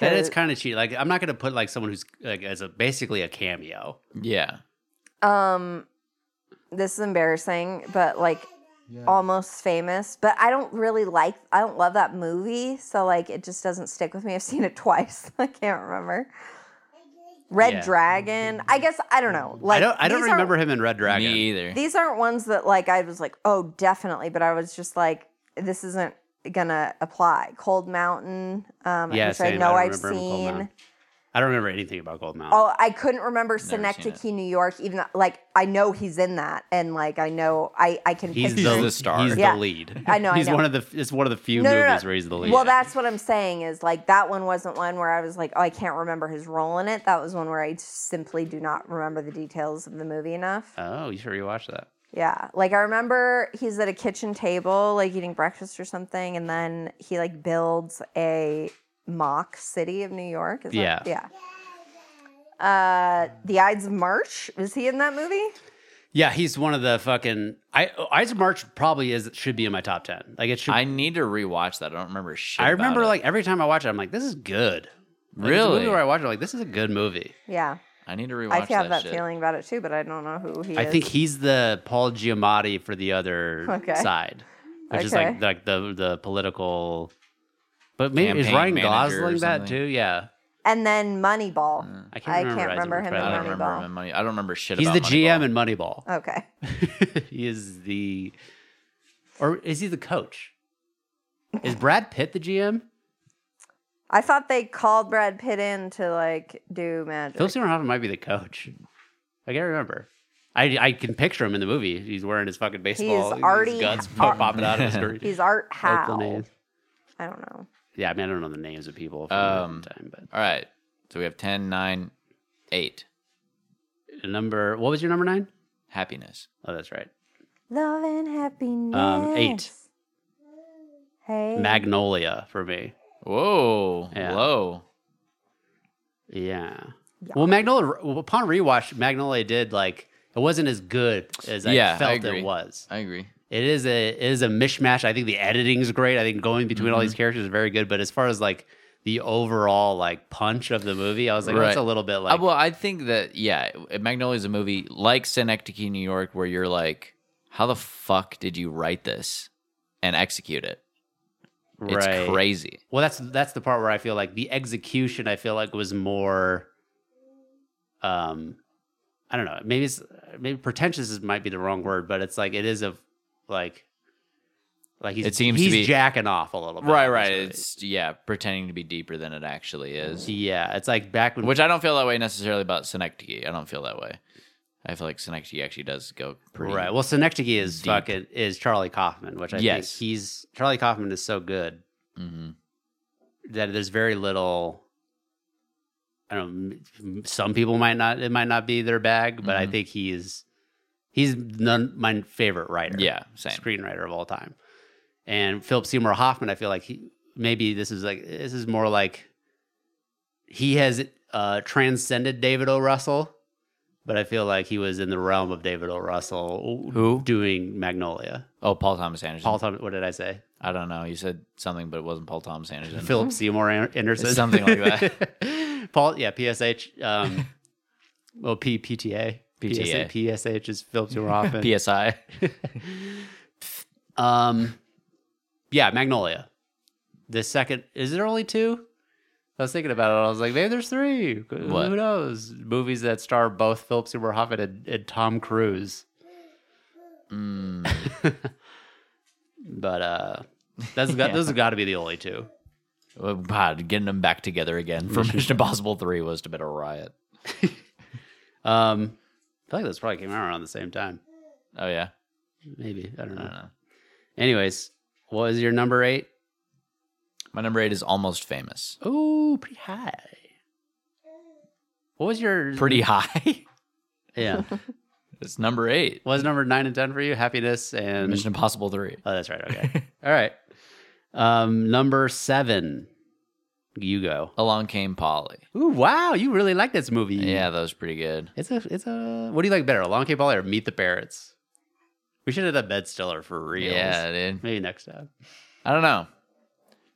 Speaker 2: That is
Speaker 4: 'Cause,
Speaker 2: kind of cheap. Like, I'm not going to put like someone who's like as a basically a cameo.
Speaker 3: yeah.
Speaker 4: um, this is embarrassing, but like almost famous. But I don't really like, I don't love that movie, so like it just doesn't stick with me. I've seen it twice. I can't remember. Red
Speaker 2: Yeah.
Speaker 4: Dragon. I guess I don't know. Like
Speaker 2: I don't. I don't
Speaker 4: these aren't-
Speaker 2: remember him in Red Dragon.
Speaker 3: Me either.
Speaker 4: These aren't ones that like I was like, oh, definitely. But I was just like, this isn't gonna apply. Cold Mountain, um,
Speaker 2: yeah,
Speaker 4: which
Speaker 2: same.
Speaker 4: I know
Speaker 2: don't
Speaker 4: I've
Speaker 2: remember him in Cold
Speaker 4: seen.
Speaker 2: Mountain. I don't remember anything about Gold Mountain.
Speaker 4: Oh, I couldn't remember
Speaker 3: seen
Speaker 4: Synecdoche, New York. Even though- like I know he's in that, and like I know I I can.
Speaker 2: he's
Speaker 4: picture-
Speaker 2: the,
Speaker 3: the star.
Speaker 2: He's
Speaker 4: Yeah.
Speaker 2: the lead.
Speaker 4: I know, I
Speaker 2: He's
Speaker 4: know.
Speaker 2: one of the. It's one of the few
Speaker 4: No, no,
Speaker 2: movies
Speaker 4: no.
Speaker 2: where he's the lead.
Speaker 4: Well, that's what I'm saying is like that one wasn't one where I was like, oh, I can't remember his role in it. That was one where I just simply do not remember the details of the movie enough.
Speaker 2: Oh, you sure you watched that?
Speaker 4: Yeah, like I remember he's at a kitchen table, like eating breakfast or something, and then he like builds a mock city of New York. Is that-
Speaker 2: Yeah.
Speaker 4: yeah. Uh, the Ides of March. Was he in that movie?
Speaker 2: Yeah, he's one of the fucking. I Isaac March probably is should be in my top ten. Like it should.
Speaker 3: I need to rewatch that. I don't remember shit.
Speaker 2: I
Speaker 3: about
Speaker 2: remember
Speaker 3: it.
Speaker 2: like every time I watch it, I'm like, this is good. Like, it's a
Speaker 3: Really?
Speaker 2: movie where I watch it, I'm like this is a good movie.
Speaker 4: Yeah.
Speaker 3: I need to rewatch
Speaker 4: I have that,
Speaker 3: shit.
Speaker 4: feeling about it too, but I don't know who he
Speaker 2: I
Speaker 4: is.
Speaker 2: think he's the Paul Giamatti for the other
Speaker 4: Okay.
Speaker 2: side, which is like
Speaker 4: Okay.
Speaker 2: like the the political. But maybe is
Speaker 3: Campaign
Speaker 2: Ryan
Speaker 3: manager or
Speaker 2: Gosling that
Speaker 3: something.
Speaker 2: too? Yeah.
Speaker 4: and then Moneyball.
Speaker 2: I can't
Speaker 4: I
Speaker 2: remember,
Speaker 4: can't
Speaker 2: Isaac
Speaker 4: remember
Speaker 2: March,
Speaker 4: him in
Speaker 2: but I
Speaker 3: I
Speaker 2: don't
Speaker 3: don't
Speaker 2: remember.
Speaker 3: remember
Speaker 4: Moneyball.
Speaker 3: him in money. I don't remember shit.
Speaker 2: He's
Speaker 3: about
Speaker 2: the GM
Speaker 3: Moneyball.
Speaker 2: in Moneyball.
Speaker 4: Okay. Oh.
Speaker 2: he is the, or is he the coach? Is Brad Pitt the GM?
Speaker 4: I thought they called Brad Pitt in to like do magic.
Speaker 2: Philip Seymour Hoffman might be the coach. I can't remember. I, I can picture him in the movie. He's wearing his fucking baseball. his
Speaker 4: already-
Speaker 2: guts
Speaker 4: ar-
Speaker 2: pop popping out of his screen.
Speaker 4: He's Art Howe.
Speaker 2: Oakland A's.
Speaker 4: I don't know.
Speaker 2: Yeah, I mean, I don't know the names of people from
Speaker 3: Um,
Speaker 2: the time, but
Speaker 3: All right. So we have 10, 9, 8.
Speaker 2: number. What was your number nine?
Speaker 3: Happiness.
Speaker 2: Oh, that's right.
Speaker 4: Love and happiness. Hey.
Speaker 2: Magnolia for me.
Speaker 3: Whoa.
Speaker 2: Yeah.
Speaker 3: Low.
Speaker 2: Yeah. Well, Magnolia. Upon rewatch, Magnolia did like it wasn't as good as I
Speaker 3: Yeah, I
Speaker 2: felt
Speaker 3: agree.
Speaker 2: it was.
Speaker 3: I agree.
Speaker 2: It is a it is a mishmash. I think the editing is great. I think going between all
Speaker 3: Mm-hmm.
Speaker 2: these characters is very good. But as far as like the overall like punch of the movie, I was like, that's
Speaker 3: Right.
Speaker 2: a little bit
Speaker 3: Uh,
Speaker 2: like
Speaker 3: well, I think that, yeah, Magnolia is a movie like Synecdoche, New York, where you're like, how the fuck did you write this and execute it? It's
Speaker 2: right.
Speaker 3: crazy.
Speaker 2: Well, that's that's the part where I feel like the execution I feel like was more um I don't know. Maybe it's maybe pretentious is, might be the wrong word, but it's like it is a like like he's
Speaker 3: It seems to
Speaker 2: he's
Speaker 3: be-
Speaker 2: jacking off a little bit.
Speaker 3: Right,
Speaker 2: in this
Speaker 3: right.
Speaker 2: movie.
Speaker 3: It's, yeah, pretending to be deeper than it actually is.
Speaker 2: yeah, it's like back when
Speaker 3: Which I don't feel that way necessarily about Synecdoche. I don't feel that way. I feel like Synecdoche actually does go pretty
Speaker 2: right. Well, Synecdoche is
Speaker 3: deep.
Speaker 2: fucking is Charlie Kaufman, which I
Speaker 3: Yes.
Speaker 2: think he's Charlie Kaufman is so good
Speaker 3: hmm
Speaker 2: that there's very little. I don't. m- Some people might not. It might not be their bag, but I
Speaker 3: Mhm.
Speaker 2: think he's he's none my favorite writer.
Speaker 3: Yeah, same.
Speaker 2: screenwriter of all time. And Philip Seymour Hoffman, I feel like he maybe this is like this is more like he has uh, transcended David O. Russell but I feel like he was in the realm of David O. Russell
Speaker 3: Who?
Speaker 2: doing Magnolia.
Speaker 3: Oh, Paul Thomas Anderson.
Speaker 2: Paul Thomas, what did I say?
Speaker 3: I don't know. You said something, but it wasn't Paul Thomas Anderson.
Speaker 2: Philip Seymour An- Anderson,
Speaker 3: It's something like
Speaker 2: that. Paul, yeah, PSH. Um, well, P PTA.
Speaker 3: PTA.
Speaker 2: PSA, PSH is Philip Seymour Hoffman.
Speaker 3: PSI.
Speaker 2: Um, yeah, Magnolia. The second is there only two? I was thinking about it. I was like, maybe there's three.
Speaker 3: What?
Speaker 2: Who knows? Movies that star both Philip Seymour Hoffman and, and Tom Cruise.
Speaker 3: Hmm.
Speaker 2: but uh, that's got, those have got to be the only two.
Speaker 3: Oh, God, getting them back together again for Mission Impossible 3 was to bit of a riot.
Speaker 2: Um, I feel like those probably came out around the same time.
Speaker 3: Oh, yeah.
Speaker 2: Maybe I don't know.
Speaker 3: I don't know.
Speaker 2: Anyways, what is your number eight?
Speaker 3: My number eight is Almost Famous.
Speaker 2: Oh, pretty high. What was your
Speaker 3: Pretty high.
Speaker 2: Yeah.
Speaker 3: it's number eight.
Speaker 2: Was number nine and ten for you? Happiness and
Speaker 3: Mission Impossible 3.
Speaker 2: Oh, that's right. Okay. All right. Um, number seven. You go.
Speaker 3: Along Came Polly.
Speaker 2: Ooh, wow, you really like this movie.
Speaker 3: Yeah, that was pretty good.
Speaker 2: It's a it's a what do you like better? Long Cape Ball or Meet the Parrots? We should have done Bed Stiller for real.
Speaker 3: Yeah, dude.
Speaker 2: Maybe next time.
Speaker 3: I don't know.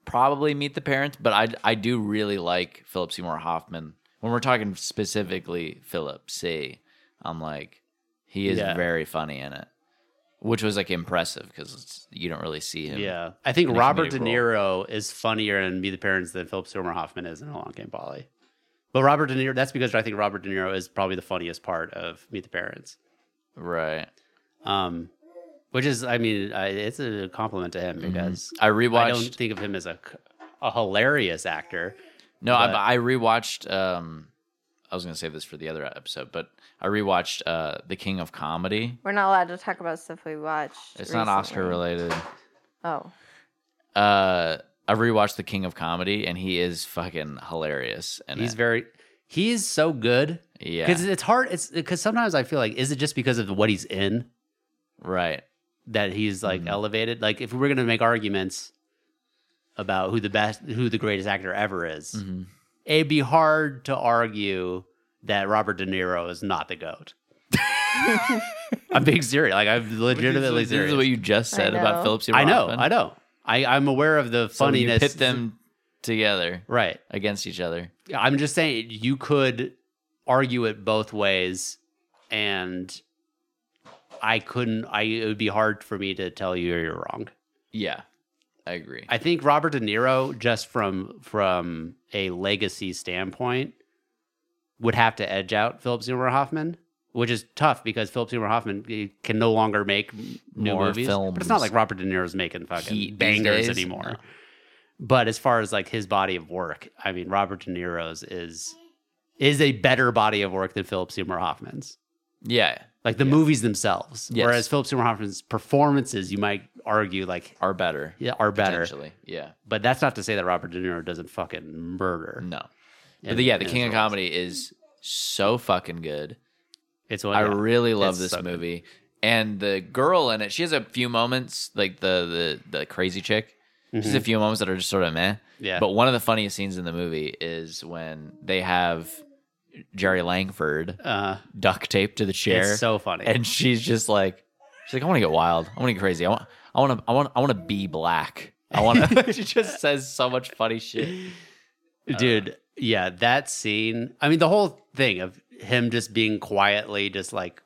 Speaker 3: Probably meet the parents, but I I do really like Philip Seymour Hoffman. When we're talking specifically Philip C, I'm like, he is
Speaker 2: Yeah.
Speaker 3: very funny in it, which was like impressive because you don't really see him.
Speaker 2: Yeah. I think
Speaker 3: In a
Speaker 2: Robert De
Speaker 3: comedic
Speaker 2: Niro is funnier in Meet the Parents than Philip Seymour Hoffman is in Long Cape Polly. But Robert De Niro, that's because I think Robert De Niro is probably the funniest part of Meet the Parents.
Speaker 3: right.
Speaker 2: um, which is, I mean, I, it's a compliment to
Speaker 3: Mm-hmm.
Speaker 2: him because
Speaker 3: I
Speaker 2: I don't
Speaker 3: rewatched.
Speaker 2: think of him as a, c- a hilarious actor.
Speaker 3: no,
Speaker 2: but-
Speaker 3: I, I rewatched. Um, I was gonna save this for the other episode, but I rewatched uh, The King of Comedy.
Speaker 4: We're not allowed to talk about stuff we watched.
Speaker 3: It's not Oscar
Speaker 4: recently.
Speaker 3: related.
Speaker 4: Oh,
Speaker 3: Uh, I rewatched The King of Comedy, and he is fucking hilarious. And
Speaker 2: He's very, he is so good
Speaker 3: yeah,
Speaker 2: because it's hard. It's because sometimes I feel like, is it just because of what he's in
Speaker 3: Right.
Speaker 2: that he's like
Speaker 3: Mm-hmm.
Speaker 2: elevated? Like if we're going to make arguments about who the best, who the greatest actor ever is,
Speaker 3: Mm-hmm.
Speaker 2: it'd be hard to argue that Robert De Niro is not the GOAT. I'm being serious. Like I'm legitimately
Speaker 3: this,
Speaker 2: serious.
Speaker 3: is what you just
Speaker 4: I
Speaker 3: said
Speaker 4: know.
Speaker 3: about Philip Seymour
Speaker 2: I know,
Speaker 3: Hoffman.
Speaker 2: I know. I, I'm aware of the
Speaker 3: So when
Speaker 2: funniness.
Speaker 3: You pit them together
Speaker 2: right.
Speaker 3: against each other.
Speaker 2: I'm just saying you could argue it both ways, and I couldn't. I it would be hard for me to tell you you're wrong.
Speaker 3: Yeah, I agree.
Speaker 2: I think Robert De Niro, just from from a legacy standpoint, would have to edge out Philip Seymour Hoffman, which is tough because Philip Seymour Hoffman he can no longer make m- new
Speaker 3: More
Speaker 2: movies. But it's not
Speaker 3: films.
Speaker 2: like Robert De Niro's making fucking
Speaker 3: He- these
Speaker 2: bangers
Speaker 3: days,
Speaker 2: anymore.
Speaker 3: no.
Speaker 2: But as far as like his body of work, I mean, Robert De Niro's is is a better body of work than Philip Seymour Hoffman's.
Speaker 3: yeah,
Speaker 2: Like the movies themselves,
Speaker 3: Yes.
Speaker 2: whereas Philip Seymour Hoffman's performances, you might argue like
Speaker 3: are better.
Speaker 2: yeah, are better.
Speaker 3: Potentially. Yeah.
Speaker 2: But that's not to say that Robert De Niro doesn't fucking murder.
Speaker 3: No.
Speaker 2: in-
Speaker 3: but the, yeah, the
Speaker 2: in
Speaker 3: King
Speaker 2: his
Speaker 3: of
Speaker 2: roles.
Speaker 3: Comedy is so fucking good.
Speaker 2: It's one.
Speaker 3: I
Speaker 2: yeah.
Speaker 3: really love
Speaker 2: It's
Speaker 3: this
Speaker 2: so good.
Speaker 3: movie. And the girl in it, she has a few moments like the the the crazy chick. There's a few moments that are just sort of meh.
Speaker 2: Mm-hmm. Yeah.
Speaker 3: But one of the funniest scenes in the movie is when they have Jerry Langford
Speaker 2: Uh,
Speaker 3: duct taped to the chair.
Speaker 2: it's so funny.
Speaker 3: and she's just like she's like i want to get wild i want to get crazy i want i want to i want i want to be black i want to she just says so much funny shit uh,
Speaker 2: dude, yeah, that scene. I mean, the whole thing of him just being quietly just like,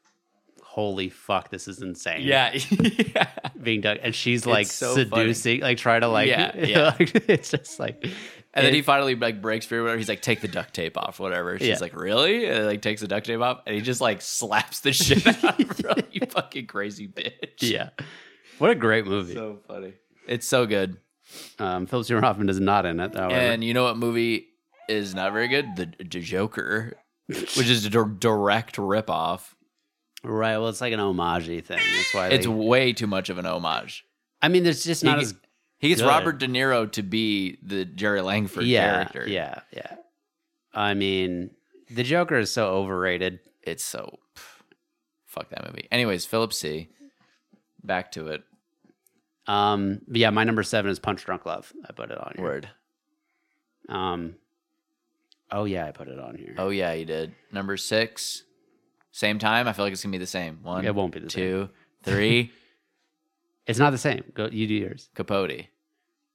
Speaker 2: "Holy fuck, this is insane."
Speaker 3: yeah yeah
Speaker 2: being done, and she's like
Speaker 3: so funny.
Speaker 2: seducing, like trying to like.
Speaker 3: Yeah, yeah.
Speaker 2: it's just like,
Speaker 3: and then
Speaker 2: it-
Speaker 3: he finally like breaks through or whatever he's like take the duct tape off whatever she's
Speaker 2: Yeah.
Speaker 3: like really and like takes the duct tape off and he just like slaps the shit out of her you fucking crazy bitch
Speaker 2: yeah. What a great movie.
Speaker 3: so funny it's so good
Speaker 2: um, Philip Seymour Hoffman is not in it. However.
Speaker 3: and you know what movie is not very good the, the joker which is a dir- direct rip off
Speaker 2: right, well, it's like an homage thing. That's why
Speaker 3: it's
Speaker 2: they-
Speaker 3: way too much of an homage
Speaker 2: I mean, there's just not
Speaker 3: he,
Speaker 2: as
Speaker 3: he gets
Speaker 2: good.
Speaker 3: Robert De Niro to be the Jerry Langford
Speaker 2: yeah,
Speaker 3: character.
Speaker 2: Yeah, yeah. I mean, the Joker is so overrated.
Speaker 3: It's so pff, fuck that movie. Anyways, Philip C. Back to it.
Speaker 2: Um, but yeah, my number seven is Punch Drunk Love. I put it on here.
Speaker 3: Word.
Speaker 2: Um, oh yeah, I put it on here.
Speaker 3: Oh yeah, he did. Number six. Same time. I feel like it's gonna be the same. One.
Speaker 2: It won't be the
Speaker 3: two, three.
Speaker 2: It's not the same. Go, you do yours.
Speaker 3: Capote.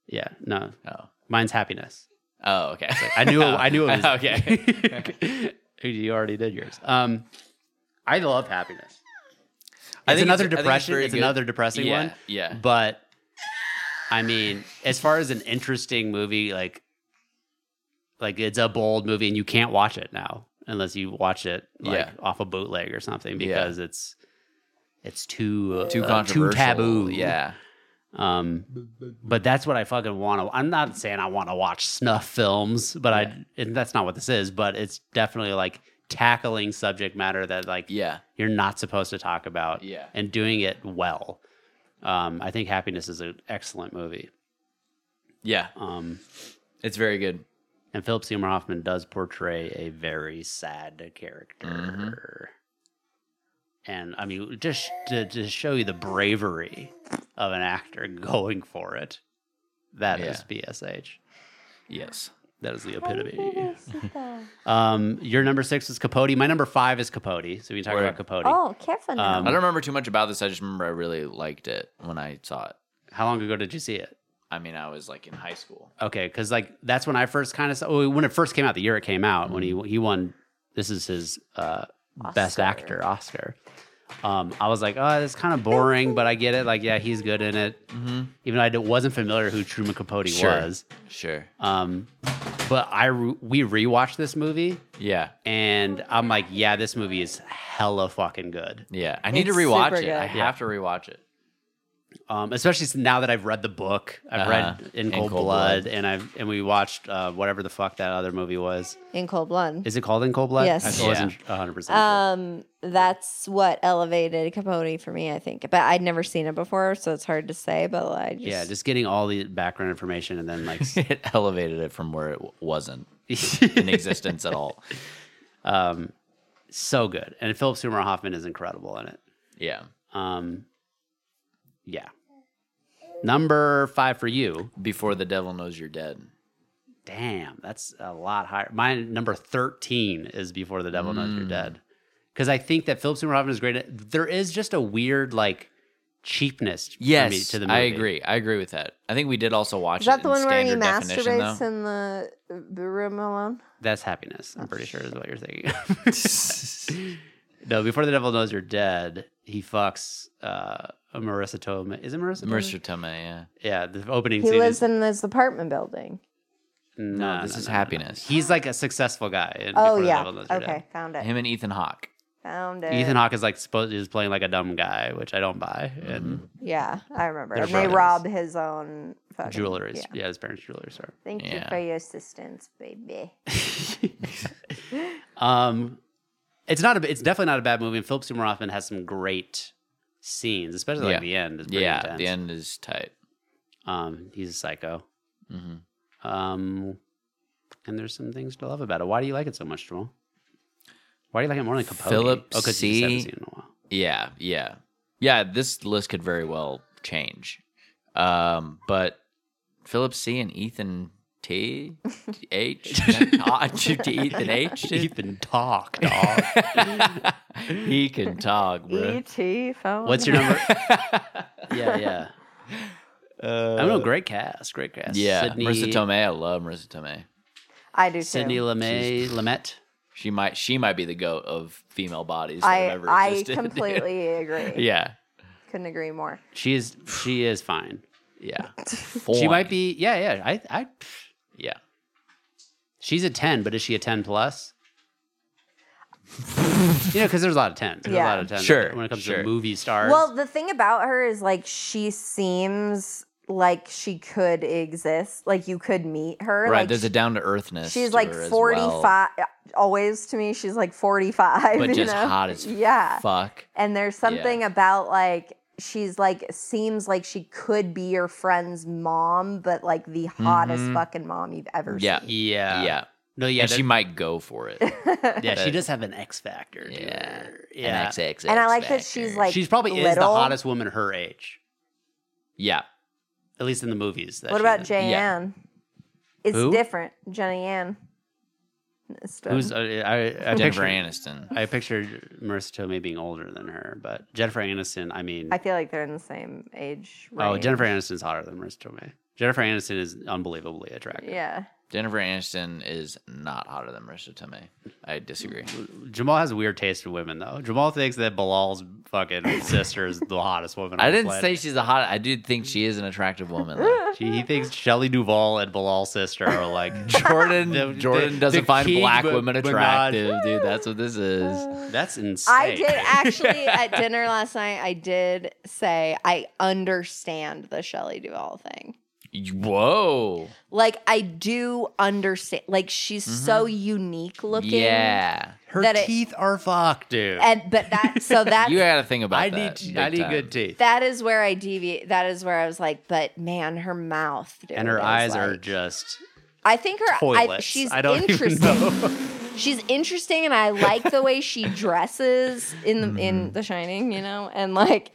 Speaker 2: Yeah, no,
Speaker 3: Oh.
Speaker 2: mine's happiness.
Speaker 3: Oh. Okay.
Speaker 2: I knew. It, I knew it was.
Speaker 3: Oh, Okay.
Speaker 2: you already did yours. Um, I love happiness. It's
Speaker 3: I think
Speaker 2: another
Speaker 3: it's- I think it's
Speaker 2: depression.
Speaker 3: very
Speaker 2: It's,
Speaker 3: good.
Speaker 2: another depressing
Speaker 3: yeah.
Speaker 2: one.
Speaker 3: Yeah.
Speaker 2: But I mean, as far as an interesting movie, like like it's a bold movie, and you can't watch it now unless you watch it like
Speaker 3: Yeah.
Speaker 2: off a bootleg or something
Speaker 3: Yeah.
Speaker 2: because it's it's too uh,
Speaker 3: Too
Speaker 2: uh,
Speaker 3: controversial.
Speaker 2: too taboo.
Speaker 3: Yeah.
Speaker 2: Um, but that's what I fucking want to. I'm not saying I want to watch snuff films, but I and that's not what this is. But it's definitely like tackling subject matter that like
Speaker 3: Yeah.
Speaker 2: you're not supposed to talk about,
Speaker 3: Yeah.
Speaker 2: and doing it well. Um, I think Happiness is an excellent movie.
Speaker 3: Yeah.
Speaker 2: Um,
Speaker 3: It's very good.
Speaker 2: and Philip Seymour Hoffman does portray a very sad character. And I mean, just to, to show you the bravery of an actor going for it, that is BSH.
Speaker 3: Yes.
Speaker 2: That is
Speaker 4: Oh,
Speaker 2: the epitome. Um, your number six is Capote. My number five is Capote. So we talk
Speaker 3: Word.
Speaker 2: about Capote.
Speaker 4: Oh, careful now.
Speaker 3: I
Speaker 2: Um,
Speaker 3: don't remember too much about this. I just remember I really liked it when I saw it.
Speaker 2: How long ago did you see it?
Speaker 3: I mean, I was like in high school.
Speaker 2: Okay, because like that's when I first kind of saw. oh, When it first came out, the year it came out, when he he won. This is his uh, best
Speaker 4: Oscar.
Speaker 2: actor Oscar. Um, I was like, oh, it's kind of boring, but I get it. Like, yeah, he's good in it. Even though I d- wasn't familiar who Truman Capote
Speaker 3: Sure.
Speaker 2: was.
Speaker 3: Sure.
Speaker 2: Um, but I re- we rewatched this movie,
Speaker 3: Yeah.
Speaker 2: and I'm like, yeah, this movie is hella fucking good.
Speaker 3: Yeah. I need
Speaker 4: It's
Speaker 3: to rewatch
Speaker 4: super
Speaker 3: it. I
Speaker 4: good.
Speaker 2: Yeah.
Speaker 3: have to rewatch it.
Speaker 2: um, especially since now that I've read the book. I've
Speaker 3: Uh-huh.
Speaker 2: read In Cold, Blood, and I've and we watched uh, whatever the fuck that other movie was.
Speaker 4: in cold blood.
Speaker 2: Is it called In Cold Blood?
Speaker 4: Yes.
Speaker 2: I still
Speaker 3: Yeah.
Speaker 2: wasn't 100. percent sure.
Speaker 4: Um, that's what elevated Capote for me, I think. But I'd never seen it before, so it's hard to say. But I just,
Speaker 2: Yeah, just getting all the background information and then like, s-
Speaker 3: It elevated it from where it w- wasn't in existence at all.
Speaker 2: um, so good. And Philip Seymour Hoffman is incredible in it.
Speaker 3: Yeah.
Speaker 2: Um, yeah. Number five for you.
Speaker 3: Before the devil knows you're dead.
Speaker 2: Damn, that's a lot higher. My number 13 is Before the Devil Knows You're Dead. Because I think that Philip Seymour Hoffman is great. at- There is just a weird, like, cheapness for me-
Speaker 3: Yes,
Speaker 2: to the movie.
Speaker 3: I agree. I agree with that. I think we did also watch
Speaker 4: is that
Speaker 3: it
Speaker 4: the
Speaker 3: in
Speaker 4: one where he
Speaker 3: standard definition,
Speaker 4: masturbates
Speaker 3: though.
Speaker 4: in the uh, room alone?
Speaker 2: That's happiness, I'm pretty sure is what you're thinking. no, Before the Devil Knows You're Dead, he fucks uh, Marissa Tomei. Is it Marissa Tomei?
Speaker 3: Mercer Tome, yeah.
Speaker 2: Yeah, the opening
Speaker 4: He
Speaker 2: scene
Speaker 4: lives
Speaker 2: is...
Speaker 4: in this apartment building.
Speaker 2: No,
Speaker 3: this is
Speaker 2: no, no.
Speaker 3: happiness.
Speaker 2: He's like a successful guy. In
Speaker 4: Oh
Speaker 2: Before the
Speaker 4: yeah.
Speaker 2: Devil Knows You're
Speaker 4: Okay, found it.
Speaker 3: Him and Ethan Hawke.
Speaker 4: Found it.
Speaker 2: Dead. Ethan Hawke is like supposed is playing like a dumb guy, which I don't buy.
Speaker 3: Mm-hmm.
Speaker 2: And
Speaker 4: Yeah, I remember.
Speaker 2: They're
Speaker 4: And they
Speaker 2: brothers.
Speaker 4: rob his own fucking,
Speaker 2: jewelry. Yeah.
Speaker 4: Yeah.
Speaker 2: his parents' jewelry store.
Speaker 4: Thank
Speaker 3: Yeah.
Speaker 4: you for your assistance, baby.
Speaker 2: um, it's not a. It's definitely not a bad movie. And Philip Seymour Hoffman has some great scenes, especially
Speaker 3: Yeah.
Speaker 2: like the end. Is pretty
Speaker 3: Yeah,
Speaker 2: intense.
Speaker 3: the end is tight.
Speaker 2: Um, he's a psycho.
Speaker 3: hmm
Speaker 2: Um, and there's some things to love about it. Why do you like it so much, Jamal? Why do you like it more than Capote?
Speaker 3: Philip
Speaker 2: oh, because you haven't
Speaker 3: C.
Speaker 2: seen it in a while.
Speaker 3: Yeah, yeah, yeah. This list could very well change, um, but Philip C and Ethan T H Ah, to Ethan H.
Speaker 2: Ethan talk, dog.
Speaker 3: he can talk, bro.
Speaker 4: E.T. phone.
Speaker 2: What's your number? yeah, yeah. I don't know. Great cast. Great cast.
Speaker 3: Yeah,
Speaker 2: Sydney,
Speaker 3: Uh, Marissa Tomei. I love Marissa Tomei.
Speaker 4: I do too.
Speaker 2: Sydney Lemay, Lamette.
Speaker 3: She might she might be the goat of female bodies that have
Speaker 4: I
Speaker 3: ever
Speaker 4: I
Speaker 3: existed.
Speaker 4: completely agree.
Speaker 3: yeah,
Speaker 4: Couldn't agree more.
Speaker 2: She is. She is fine.
Speaker 3: yeah.
Speaker 2: She
Speaker 3: Fine.
Speaker 2: might be. Yeah, yeah. I, I.
Speaker 3: Yeah.
Speaker 2: She's a ten, but is she a ten plus? you know, because there's a lot of tens. There's a lot
Speaker 4: Yeah.
Speaker 2: of tens
Speaker 3: Sure,
Speaker 2: When it comes
Speaker 3: sure.
Speaker 2: to movie stars.
Speaker 4: Well, the thing about her is like she seems like she could exist. Like you could meet her.
Speaker 3: Right,
Speaker 4: Like
Speaker 3: there's a down to earthness.
Speaker 4: she's like forty five. Always to me, she's like forty five.
Speaker 3: but
Speaker 4: you
Speaker 3: just
Speaker 4: know?
Speaker 3: hot as
Speaker 4: yeah.
Speaker 3: fuck.
Speaker 4: And there's something about like she's like seems like she could be your friend's mom, but like the hottest
Speaker 3: Mhm.
Speaker 4: fucking mom you've ever
Speaker 3: Yeah.
Speaker 4: seen.
Speaker 2: yeah,
Speaker 3: Yeah,
Speaker 2: No, yeah,
Speaker 3: and she
Speaker 2: that-
Speaker 3: might go for it.
Speaker 2: yeah. She
Speaker 3: that-
Speaker 2: does have an X factor. to
Speaker 3: Yeah.
Speaker 2: her.
Speaker 3: An
Speaker 2: yeah.
Speaker 3: XX
Speaker 4: And I like that she's,
Speaker 3: factor.
Speaker 4: like-
Speaker 2: She's probably is the
Speaker 4: little.
Speaker 2: hottest woman her age,
Speaker 3: yeah,
Speaker 2: at least in the movies. that
Speaker 4: What
Speaker 2: she's
Speaker 4: about
Speaker 2: in.
Speaker 4: Jenny
Speaker 3: Yeah.
Speaker 4: Ann? It's
Speaker 2: Who?
Speaker 4: different, Jenny Ann. Aniston.
Speaker 2: Who's uh, I? I picture,
Speaker 3: Jennifer Aniston.
Speaker 2: I pictured Marissa Tomei being older than her, but Jennifer Aniston. I mean,
Speaker 4: I feel like they're in the same age range.
Speaker 2: oh, Jennifer Aniston's hotter than Marissa Tomei. Jennifer Aniston is unbelievably attractive.
Speaker 4: Yeah.
Speaker 3: Jennifer Aniston is not hotter than Marissa Tomei. I disagree.
Speaker 2: Jamal has a weird taste in women, though. Jamal thinks that Bilal's fucking sister is the hottest woman. on
Speaker 3: I
Speaker 2: the
Speaker 3: didn't say
Speaker 2: planet.
Speaker 3: she's a hot. I do think she is an attractive woman. though.
Speaker 2: She, he thinks Shelley Duvall and Bilal's sister are like.
Speaker 3: Jordan
Speaker 2: The- the-
Speaker 3: Jordan doesn't
Speaker 2: the
Speaker 3: find
Speaker 2: Keeg
Speaker 3: black
Speaker 2: men-
Speaker 3: women
Speaker 2: menage.
Speaker 3: attractive, dude. That's what this is.
Speaker 2: That's insane.
Speaker 4: I did actually at dinner last night. I did say I understand the Shelley Duvall thing.
Speaker 3: Whoa.
Speaker 4: Like I do understand. Like she's
Speaker 2: Mm-hmm.
Speaker 4: so unique looking.
Speaker 3: Yeah.
Speaker 2: Her
Speaker 4: that it-
Speaker 2: teeth are fucked, dude.
Speaker 4: And but that so that
Speaker 3: You got to think about
Speaker 2: I
Speaker 3: that.
Speaker 2: need
Speaker 3: big
Speaker 2: I need
Speaker 3: time.
Speaker 2: good teeth.
Speaker 4: that is where I deviate. That is where I was like, but man, her mouth dude,
Speaker 2: and her
Speaker 4: is
Speaker 2: eyes are
Speaker 4: like-
Speaker 2: just
Speaker 4: I think her. I,
Speaker 2: toilets.
Speaker 4: she's
Speaker 2: I don't even
Speaker 4: interesting.
Speaker 2: know.
Speaker 4: She's interesting, and I like the way she dresses in the
Speaker 2: Mm-hmm.
Speaker 4: in The Shining. You know, and like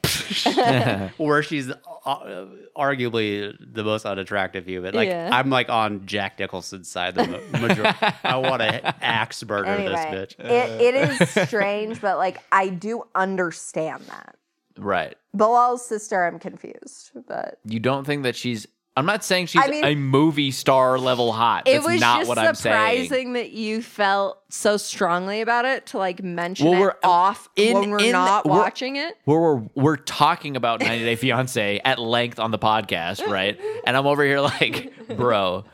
Speaker 2: Where she's uh, arguably the most unattractive human. Like
Speaker 4: Yeah.
Speaker 2: I'm like on Jack Nicholson's side. The ma- major- I want to axe murder
Speaker 4: anyway,
Speaker 2: this bitch.
Speaker 4: it, it is strange, but like I do understand that.
Speaker 3: Right.
Speaker 4: Bilal's sister, I'm confused, but
Speaker 3: You don't think that she's. I'm not saying she's
Speaker 4: I mean-
Speaker 3: a movie star level hot.
Speaker 4: it
Speaker 3: That's
Speaker 4: was
Speaker 3: not
Speaker 4: just
Speaker 3: what I'm
Speaker 4: surprising
Speaker 3: saying.
Speaker 4: that you felt so strongly about it to like mention
Speaker 3: Well,
Speaker 4: it
Speaker 3: we're- um,
Speaker 4: off
Speaker 3: in-
Speaker 4: when we're
Speaker 3: in-
Speaker 4: not
Speaker 3: we're-
Speaker 4: watching it.
Speaker 3: Where we're we're talking about 90 Day Fiance at length on the podcast, right? And I'm over here like, bro,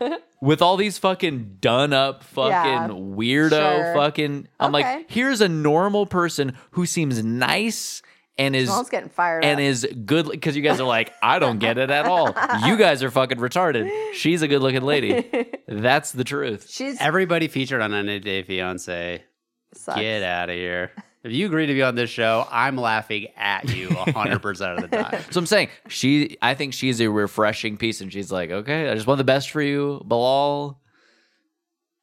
Speaker 3: with all these fucking done up fucking
Speaker 4: Yeah.
Speaker 3: weirdo
Speaker 4: Sure.
Speaker 3: fucking. I'm
Speaker 4: Okay.
Speaker 3: like, here's a normal person who seems nice and is
Speaker 4: Bilal's getting fired
Speaker 3: and
Speaker 4: up.
Speaker 3: is good because you guys are like, I don't get it at all. You guys are fucking retarded. She's a good looking lady. That's the truth.
Speaker 4: She's
Speaker 2: Everybody featured on 90 Day Fiance.
Speaker 4: sucks.
Speaker 2: Get out of here. If you agree to be on this show, I'm laughing at you 100% of the time.
Speaker 3: So I'm saying she, I think she's a refreshing piece, and she's like, okay, I just want the best for you, Balal.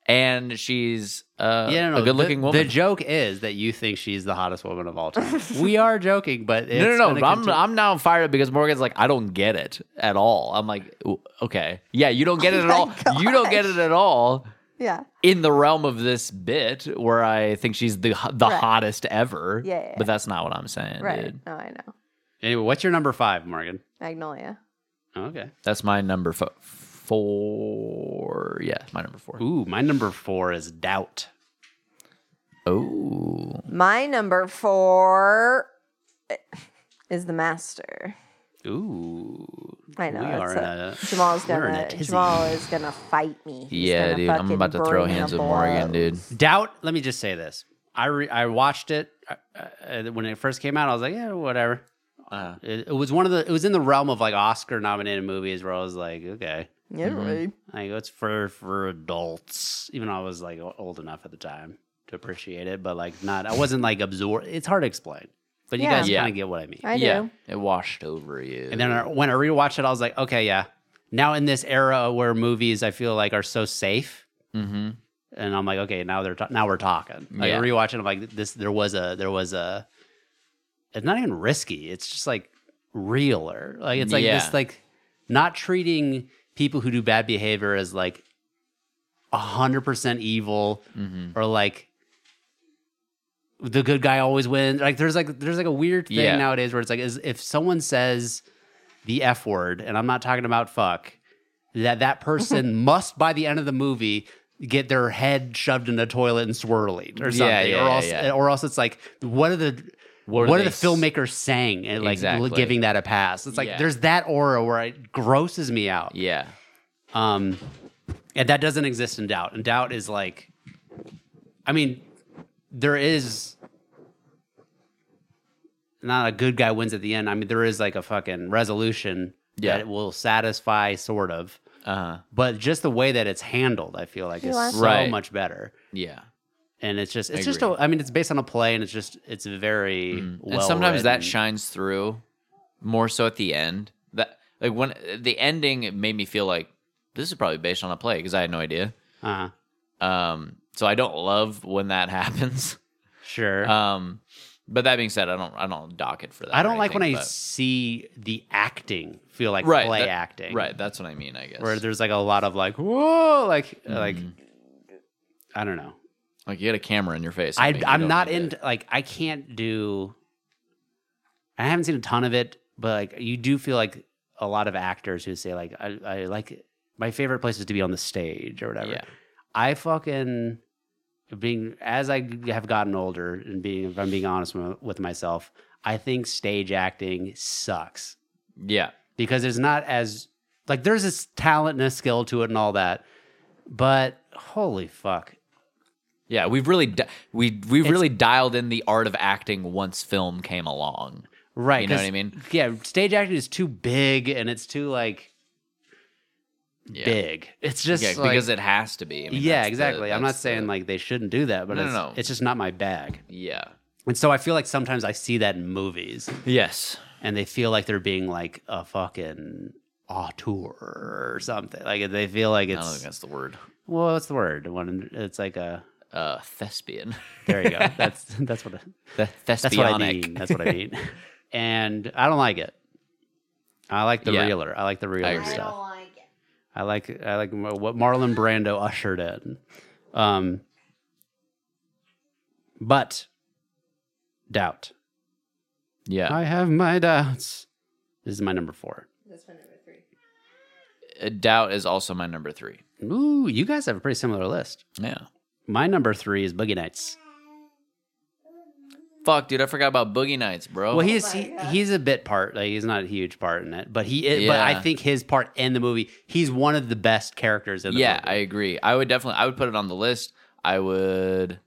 Speaker 3: And she's uh,
Speaker 2: yeah, no,
Speaker 3: a
Speaker 2: no,
Speaker 3: good looking
Speaker 2: the,
Speaker 3: woman.
Speaker 2: The joke is that you think she's the hottest woman of all time. we are joking, but it's
Speaker 3: no, no,
Speaker 2: gonna
Speaker 3: no. I'm,
Speaker 2: continue-
Speaker 3: I'm now fired up because Morgan's like, I don't get it at all. I'm like, "Ooh, okay. Yeah, you don't
Speaker 2: Oh
Speaker 3: get it at all. You don't get it at all.
Speaker 4: Yeah.
Speaker 3: in the realm of this bit where I think she's the the
Speaker 4: Right.
Speaker 3: hottest ever.
Speaker 4: Yeah, yeah,
Speaker 3: But that's not what I'm saying,
Speaker 4: Right.
Speaker 3: dude.
Speaker 4: No, I know.
Speaker 2: Anyway, what's your number five, Morgan?
Speaker 4: Magnolia.
Speaker 2: Okay.
Speaker 3: That's my number fo- four. Yeah, my number four.
Speaker 2: Ooh, my number four is doubt.
Speaker 3: Oh,
Speaker 4: My number four is the master.
Speaker 2: Ooh.
Speaker 4: I know.
Speaker 2: We
Speaker 4: it's
Speaker 2: are in a-
Speaker 4: Jamal's
Speaker 2: we're in a
Speaker 4: gonna
Speaker 2: tizzy.
Speaker 4: Jamal is gonna fight me. He's
Speaker 3: yeah,
Speaker 4: gonna
Speaker 3: dude. I'm
Speaker 4: fucking
Speaker 3: about to throw
Speaker 4: bring
Speaker 3: hands
Speaker 4: the
Speaker 3: with Morgan,
Speaker 4: blows.
Speaker 3: dude.
Speaker 2: Doubt. Let me just say this. I re- I watched it uh, uh, when it first came out. I was like, yeah, whatever.
Speaker 3: Uh,
Speaker 2: It, it was one of the. It was in the realm of like Oscar nominated movies where I was like, okay,
Speaker 4: Yeah, right.
Speaker 2: like it's for for adults. Even though I was like o- old enough at the time to appreciate it, but like not. I wasn't like absorbed. It's hard to explain, but you
Speaker 4: Yeah.
Speaker 2: guys
Speaker 3: Yeah.
Speaker 2: kind of get what I mean.
Speaker 4: I do.
Speaker 3: yeah, it washed over you.
Speaker 2: And then uh, I- when I rewatched it, I was like, okay, yeah. Now in this era where movies, I feel like are so safe,
Speaker 3: mm-hmm.
Speaker 2: and I'm like, okay, now they're ta- now we're talking. Like
Speaker 3: Yeah.
Speaker 2: rewatching, I'm like, this there was a there was a. It's not even risky. It's just like realer. Like it's like
Speaker 3: Yeah.
Speaker 2: this like not treating people who do bad behavior as like hundred percent evil
Speaker 3: Mm-hmm.
Speaker 2: or like the good guy always wins. Like there's like there's like a weird thing
Speaker 3: Yeah.
Speaker 2: nowadays where it's like is if someone says the f word, and I'm not talking about fuck, that that person must by the end of the movie get their head shoved in a toilet and swirled or
Speaker 3: Yeah,
Speaker 2: something,
Speaker 3: yeah,
Speaker 2: or
Speaker 3: yeah,
Speaker 2: else
Speaker 3: yeah.
Speaker 2: or else it's like what are the
Speaker 3: What
Speaker 2: what
Speaker 3: are
Speaker 2: are,
Speaker 3: they
Speaker 2: the filmmakers saying and like
Speaker 3: Exactly.
Speaker 2: giving that a pass? It's like
Speaker 3: Yeah.
Speaker 2: there's that aura where it grosses me out.
Speaker 3: Yeah,
Speaker 2: Um, and that doesn't exist in doubt. And doubt is like, I mean, there is not a good guy wins at the end. I mean, there is like a fucking resolution
Speaker 3: Yeah.
Speaker 2: that will satisfy, sort of.
Speaker 3: uh huh,
Speaker 2: But just the way that it's handled, I feel like is
Speaker 4: Yeah.
Speaker 2: so
Speaker 3: Right.
Speaker 2: much better.
Speaker 3: yeah.
Speaker 2: And it's just, it's
Speaker 3: I
Speaker 2: just,
Speaker 3: agree. Mm.
Speaker 2: a, I mean, it's based on a play, and it's just, it's very well.
Speaker 3: Mm-hmm. and sometimes
Speaker 2: written.
Speaker 3: that shines through more so at the end that like when the ending it made me feel like this is probably based on a play because i had no idea
Speaker 2: uh,
Speaker 3: um so i don't love when that happens
Speaker 2: sure.
Speaker 3: um but that being said i don't i don't dock it for that
Speaker 2: I
Speaker 3: or
Speaker 2: don't like when I
Speaker 3: anything, but-
Speaker 2: see the acting feel like
Speaker 3: right
Speaker 2: play
Speaker 3: that-
Speaker 2: acting,
Speaker 3: right that's what i mean i guess Mm.
Speaker 2: where there's like a lot of like whoa like like i don't know
Speaker 3: Like you had a camera in your face.
Speaker 2: I,
Speaker 3: mean, you
Speaker 2: I'm
Speaker 3: don't
Speaker 2: not
Speaker 3: need
Speaker 2: into like I can't do. I haven't seen a ton of it, but like you do feel like a lot of actors who say like I, I like my favorite place is to be on the stage or whatever.
Speaker 3: Yeah.
Speaker 2: I fucking being as I have gotten older and being if I'm being honest with- with myself, I think stage acting sucks
Speaker 3: Yeah.
Speaker 2: because there's not as like there's this talent and a skill to it and all that, but holy fuck,
Speaker 3: Yeah, we've really di- we we've
Speaker 2: It's-
Speaker 3: really dialed in the art of acting once film came along.
Speaker 2: Right.
Speaker 3: You know
Speaker 2: 'cause-
Speaker 3: what I mean?
Speaker 2: Yeah. Stage acting is too big and it's too like
Speaker 3: Yeah.
Speaker 2: big. It's just
Speaker 3: Yeah,
Speaker 2: like-
Speaker 3: because it has to be. I mean,
Speaker 2: yeah,
Speaker 3: that's the-
Speaker 2: exactly. I'm not
Speaker 3: that's
Speaker 2: saying
Speaker 3: the-
Speaker 2: like they shouldn't do that, but
Speaker 3: No, no,
Speaker 2: it's,
Speaker 3: no.
Speaker 2: it's just not my bag.
Speaker 3: Yeah.
Speaker 2: And so I feel like sometimes I see that in movies
Speaker 3: Yes.
Speaker 2: and they feel like they're being like a fucking auteur or something. Like they feel like
Speaker 3: I don't think
Speaker 2: it's
Speaker 3: that's the word.
Speaker 2: well, what's the word? When it's like a
Speaker 3: Uh, thespian.
Speaker 2: there you go. That's that's what.
Speaker 3: The
Speaker 2: That's what I mean. That's what I mean. and I don't like it. I like the
Speaker 3: Yeah.
Speaker 2: realer. I like the realer
Speaker 3: agree.
Speaker 4: I
Speaker 2: stuff.
Speaker 4: don't like it.
Speaker 2: I like I like mo- what Marlon Brando ushered in. Um, but doubt.
Speaker 3: Yeah.
Speaker 2: I have my doubts. This is my number four.
Speaker 4: That's my number three.
Speaker 3: Uh, Doubt is also my number three.
Speaker 2: Ooh, you guys have a pretty similar list.
Speaker 3: Yeah.
Speaker 2: My number three is Boogie Nights.
Speaker 3: Fuck, dude, I forgot about Boogie Nights, bro.
Speaker 2: well, he is
Speaker 4: Oh my
Speaker 2: he,
Speaker 4: God.
Speaker 2: he's a bit part. Like he's not a huge part in it, but he is, but I
Speaker 3: Yeah.
Speaker 2: think his part in the movie, he's one of the best characters in the
Speaker 3: yeah,
Speaker 2: movie.
Speaker 3: I agree. I would definitely. I would put it on the list. I would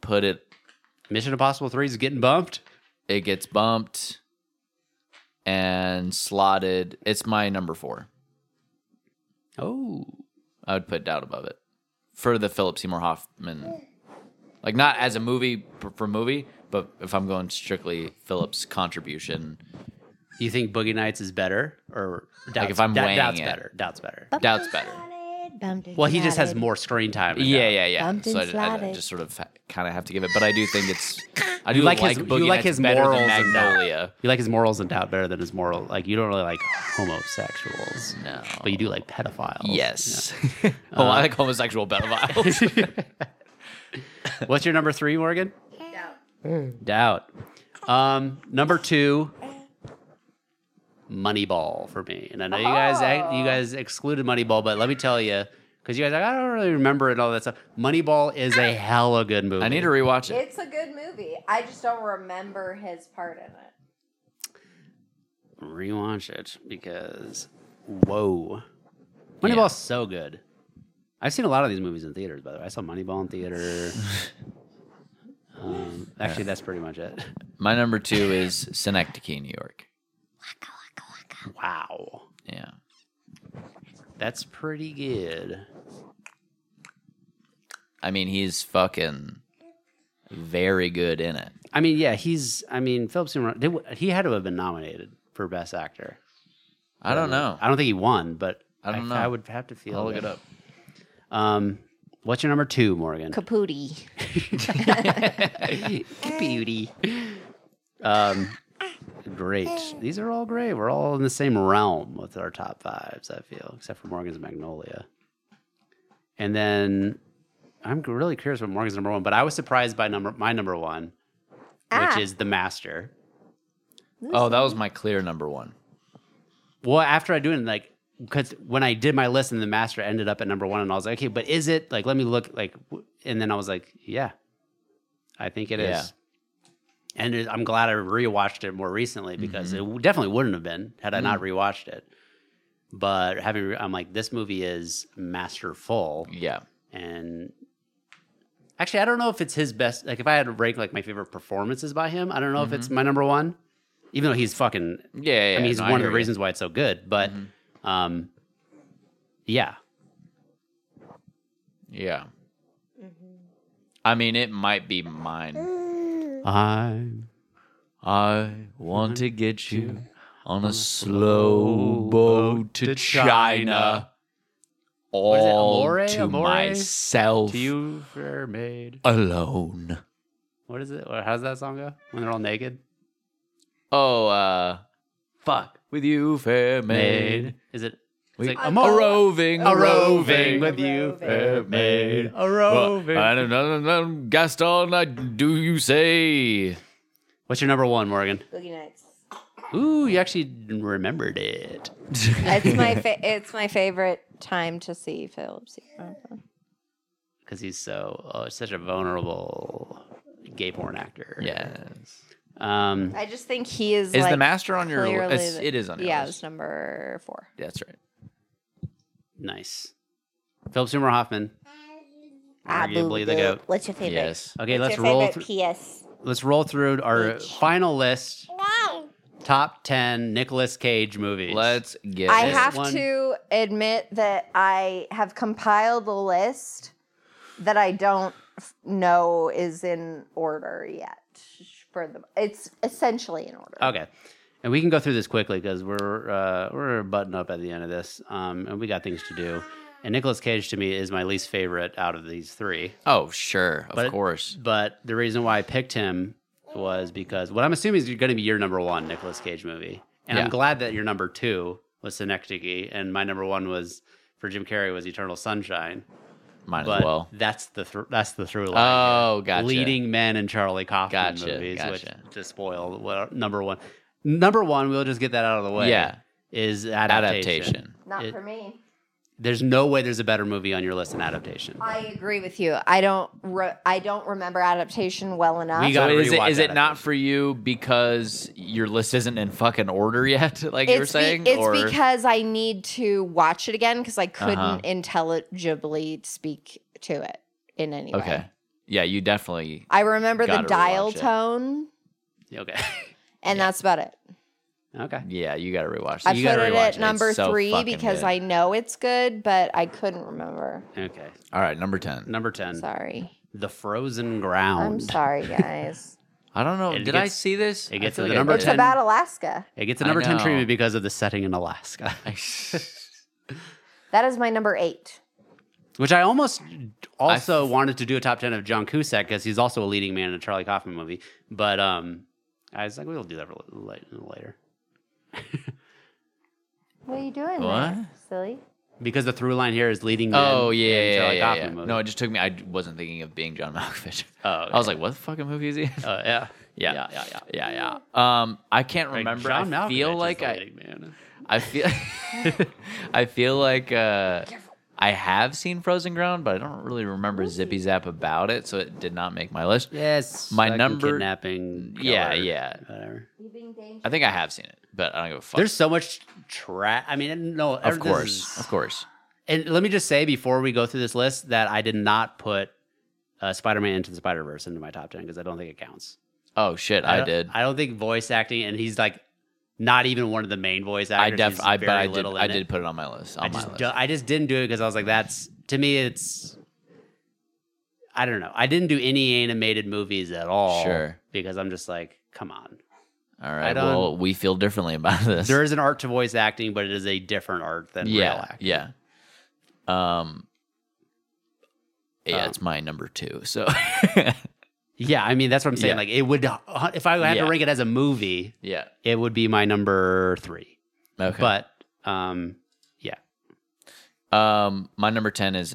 Speaker 3: put it.
Speaker 2: Mission Impossible Three is getting bumped.
Speaker 3: It gets bumped and slotted. It's my number four.
Speaker 2: Oh,
Speaker 3: I would put Doubt above it for the Philip Seymour Hoffman, like not as a movie for, for movie, but if I'm going strictly Philip's contribution,
Speaker 2: you think Boogie Nights is better or doubts,
Speaker 3: if I'm
Speaker 2: Dou-
Speaker 3: weighing
Speaker 2: doubts
Speaker 3: it.
Speaker 2: better? Doubts better.
Speaker 3: Doubt's better.
Speaker 2: Well, he just has more screen time. in
Speaker 3: Yeah,
Speaker 2: that.
Speaker 3: yeah, yeah.
Speaker 4: Bumped
Speaker 3: So I,
Speaker 4: and
Speaker 3: I- I
Speaker 4: slotted.
Speaker 3: just sort of kind of have to give it, but I do think it's. I do
Speaker 2: You like
Speaker 3: like,
Speaker 2: his- you
Speaker 3: Boogie
Speaker 2: like
Speaker 3: Nights
Speaker 2: his
Speaker 3: better than
Speaker 2: morals and that.
Speaker 3: Magnolia.
Speaker 2: You like his morals and doubt better than his moral. Like you don't really like homosexuals,
Speaker 3: No.
Speaker 2: but you do like pedophiles.
Speaker 3: Yes.
Speaker 2: Uh,
Speaker 3: oh, I like homosexual pedophiles.
Speaker 2: Yeah. What's your number three, Morgan? Doubt. Doubt. Um, number two, Moneyball for me. And I know you guys you guys excluded Moneyball, but let me tell you, because you guys are like I don't really remember it and all that stuff. Moneyball is a hella good movie.
Speaker 3: I need to rewatch it.
Speaker 4: It's a good movie. I just don't remember his part in it.
Speaker 2: rewatch it because whoa, Moneyball's so good. I've seen a lot of these movies in theaters. By the way, I saw Moneyball in theater. um, actually, that's pretty much it.
Speaker 3: My number two is Synecdoche, New York.
Speaker 2: Wow,
Speaker 3: Yeah.
Speaker 2: that's pretty good.
Speaker 3: I mean, he's fucking very good in it.
Speaker 2: I mean, yeah, he's. I mean, Philip Seymour. They, w- he had to have been nominated for best actor.
Speaker 3: I don't know.
Speaker 2: I don't think he won, but
Speaker 3: I don't know.
Speaker 2: I would have to feel.
Speaker 3: I'll look it up.
Speaker 2: Um, what's your number two, Morgan?
Speaker 4: Caputi.
Speaker 2: Beauty. Um, great. These are all great. We're all in the same realm with our top fives. I feel, except for Morgan's Magnolia. And then I'm really curious what Morgan's number one, but I was surprised by number my number one,
Speaker 4: Ah.
Speaker 2: which is The Master.
Speaker 3: Oh, that was my clear number one.
Speaker 2: Well, after I do it, like, because when I did my list and The Master ended up at number one, and I was like, okay, but is it like? Let me look. Like, w- and then I was like, yeah, I think it is.
Speaker 3: Yeah.
Speaker 2: And it, I'm glad I rewatched it more recently because it w- definitely wouldn't have been had I not rewatched it. But having, re- I'm like, this movie is masterful,
Speaker 3: Yeah.
Speaker 2: and actually, I don't know if it's his best. Like, if I had to rank like my favorite performances by him, I don't know if it's my number one, even though he's fucking
Speaker 3: Yeah. yeah
Speaker 2: I mean, he's
Speaker 3: no,
Speaker 2: one of
Speaker 3: hear
Speaker 2: the
Speaker 3: you.
Speaker 2: reasons why it's so good. But, um, yeah,
Speaker 3: Yeah. I mean, it might be mine.
Speaker 2: I
Speaker 3: I want to get you on a slow boat to China.
Speaker 2: is it,
Speaker 3: All
Speaker 2: amore?
Speaker 3: to
Speaker 2: Amore?
Speaker 3: myself
Speaker 2: to you fair maid.
Speaker 3: alone.
Speaker 2: What is it? Or How's that song go? When they're all naked,
Speaker 3: Oh, uh, fuck with you, fair maid.
Speaker 2: Is it? It's like,
Speaker 4: I
Speaker 2: I'm
Speaker 4: love-
Speaker 2: a,
Speaker 3: a
Speaker 2: ro-
Speaker 3: roving,
Speaker 2: a roving with
Speaker 4: A
Speaker 2: you,
Speaker 4: roving.
Speaker 2: fair maid. A
Speaker 3: Well,
Speaker 2: roving.
Speaker 3: I don't know, Gaston. I do you say?
Speaker 2: What's your number one, Morgan?
Speaker 4: Boogie Nights.
Speaker 2: Ooh, you actually remembered it.
Speaker 4: It's my fa- it's my favorite time to see Philip Seymour Hoffman.
Speaker 2: because he's so oh, such a vulnerable gay porn actor.
Speaker 3: Yes.
Speaker 2: Um,
Speaker 4: I just think he is.
Speaker 3: Is
Speaker 4: like,
Speaker 3: the master on your?
Speaker 4: clearly
Speaker 3: It's,
Speaker 4: the-
Speaker 3: it is on your
Speaker 4: Yeah,
Speaker 3: list.
Speaker 4: it's number four.
Speaker 3: Yeah, That's right.
Speaker 2: nice. Philip Seymour Hoffman, arguably the goat.
Speaker 4: What's your favorite?
Speaker 3: Yes.
Speaker 2: Okay, let's roll. Through,
Speaker 4: PS.
Speaker 2: let's roll through our
Speaker 4: Bitch.
Speaker 2: final list. Top ten Nicolas Cage movies.
Speaker 3: Let's get.
Speaker 4: I
Speaker 3: it.
Speaker 4: have
Speaker 2: one-
Speaker 4: to admit that I have compiled a list that I don't f- know is in order yet. For the, it's essentially in order.
Speaker 2: Okay, and we can go through this quickly because we're uh, we're button up at the end of this, um, and we got things to do. And Nicolas Cage to me is my least favorite out of these three.
Speaker 3: Oh sure, of
Speaker 2: But-
Speaker 3: course.
Speaker 2: But the reason why I picked him was because what I'm assuming is going to be your number one Nicolas Cage movie, and I'm
Speaker 3: Yeah.
Speaker 2: glad that your number two was Synecdoche, and my number one was for Jim Carrey was Eternal Sunshine.
Speaker 3: Might
Speaker 2: But
Speaker 3: as well.
Speaker 2: that's the thr that's the through line.
Speaker 3: Oh, gotcha.
Speaker 2: Leading Men and Charlie Kaufman
Speaker 3: Gotcha,
Speaker 2: movies,
Speaker 3: gotcha.
Speaker 2: which to spoil what, number one. Number one, we'll just get that out of the way.
Speaker 3: Yeah.
Speaker 2: is
Speaker 3: adaptation.
Speaker 4: Not
Speaker 2: It-
Speaker 4: for me.
Speaker 2: There's no way there's a better movie on your list than adaptation.
Speaker 4: I agree with you. I don't. Re- I don't remember adaptation well enough.
Speaker 2: We got- gotta
Speaker 3: so is it
Speaker 2: rewatch
Speaker 3: is it not
Speaker 2: adaptation.
Speaker 3: for you because your list isn't in fucking order yet? Like you were
Speaker 4: be-
Speaker 3: saying,
Speaker 4: it's
Speaker 3: or
Speaker 4: because I need to watch it again because I couldn't
Speaker 3: Uh-huh.
Speaker 4: intelligibly speak to it in any way.
Speaker 3: okay, yeah, you definitely.
Speaker 4: I remember the
Speaker 3: Gotta
Speaker 4: dial
Speaker 3: rewatch it.
Speaker 4: tone,
Speaker 2: Okay,
Speaker 4: and that's about it.
Speaker 2: okay.
Speaker 3: Yeah, you got to rewatch.
Speaker 4: I
Speaker 3: you
Speaker 4: put
Speaker 3: gotta
Speaker 4: it
Speaker 3: rewatch
Speaker 4: at
Speaker 3: It's
Speaker 4: number
Speaker 3: so
Speaker 4: three
Speaker 3: fucking
Speaker 4: because
Speaker 3: good.
Speaker 4: I know it's good, but I couldn't remember.
Speaker 2: Okay.
Speaker 3: All right, number ten.
Speaker 2: Number 10,
Speaker 4: Sorry.
Speaker 2: The Frozen Ground.
Speaker 4: I'm sorry, guys.
Speaker 3: I don't know.
Speaker 2: It
Speaker 3: Did I
Speaker 2: gets-
Speaker 3: see this?
Speaker 2: it
Speaker 3: I
Speaker 2: gets
Speaker 3: feel
Speaker 2: to the
Speaker 3: like I
Speaker 2: number
Speaker 4: it's
Speaker 3: did.
Speaker 2: 10.
Speaker 4: about Alaska.
Speaker 2: It gets a
Speaker 3: I
Speaker 2: number 10
Speaker 3: know.
Speaker 2: treatment because of the setting in Alaska,
Speaker 4: That is my number eight.
Speaker 2: which I almost also
Speaker 3: I f-
Speaker 2: wanted to do a top 10 of John Cusack because he's also a leading man in a Charlie Kaufman movie. But um, I was like, we'll do that for la- later.
Speaker 4: What are you doing,
Speaker 3: What?
Speaker 4: there, silly?
Speaker 2: Because the through line here is leading man
Speaker 3: Oh
Speaker 2: in
Speaker 3: yeah, yeah,
Speaker 2: Charlie
Speaker 3: yeah, yeah.
Speaker 2: Kaufman movie.
Speaker 3: No, it just took me. I wasn't thinking of being John Malkovich.
Speaker 2: Oh,
Speaker 3: I was like, what the fucking movie is he? in?
Speaker 2: uh, yeah.
Speaker 3: Yeah.
Speaker 2: Yeah, yeah, yeah.
Speaker 3: yeah, yeah. Um, I can't
Speaker 2: Like,
Speaker 3: remember.
Speaker 2: John
Speaker 3: I feel
Speaker 2: Malkovich is
Speaker 3: like
Speaker 2: the
Speaker 3: I.
Speaker 2: leading man.
Speaker 3: I feel I feel like uh, I have seen Frozen Ground, but I don't really remember Zippy Zap about it, so it did not make my list.
Speaker 2: Yes.
Speaker 3: My
Speaker 2: fucking
Speaker 3: number-
Speaker 2: Kidnapping.
Speaker 3: Yeah,
Speaker 2: killer,
Speaker 3: yeah.
Speaker 2: Whatever.
Speaker 4: You being dangerous?
Speaker 3: I think I have seen it, but I don't give a fuck.
Speaker 2: There's so much trap. I mean, no.
Speaker 3: of
Speaker 2: this
Speaker 3: course,
Speaker 2: is-
Speaker 3: of course.
Speaker 2: And let me just say before we go through this list that I did not put uh, Spider Man into the Spider Verse into my top 10 because I don't think it counts.
Speaker 3: Oh shit, I,
Speaker 2: don't-
Speaker 3: did. I,
Speaker 2: I don't think voice acting, and he's like not even one of the main voice actors.
Speaker 3: def.
Speaker 2: He's
Speaker 3: I but
Speaker 2: very
Speaker 3: I did.
Speaker 2: little
Speaker 3: I
Speaker 2: in it.
Speaker 3: did put it on my list. On
Speaker 2: I just,
Speaker 3: my list.
Speaker 2: do- I just didn't do it because I was like, that's to me, it's. I don't know. I didn't do any animated movies at all.
Speaker 3: Sure.
Speaker 2: Because I'm just like, come on.
Speaker 3: All right.
Speaker 2: don't-
Speaker 3: well, we feel differently about this.
Speaker 2: There is an art to voice acting, but it is a different art than
Speaker 3: yeah,
Speaker 2: real acting.
Speaker 3: yeah. Um. Yeah,
Speaker 2: Um,
Speaker 3: it's my number two. So
Speaker 2: Yeah. I mean, that's what I'm saying.
Speaker 3: Yeah.
Speaker 2: Like, it would, uh, if I had
Speaker 3: Yeah.
Speaker 2: to rank it as a movie,
Speaker 3: yeah.
Speaker 2: it would be my number three.
Speaker 3: Okay.
Speaker 2: But um,
Speaker 3: Um, my number ten is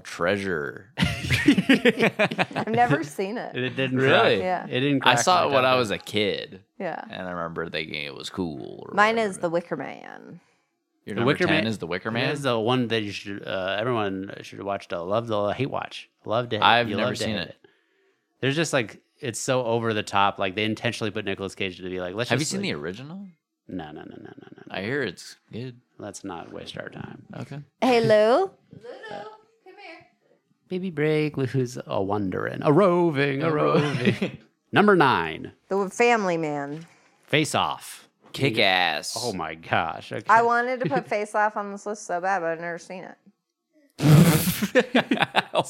Speaker 3: Treasure.
Speaker 4: I've never seen it.
Speaker 2: it didn't
Speaker 3: Really?
Speaker 2: crack-
Speaker 4: Yeah.
Speaker 2: It didn't.
Speaker 3: I
Speaker 2: crack
Speaker 3: saw
Speaker 2: my
Speaker 3: it when
Speaker 2: top
Speaker 3: I was a kid,
Speaker 4: Yeah.
Speaker 3: and I remember thinking it was cool. or
Speaker 4: Mine
Speaker 3: whatever.
Speaker 4: is The Wicker Man.
Speaker 3: Your
Speaker 2: The
Speaker 3: number
Speaker 2: Wicker
Speaker 3: ten
Speaker 2: Man-
Speaker 3: is the Wicker
Speaker 2: ten. It
Speaker 3: Man.
Speaker 2: is the one that you should. Uh, everyone should watch. The love the hate watch. Love to. Hate.
Speaker 3: I've
Speaker 2: you
Speaker 3: never
Speaker 2: love to
Speaker 3: seen
Speaker 2: hate
Speaker 3: it.
Speaker 2: There's just like it's so over the top. Like they intentionally put Nicolas Cage to be like. Let's
Speaker 3: Have you
Speaker 2: just,
Speaker 3: seen the
Speaker 2: like,
Speaker 3: original?
Speaker 2: the? No, no, no, no, no, no. no.
Speaker 3: I hear it's good.
Speaker 2: Let's not waste our time.
Speaker 3: Okay.
Speaker 4: Hey, Lou.
Speaker 2: Baby break. Who's a wandering, a roving, a roving. Number nine.
Speaker 4: The Family Man.
Speaker 2: Face off.
Speaker 3: Kick ass.
Speaker 2: Oh my gosh. Okay.
Speaker 4: I wanted to put Face Off on this list so bad, but I've never seen it.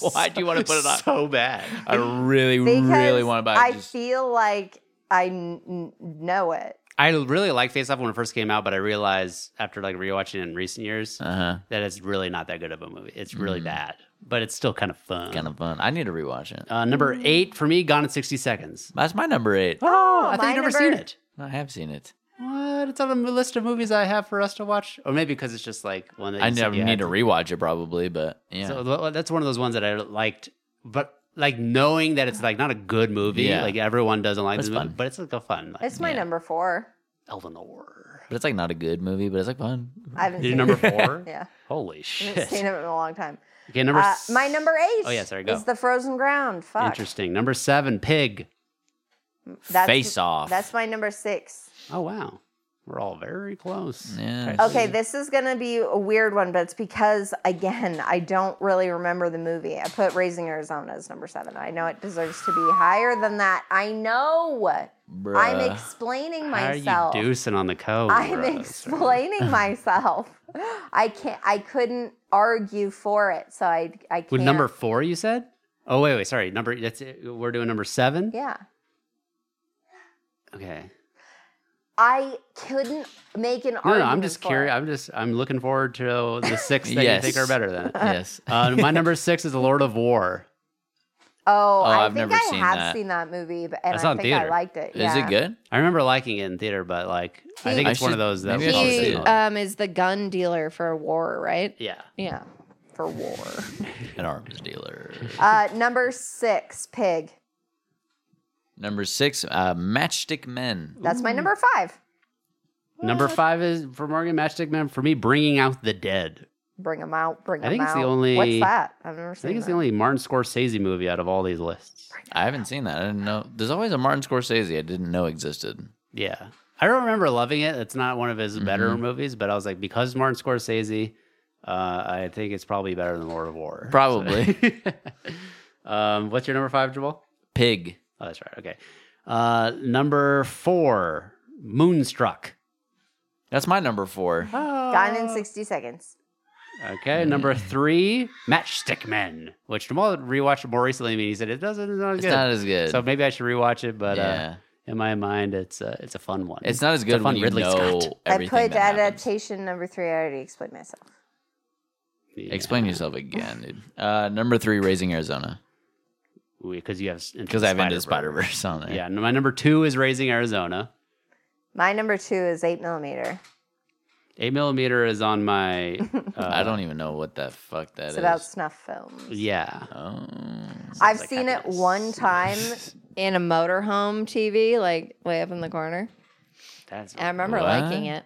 Speaker 3: Why do you want to put it on?
Speaker 2: so bad?
Speaker 3: I really,
Speaker 4: Because
Speaker 3: really want to buy.
Speaker 4: I
Speaker 3: it. Just,
Speaker 4: feel like I n- n- know it.
Speaker 2: I really liked Face Off when it first came out, but I realized after like rewatching it in recent years
Speaker 3: uh-huh.
Speaker 2: that it's really not that good of a movie. It's really
Speaker 3: Mm.
Speaker 2: bad, but it's still kind of fun.
Speaker 3: Kind of fun. I need to rewatch it.
Speaker 2: Uh, number
Speaker 4: Mm.
Speaker 2: eight for me, Gone in sixty seconds.
Speaker 3: That's my number eight.
Speaker 2: Oh,
Speaker 4: my
Speaker 2: I think you've never
Speaker 4: number-
Speaker 2: seen it.
Speaker 3: I have seen it.
Speaker 2: What? It's on a list of movies I have for us to watch, or maybe because it's just like one that you
Speaker 3: I
Speaker 2: said
Speaker 3: never
Speaker 2: you
Speaker 3: need
Speaker 2: had
Speaker 3: to rewatch it probably, but yeah.
Speaker 2: So th- that's one of those ones that I liked, but like knowing that it's like not a good movie,
Speaker 3: Yeah.
Speaker 2: like everyone doesn't like
Speaker 3: It's
Speaker 2: this movie,
Speaker 3: fun.
Speaker 2: but it's like a fun. Like,
Speaker 4: It's my
Speaker 3: Yeah.
Speaker 4: number four.
Speaker 2: Eleanor.
Speaker 3: but it's like not a good movie, but it's like fun.
Speaker 4: I haven't
Speaker 2: Your
Speaker 4: seen
Speaker 2: number
Speaker 4: it.
Speaker 2: four?
Speaker 4: Yeah,
Speaker 2: Holy
Speaker 4: I haven't seen
Speaker 2: shit.
Speaker 4: it in a long time.
Speaker 2: Okay, number
Speaker 4: Uh,
Speaker 2: s-
Speaker 4: my number eight.
Speaker 2: Oh, yeah, sorry, go.
Speaker 4: Is the Frozen Ground? Fuck.
Speaker 2: Interesting. Number seven, Pig.
Speaker 4: That's-
Speaker 3: Face Off.
Speaker 4: That's my number six.
Speaker 2: Oh wow, we're all very close.
Speaker 3: Yeah.
Speaker 4: Okay, this is going to be a weird one, but it's because, again, I don't really remember the movie. I put Raising Arizona as number seven. I know it deserves to be higher than that. I know.
Speaker 3: Bruh.
Speaker 4: I'm explaining
Speaker 2: How
Speaker 4: myself.
Speaker 2: are you oh, deucing on the code?
Speaker 4: I'm
Speaker 2: bro?
Speaker 4: explaining myself. I can't. I couldn't argue for it, so I. I can't.
Speaker 2: With number four, you said. Oh wait, wait, sorry. Number that's it. we're doing number seven.
Speaker 4: Yeah.
Speaker 2: Okay.
Speaker 4: I couldn't make an
Speaker 2: No,
Speaker 4: argument.
Speaker 2: no, I'm just
Speaker 4: for
Speaker 2: curious.
Speaker 4: it.
Speaker 2: I'm just I'm looking forward to the six that
Speaker 3: Yes.
Speaker 2: you think are better than it.
Speaker 3: yes.
Speaker 2: Uh, my number six is Lord of War.
Speaker 4: Oh, I
Speaker 3: I've
Speaker 4: think
Speaker 3: never
Speaker 4: I
Speaker 3: seen
Speaker 4: have
Speaker 3: that.
Speaker 4: seen that movie, but, and
Speaker 2: I
Speaker 4: I
Speaker 2: saw it in
Speaker 4: think I
Speaker 2: theater.
Speaker 4: liked it.
Speaker 3: Is
Speaker 4: yeah.
Speaker 3: it good?
Speaker 2: I remember liking it in theater, but like I
Speaker 4: He-
Speaker 2: think
Speaker 3: I
Speaker 2: it's one of
Speaker 3: should-
Speaker 2: those that
Speaker 3: maybe
Speaker 2: we
Speaker 3: I should
Speaker 2: probably
Speaker 3: see
Speaker 4: He uh,
Speaker 3: it.
Speaker 4: um, is the gun dealer for war, right?
Speaker 2: yeah.
Speaker 4: Yeah, for war.
Speaker 3: An arms dealer.
Speaker 4: uh, number six, pig.
Speaker 3: Number six, uh, Matchstick Men.
Speaker 4: That's my number five.
Speaker 2: Number five is for Morgan Matchstick Man. For me, Bringing Out the Dead.
Speaker 4: Bring them out. Bring
Speaker 2: I
Speaker 4: them out.
Speaker 2: think it's the only-
Speaker 4: What's that? I've never
Speaker 2: I
Speaker 4: seen.
Speaker 2: think it's
Speaker 4: that.
Speaker 2: the only Martin Scorsese movie out of all these lists.
Speaker 3: I haven't seen that. I didn't know. There's always a Martin Scorsese I didn't know existed.
Speaker 2: Yeah. I don't remember loving it. It's not one of his better
Speaker 3: Mm-hmm.
Speaker 2: movies, but I was like, because Martin Scorsese, uh, I think it's probably better than Lord of War.
Speaker 3: Probably.
Speaker 2: So- um, what's your number five, Jabal?
Speaker 3: Pig.
Speaker 2: Oh, that's right. Okay. Uh, number four, Moonstruck.
Speaker 3: That's my number four.
Speaker 4: Gone in sixty seconds.
Speaker 2: Okay. Number three, Matchstick Men, which Jamal rewatched more recently than me. He said it doesn't. It's not,
Speaker 3: It's
Speaker 2: good.
Speaker 3: not as good.
Speaker 2: so maybe I should rewatch it, but
Speaker 3: yeah.
Speaker 2: uh, in my mind, it's uh, it's a fun one.
Speaker 3: it's not as
Speaker 2: a
Speaker 3: good
Speaker 2: fun
Speaker 3: when you
Speaker 2: Ridley
Speaker 3: know
Speaker 2: Scott.
Speaker 3: everything
Speaker 4: I put
Speaker 3: that happens.
Speaker 4: adaptation number three. I already explained myself.
Speaker 2: Yeah.
Speaker 3: Explain yourself again, dude. Uh, number three, Raising Arizona.
Speaker 2: because you have
Speaker 3: Because I've into Spider Verse on there.
Speaker 2: Yeah, and my number two is Raising Arizona.
Speaker 4: My number two is eight millimeter.
Speaker 2: Eight millimeter is on my. Uh,
Speaker 3: I don't even know what the fuck that is.
Speaker 4: It's about snuff films.
Speaker 2: Yeah,
Speaker 3: Oh.
Speaker 4: I've
Speaker 2: like
Speaker 4: seen
Speaker 2: happiness.
Speaker 4: it one time in a motorhome TV, like way up in the corner.
Speaker 2: that's
Speaker 4: And I remember
Speaker 3: What?
Speaker 4: liking it.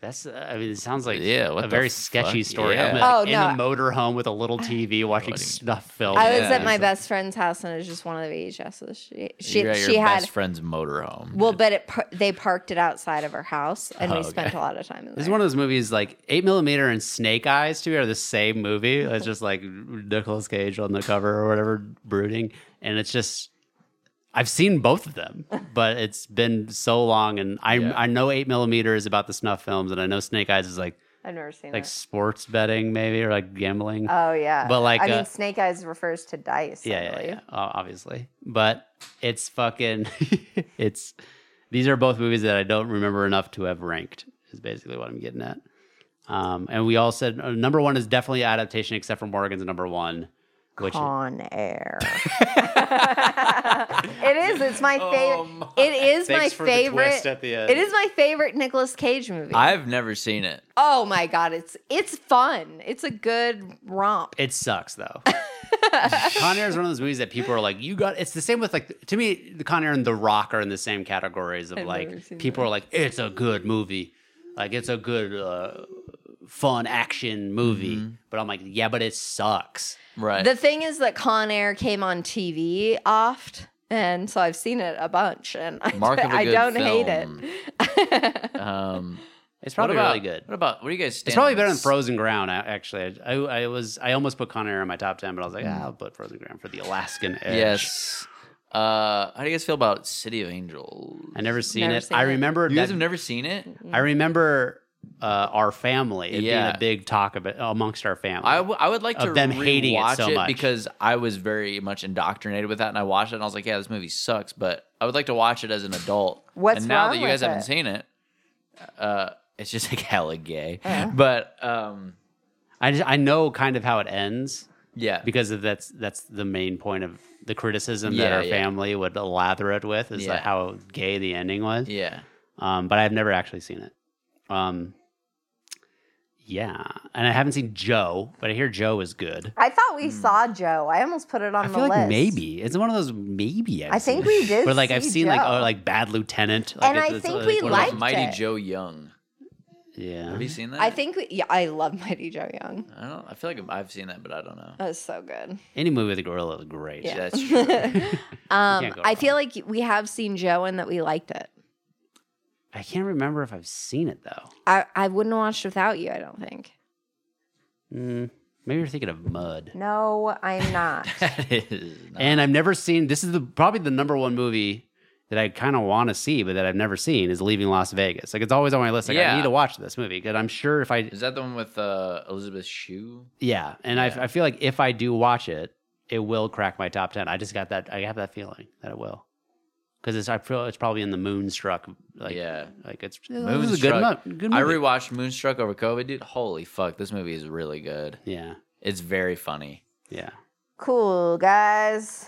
Speaker 2: that's. uh, I mean, it sounds like
Speaker 3: Yeah, what
Speaker 2: a
Speaker 3: the
Speaker 2: very
Speaker 3: fuck?
Speaker 2: sketchy story.
Speaker 3: Yeah.
Speaker 2: I'm
Speaker 4: Oh,
Speaker 2: like in
Speaker 4: no.
Speaker 2: a motor home with a little TV watching
Speaker 3: What do you-
Speaker 2: snuff films.
Speaker 4: I was
Speaker 3: Yeah.
Speaker 4: at my best friend's house and it was just one of the VHSs. She she,
Speaker 3: You're at your
Speaker 4: she had
Speaker 3: best friend's motorhome.
Speaker 4: well, but it par- they parked it outside of her house, and
Speaker 3: Oh,
Speaker 4: we
Speaker 3: okay.
Speaker 4: spent a lot of time. In
Speaker 2: This
Speaker 4: there.
Speaker 2: is one of those movies like Eight Millimeter and Snake Eyes to me are the same movie. It's just like Nicolas Cage on the cover or whatever, brooding, and it's just I've seen both of them, but it's been so long, and I
Speaker 3: Yeah.
Speaker 2: I know Eight Millimeter is about the snuff films, and I know Snake Eyes is like
Speaker 4: I've never seen
Speaker 2: like
Speaker 4: it.
Speaker 2: sports betting maybe or like gambling.
Speaker 4: Oh yeah,
Speaker 2: but like,
Speaker 4: I
Speaker 2: uh,
Speaker 4: mean, Snake Eyes refers to dice.
Speaker 2: yeah,
Speaker 4: I
Speaker 2: yeah,
Speaker 4: believe.
Speaker 2: yeah, o- obviously, but it's fucking it's these are both movies that I don't remember enough to have ranked. Is basically what I'm getting at. Um, and we all said uh, number one is definitely adaptation, except for Morgan's number one, which
Speaker 4: Con Air. it is. It's my favorite. it is my
Speaker 2: Oh, Thanks for the
Speaker 4: favorite.
Speaker 2: twist at the end.
Speaker 4: It is my favorite Nicolas Cage movie.
Speaker 3: I've never seen it.
Speaker 4: oh my god, it's it's fun. It's a good romp.
Speaker 2: it sucks though. Con Air is one of those movies that people are like, you got. It's the same with like to me, the Con Air and The Rock are in the same categories of
Speaker 4: I've never
Speaker 2: like
Speaker 4: seen
Speaker 2: people are like, it's a good movie, like it's a good uh, fun action movie,
Speaker 3: Mm-hmm.
Speaker 2: but I'm like, yeah, but it sucks.
Speaker 3: Right.
Speaker 4: The thing is that Con Air came on TV oft, and so I've seen it a bunch, and I,
Speaker 3: Mark of a
Speaker 4: I
Speaker 3: good
Speaker 4: don't
Speaker 3: film.
Speaker 4: hate it.
Speaker 3: um,
Speaker 2: It's probably
Speaker 3: what about,
Speaker 2: really good.
Speaker 3: What about what do you guys? Stand
Speaker 2: It's probably
Speaker 3: on
Speaker 2: better than
Speaker 3: s-
Speaker 2: Frozen Ground. I- Actually, I, I, I was I almost put Con Air in my top ten, but I was like, ah, I'll put Frozen Ground for the Alaskan edge.
Speaker 3: Yes. Uh, how do you guys feel about City of Angels?
Speaker 2: I never seen
Speaker 4: Never
Speaker 2: it.
Speaker 4: seen
Speaker 2: I
Speaker 4: it.
Speaker 2: remember
Speaker 3: You guys
Speaker 2: that-
Speaker 3: have never seen it?
Speaker 2: I remember uh, our family it being
Speaker 3: Mm. Yeah.
Speaker 2: a big talk of it amongst our family.
Speaker 3: I, w- I would like to
Speaker 2: Of them hating it
Speaker 3: rewatch
Speaker 2: so much.
Speaker 3: because I was very much indoctrinated with that, and I watched it and I was like, "Yeah, this movie sucks," but I would like to watch it as an adult.
Speaker 4: What's
Speaker 3: and now
Speaker 4: wrong
Speaker 3: that you
Speaker 4: with
Speaker 3: guys haven't
Speaker 4: it?
Speaker 3: seen it, uh, it's just like hella gay.
Speaker 4: Uh-huh.
Speaker 3: But um,
Speaker 2: I just, I know kind of how it ends
Speaker 3: yeah,
Speaker 2: because of that's that's the main point of the criticism that
Speaker 3: Yeah,
Speaker 2: our
Speaker 3: yeah.
Speaker 2: family would lather it with is
Speaker 3: Yeah.
Speaker 2: that how gay the ending was.
Speaker 3: yeah,
Speaker 2: um, but I've never actually seen it. Um, yeah, and I haven't seen Joe, but I hear Joe is good.
Speaker 4: I thought
Speaker 3: Hmm.
Speaker 4: we saw Joe. I almost put it on
Speaker 2: I
Speaker 4: the
Speaker 2: feel like
Speaker 4: list.
Speaker 2: maybe it's one of those maybe. I've
Speaker 4: I think
Speaker 2: seen.
Speaker 4: we did.
Speaker 2: But like I've
Speaker 4: see
Speaker 2: seen like
Speaker 4: Joe.
Speaker 2: oh like Bad Lieutenant. Like
Speaker 4: And I think we
Speaker 2: one of
Speaker 3: What about
Speaker 4: liked
Speaker 3: Mighty
Speaker 4: it.
Speaker 3: Joe Young?
Speaker 2: those- Yeah.
Speaker 3: Have you seen that?
Speaker 4: I think we, yeah, I love Mighty Joe Young.
Speaker 3: I don't. I feel like I've seen that, but I don't know.
Speaker 4: That was so good.
Speaker 2: Any movie with a gorilla is great.
Speaker 4: Yeah.
Speaker 3: That's true.
Speaker 4: Um,
Speaker 2: can't go
Speaker 4: I feel like we have seen Joe and that we liked it.
Speaker 2: I can't remember if I've seen it though.
Speaker 4: I, I wouldn't have watched without you, I don't think.
Speaker 2: Mm, maybe you're thinking of Mud.
Speaker 4: No, I'm not.
Speaker 3: that is. Not,
Speaker 2: And I've never seen. This is the probably the number one movie that I kind of want to see, but that I've never seen is Leaving Las Vegas. Like it's always on my list. Like I
Speaker 3: Yeah.
Speaker 2: need to watch this movie because I'm sure if I
Speaker 3: is that the one with uh, Elizabeth Shue?
Speaker 2: yeah, and
Speaker 3: Yeah.
Speaker 2: I, I feel like if I do watch it, it will crack my top ten. I just got that. I have that feeling that it will. Because it's, I feel it's probably in the Moonstruck, like
Speaker 3: Yeah.
Speaker 2: like it's Moonstruck. a good,
Speaker 3: Moonstruck.
Speaker 2: mo- good movie.
Speaker 3: I rewatched Moonstruck over COVID, dude. Holy fuck, this movie is really good.
Speaker 2: yeah,
Speaker 3: It's very funny.
Speaker 2: yeah.
Speaker 4: cool, guys.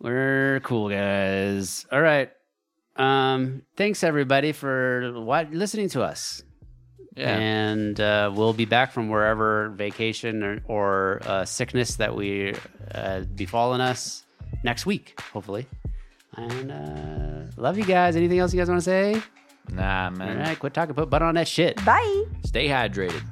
Speaker 2: We're cool guys. All right. Um, thanks everybody for wa- listening to us.
Speaker 3: Yeah.
Speaker 2: And uh, we'll be back from wherever vacation or, or uh, sickness that we uh, befallen us next week, hopefully. And uh, love you guys. Anything else you guys want to say?
Speaker 3: Nah,
Speaker 2: All
Speaker 3: man.
Speaker 2: right, quit talking. Put butt on that shit.
Speaker 4: Bye.
Speaker 3: Stay hydrated.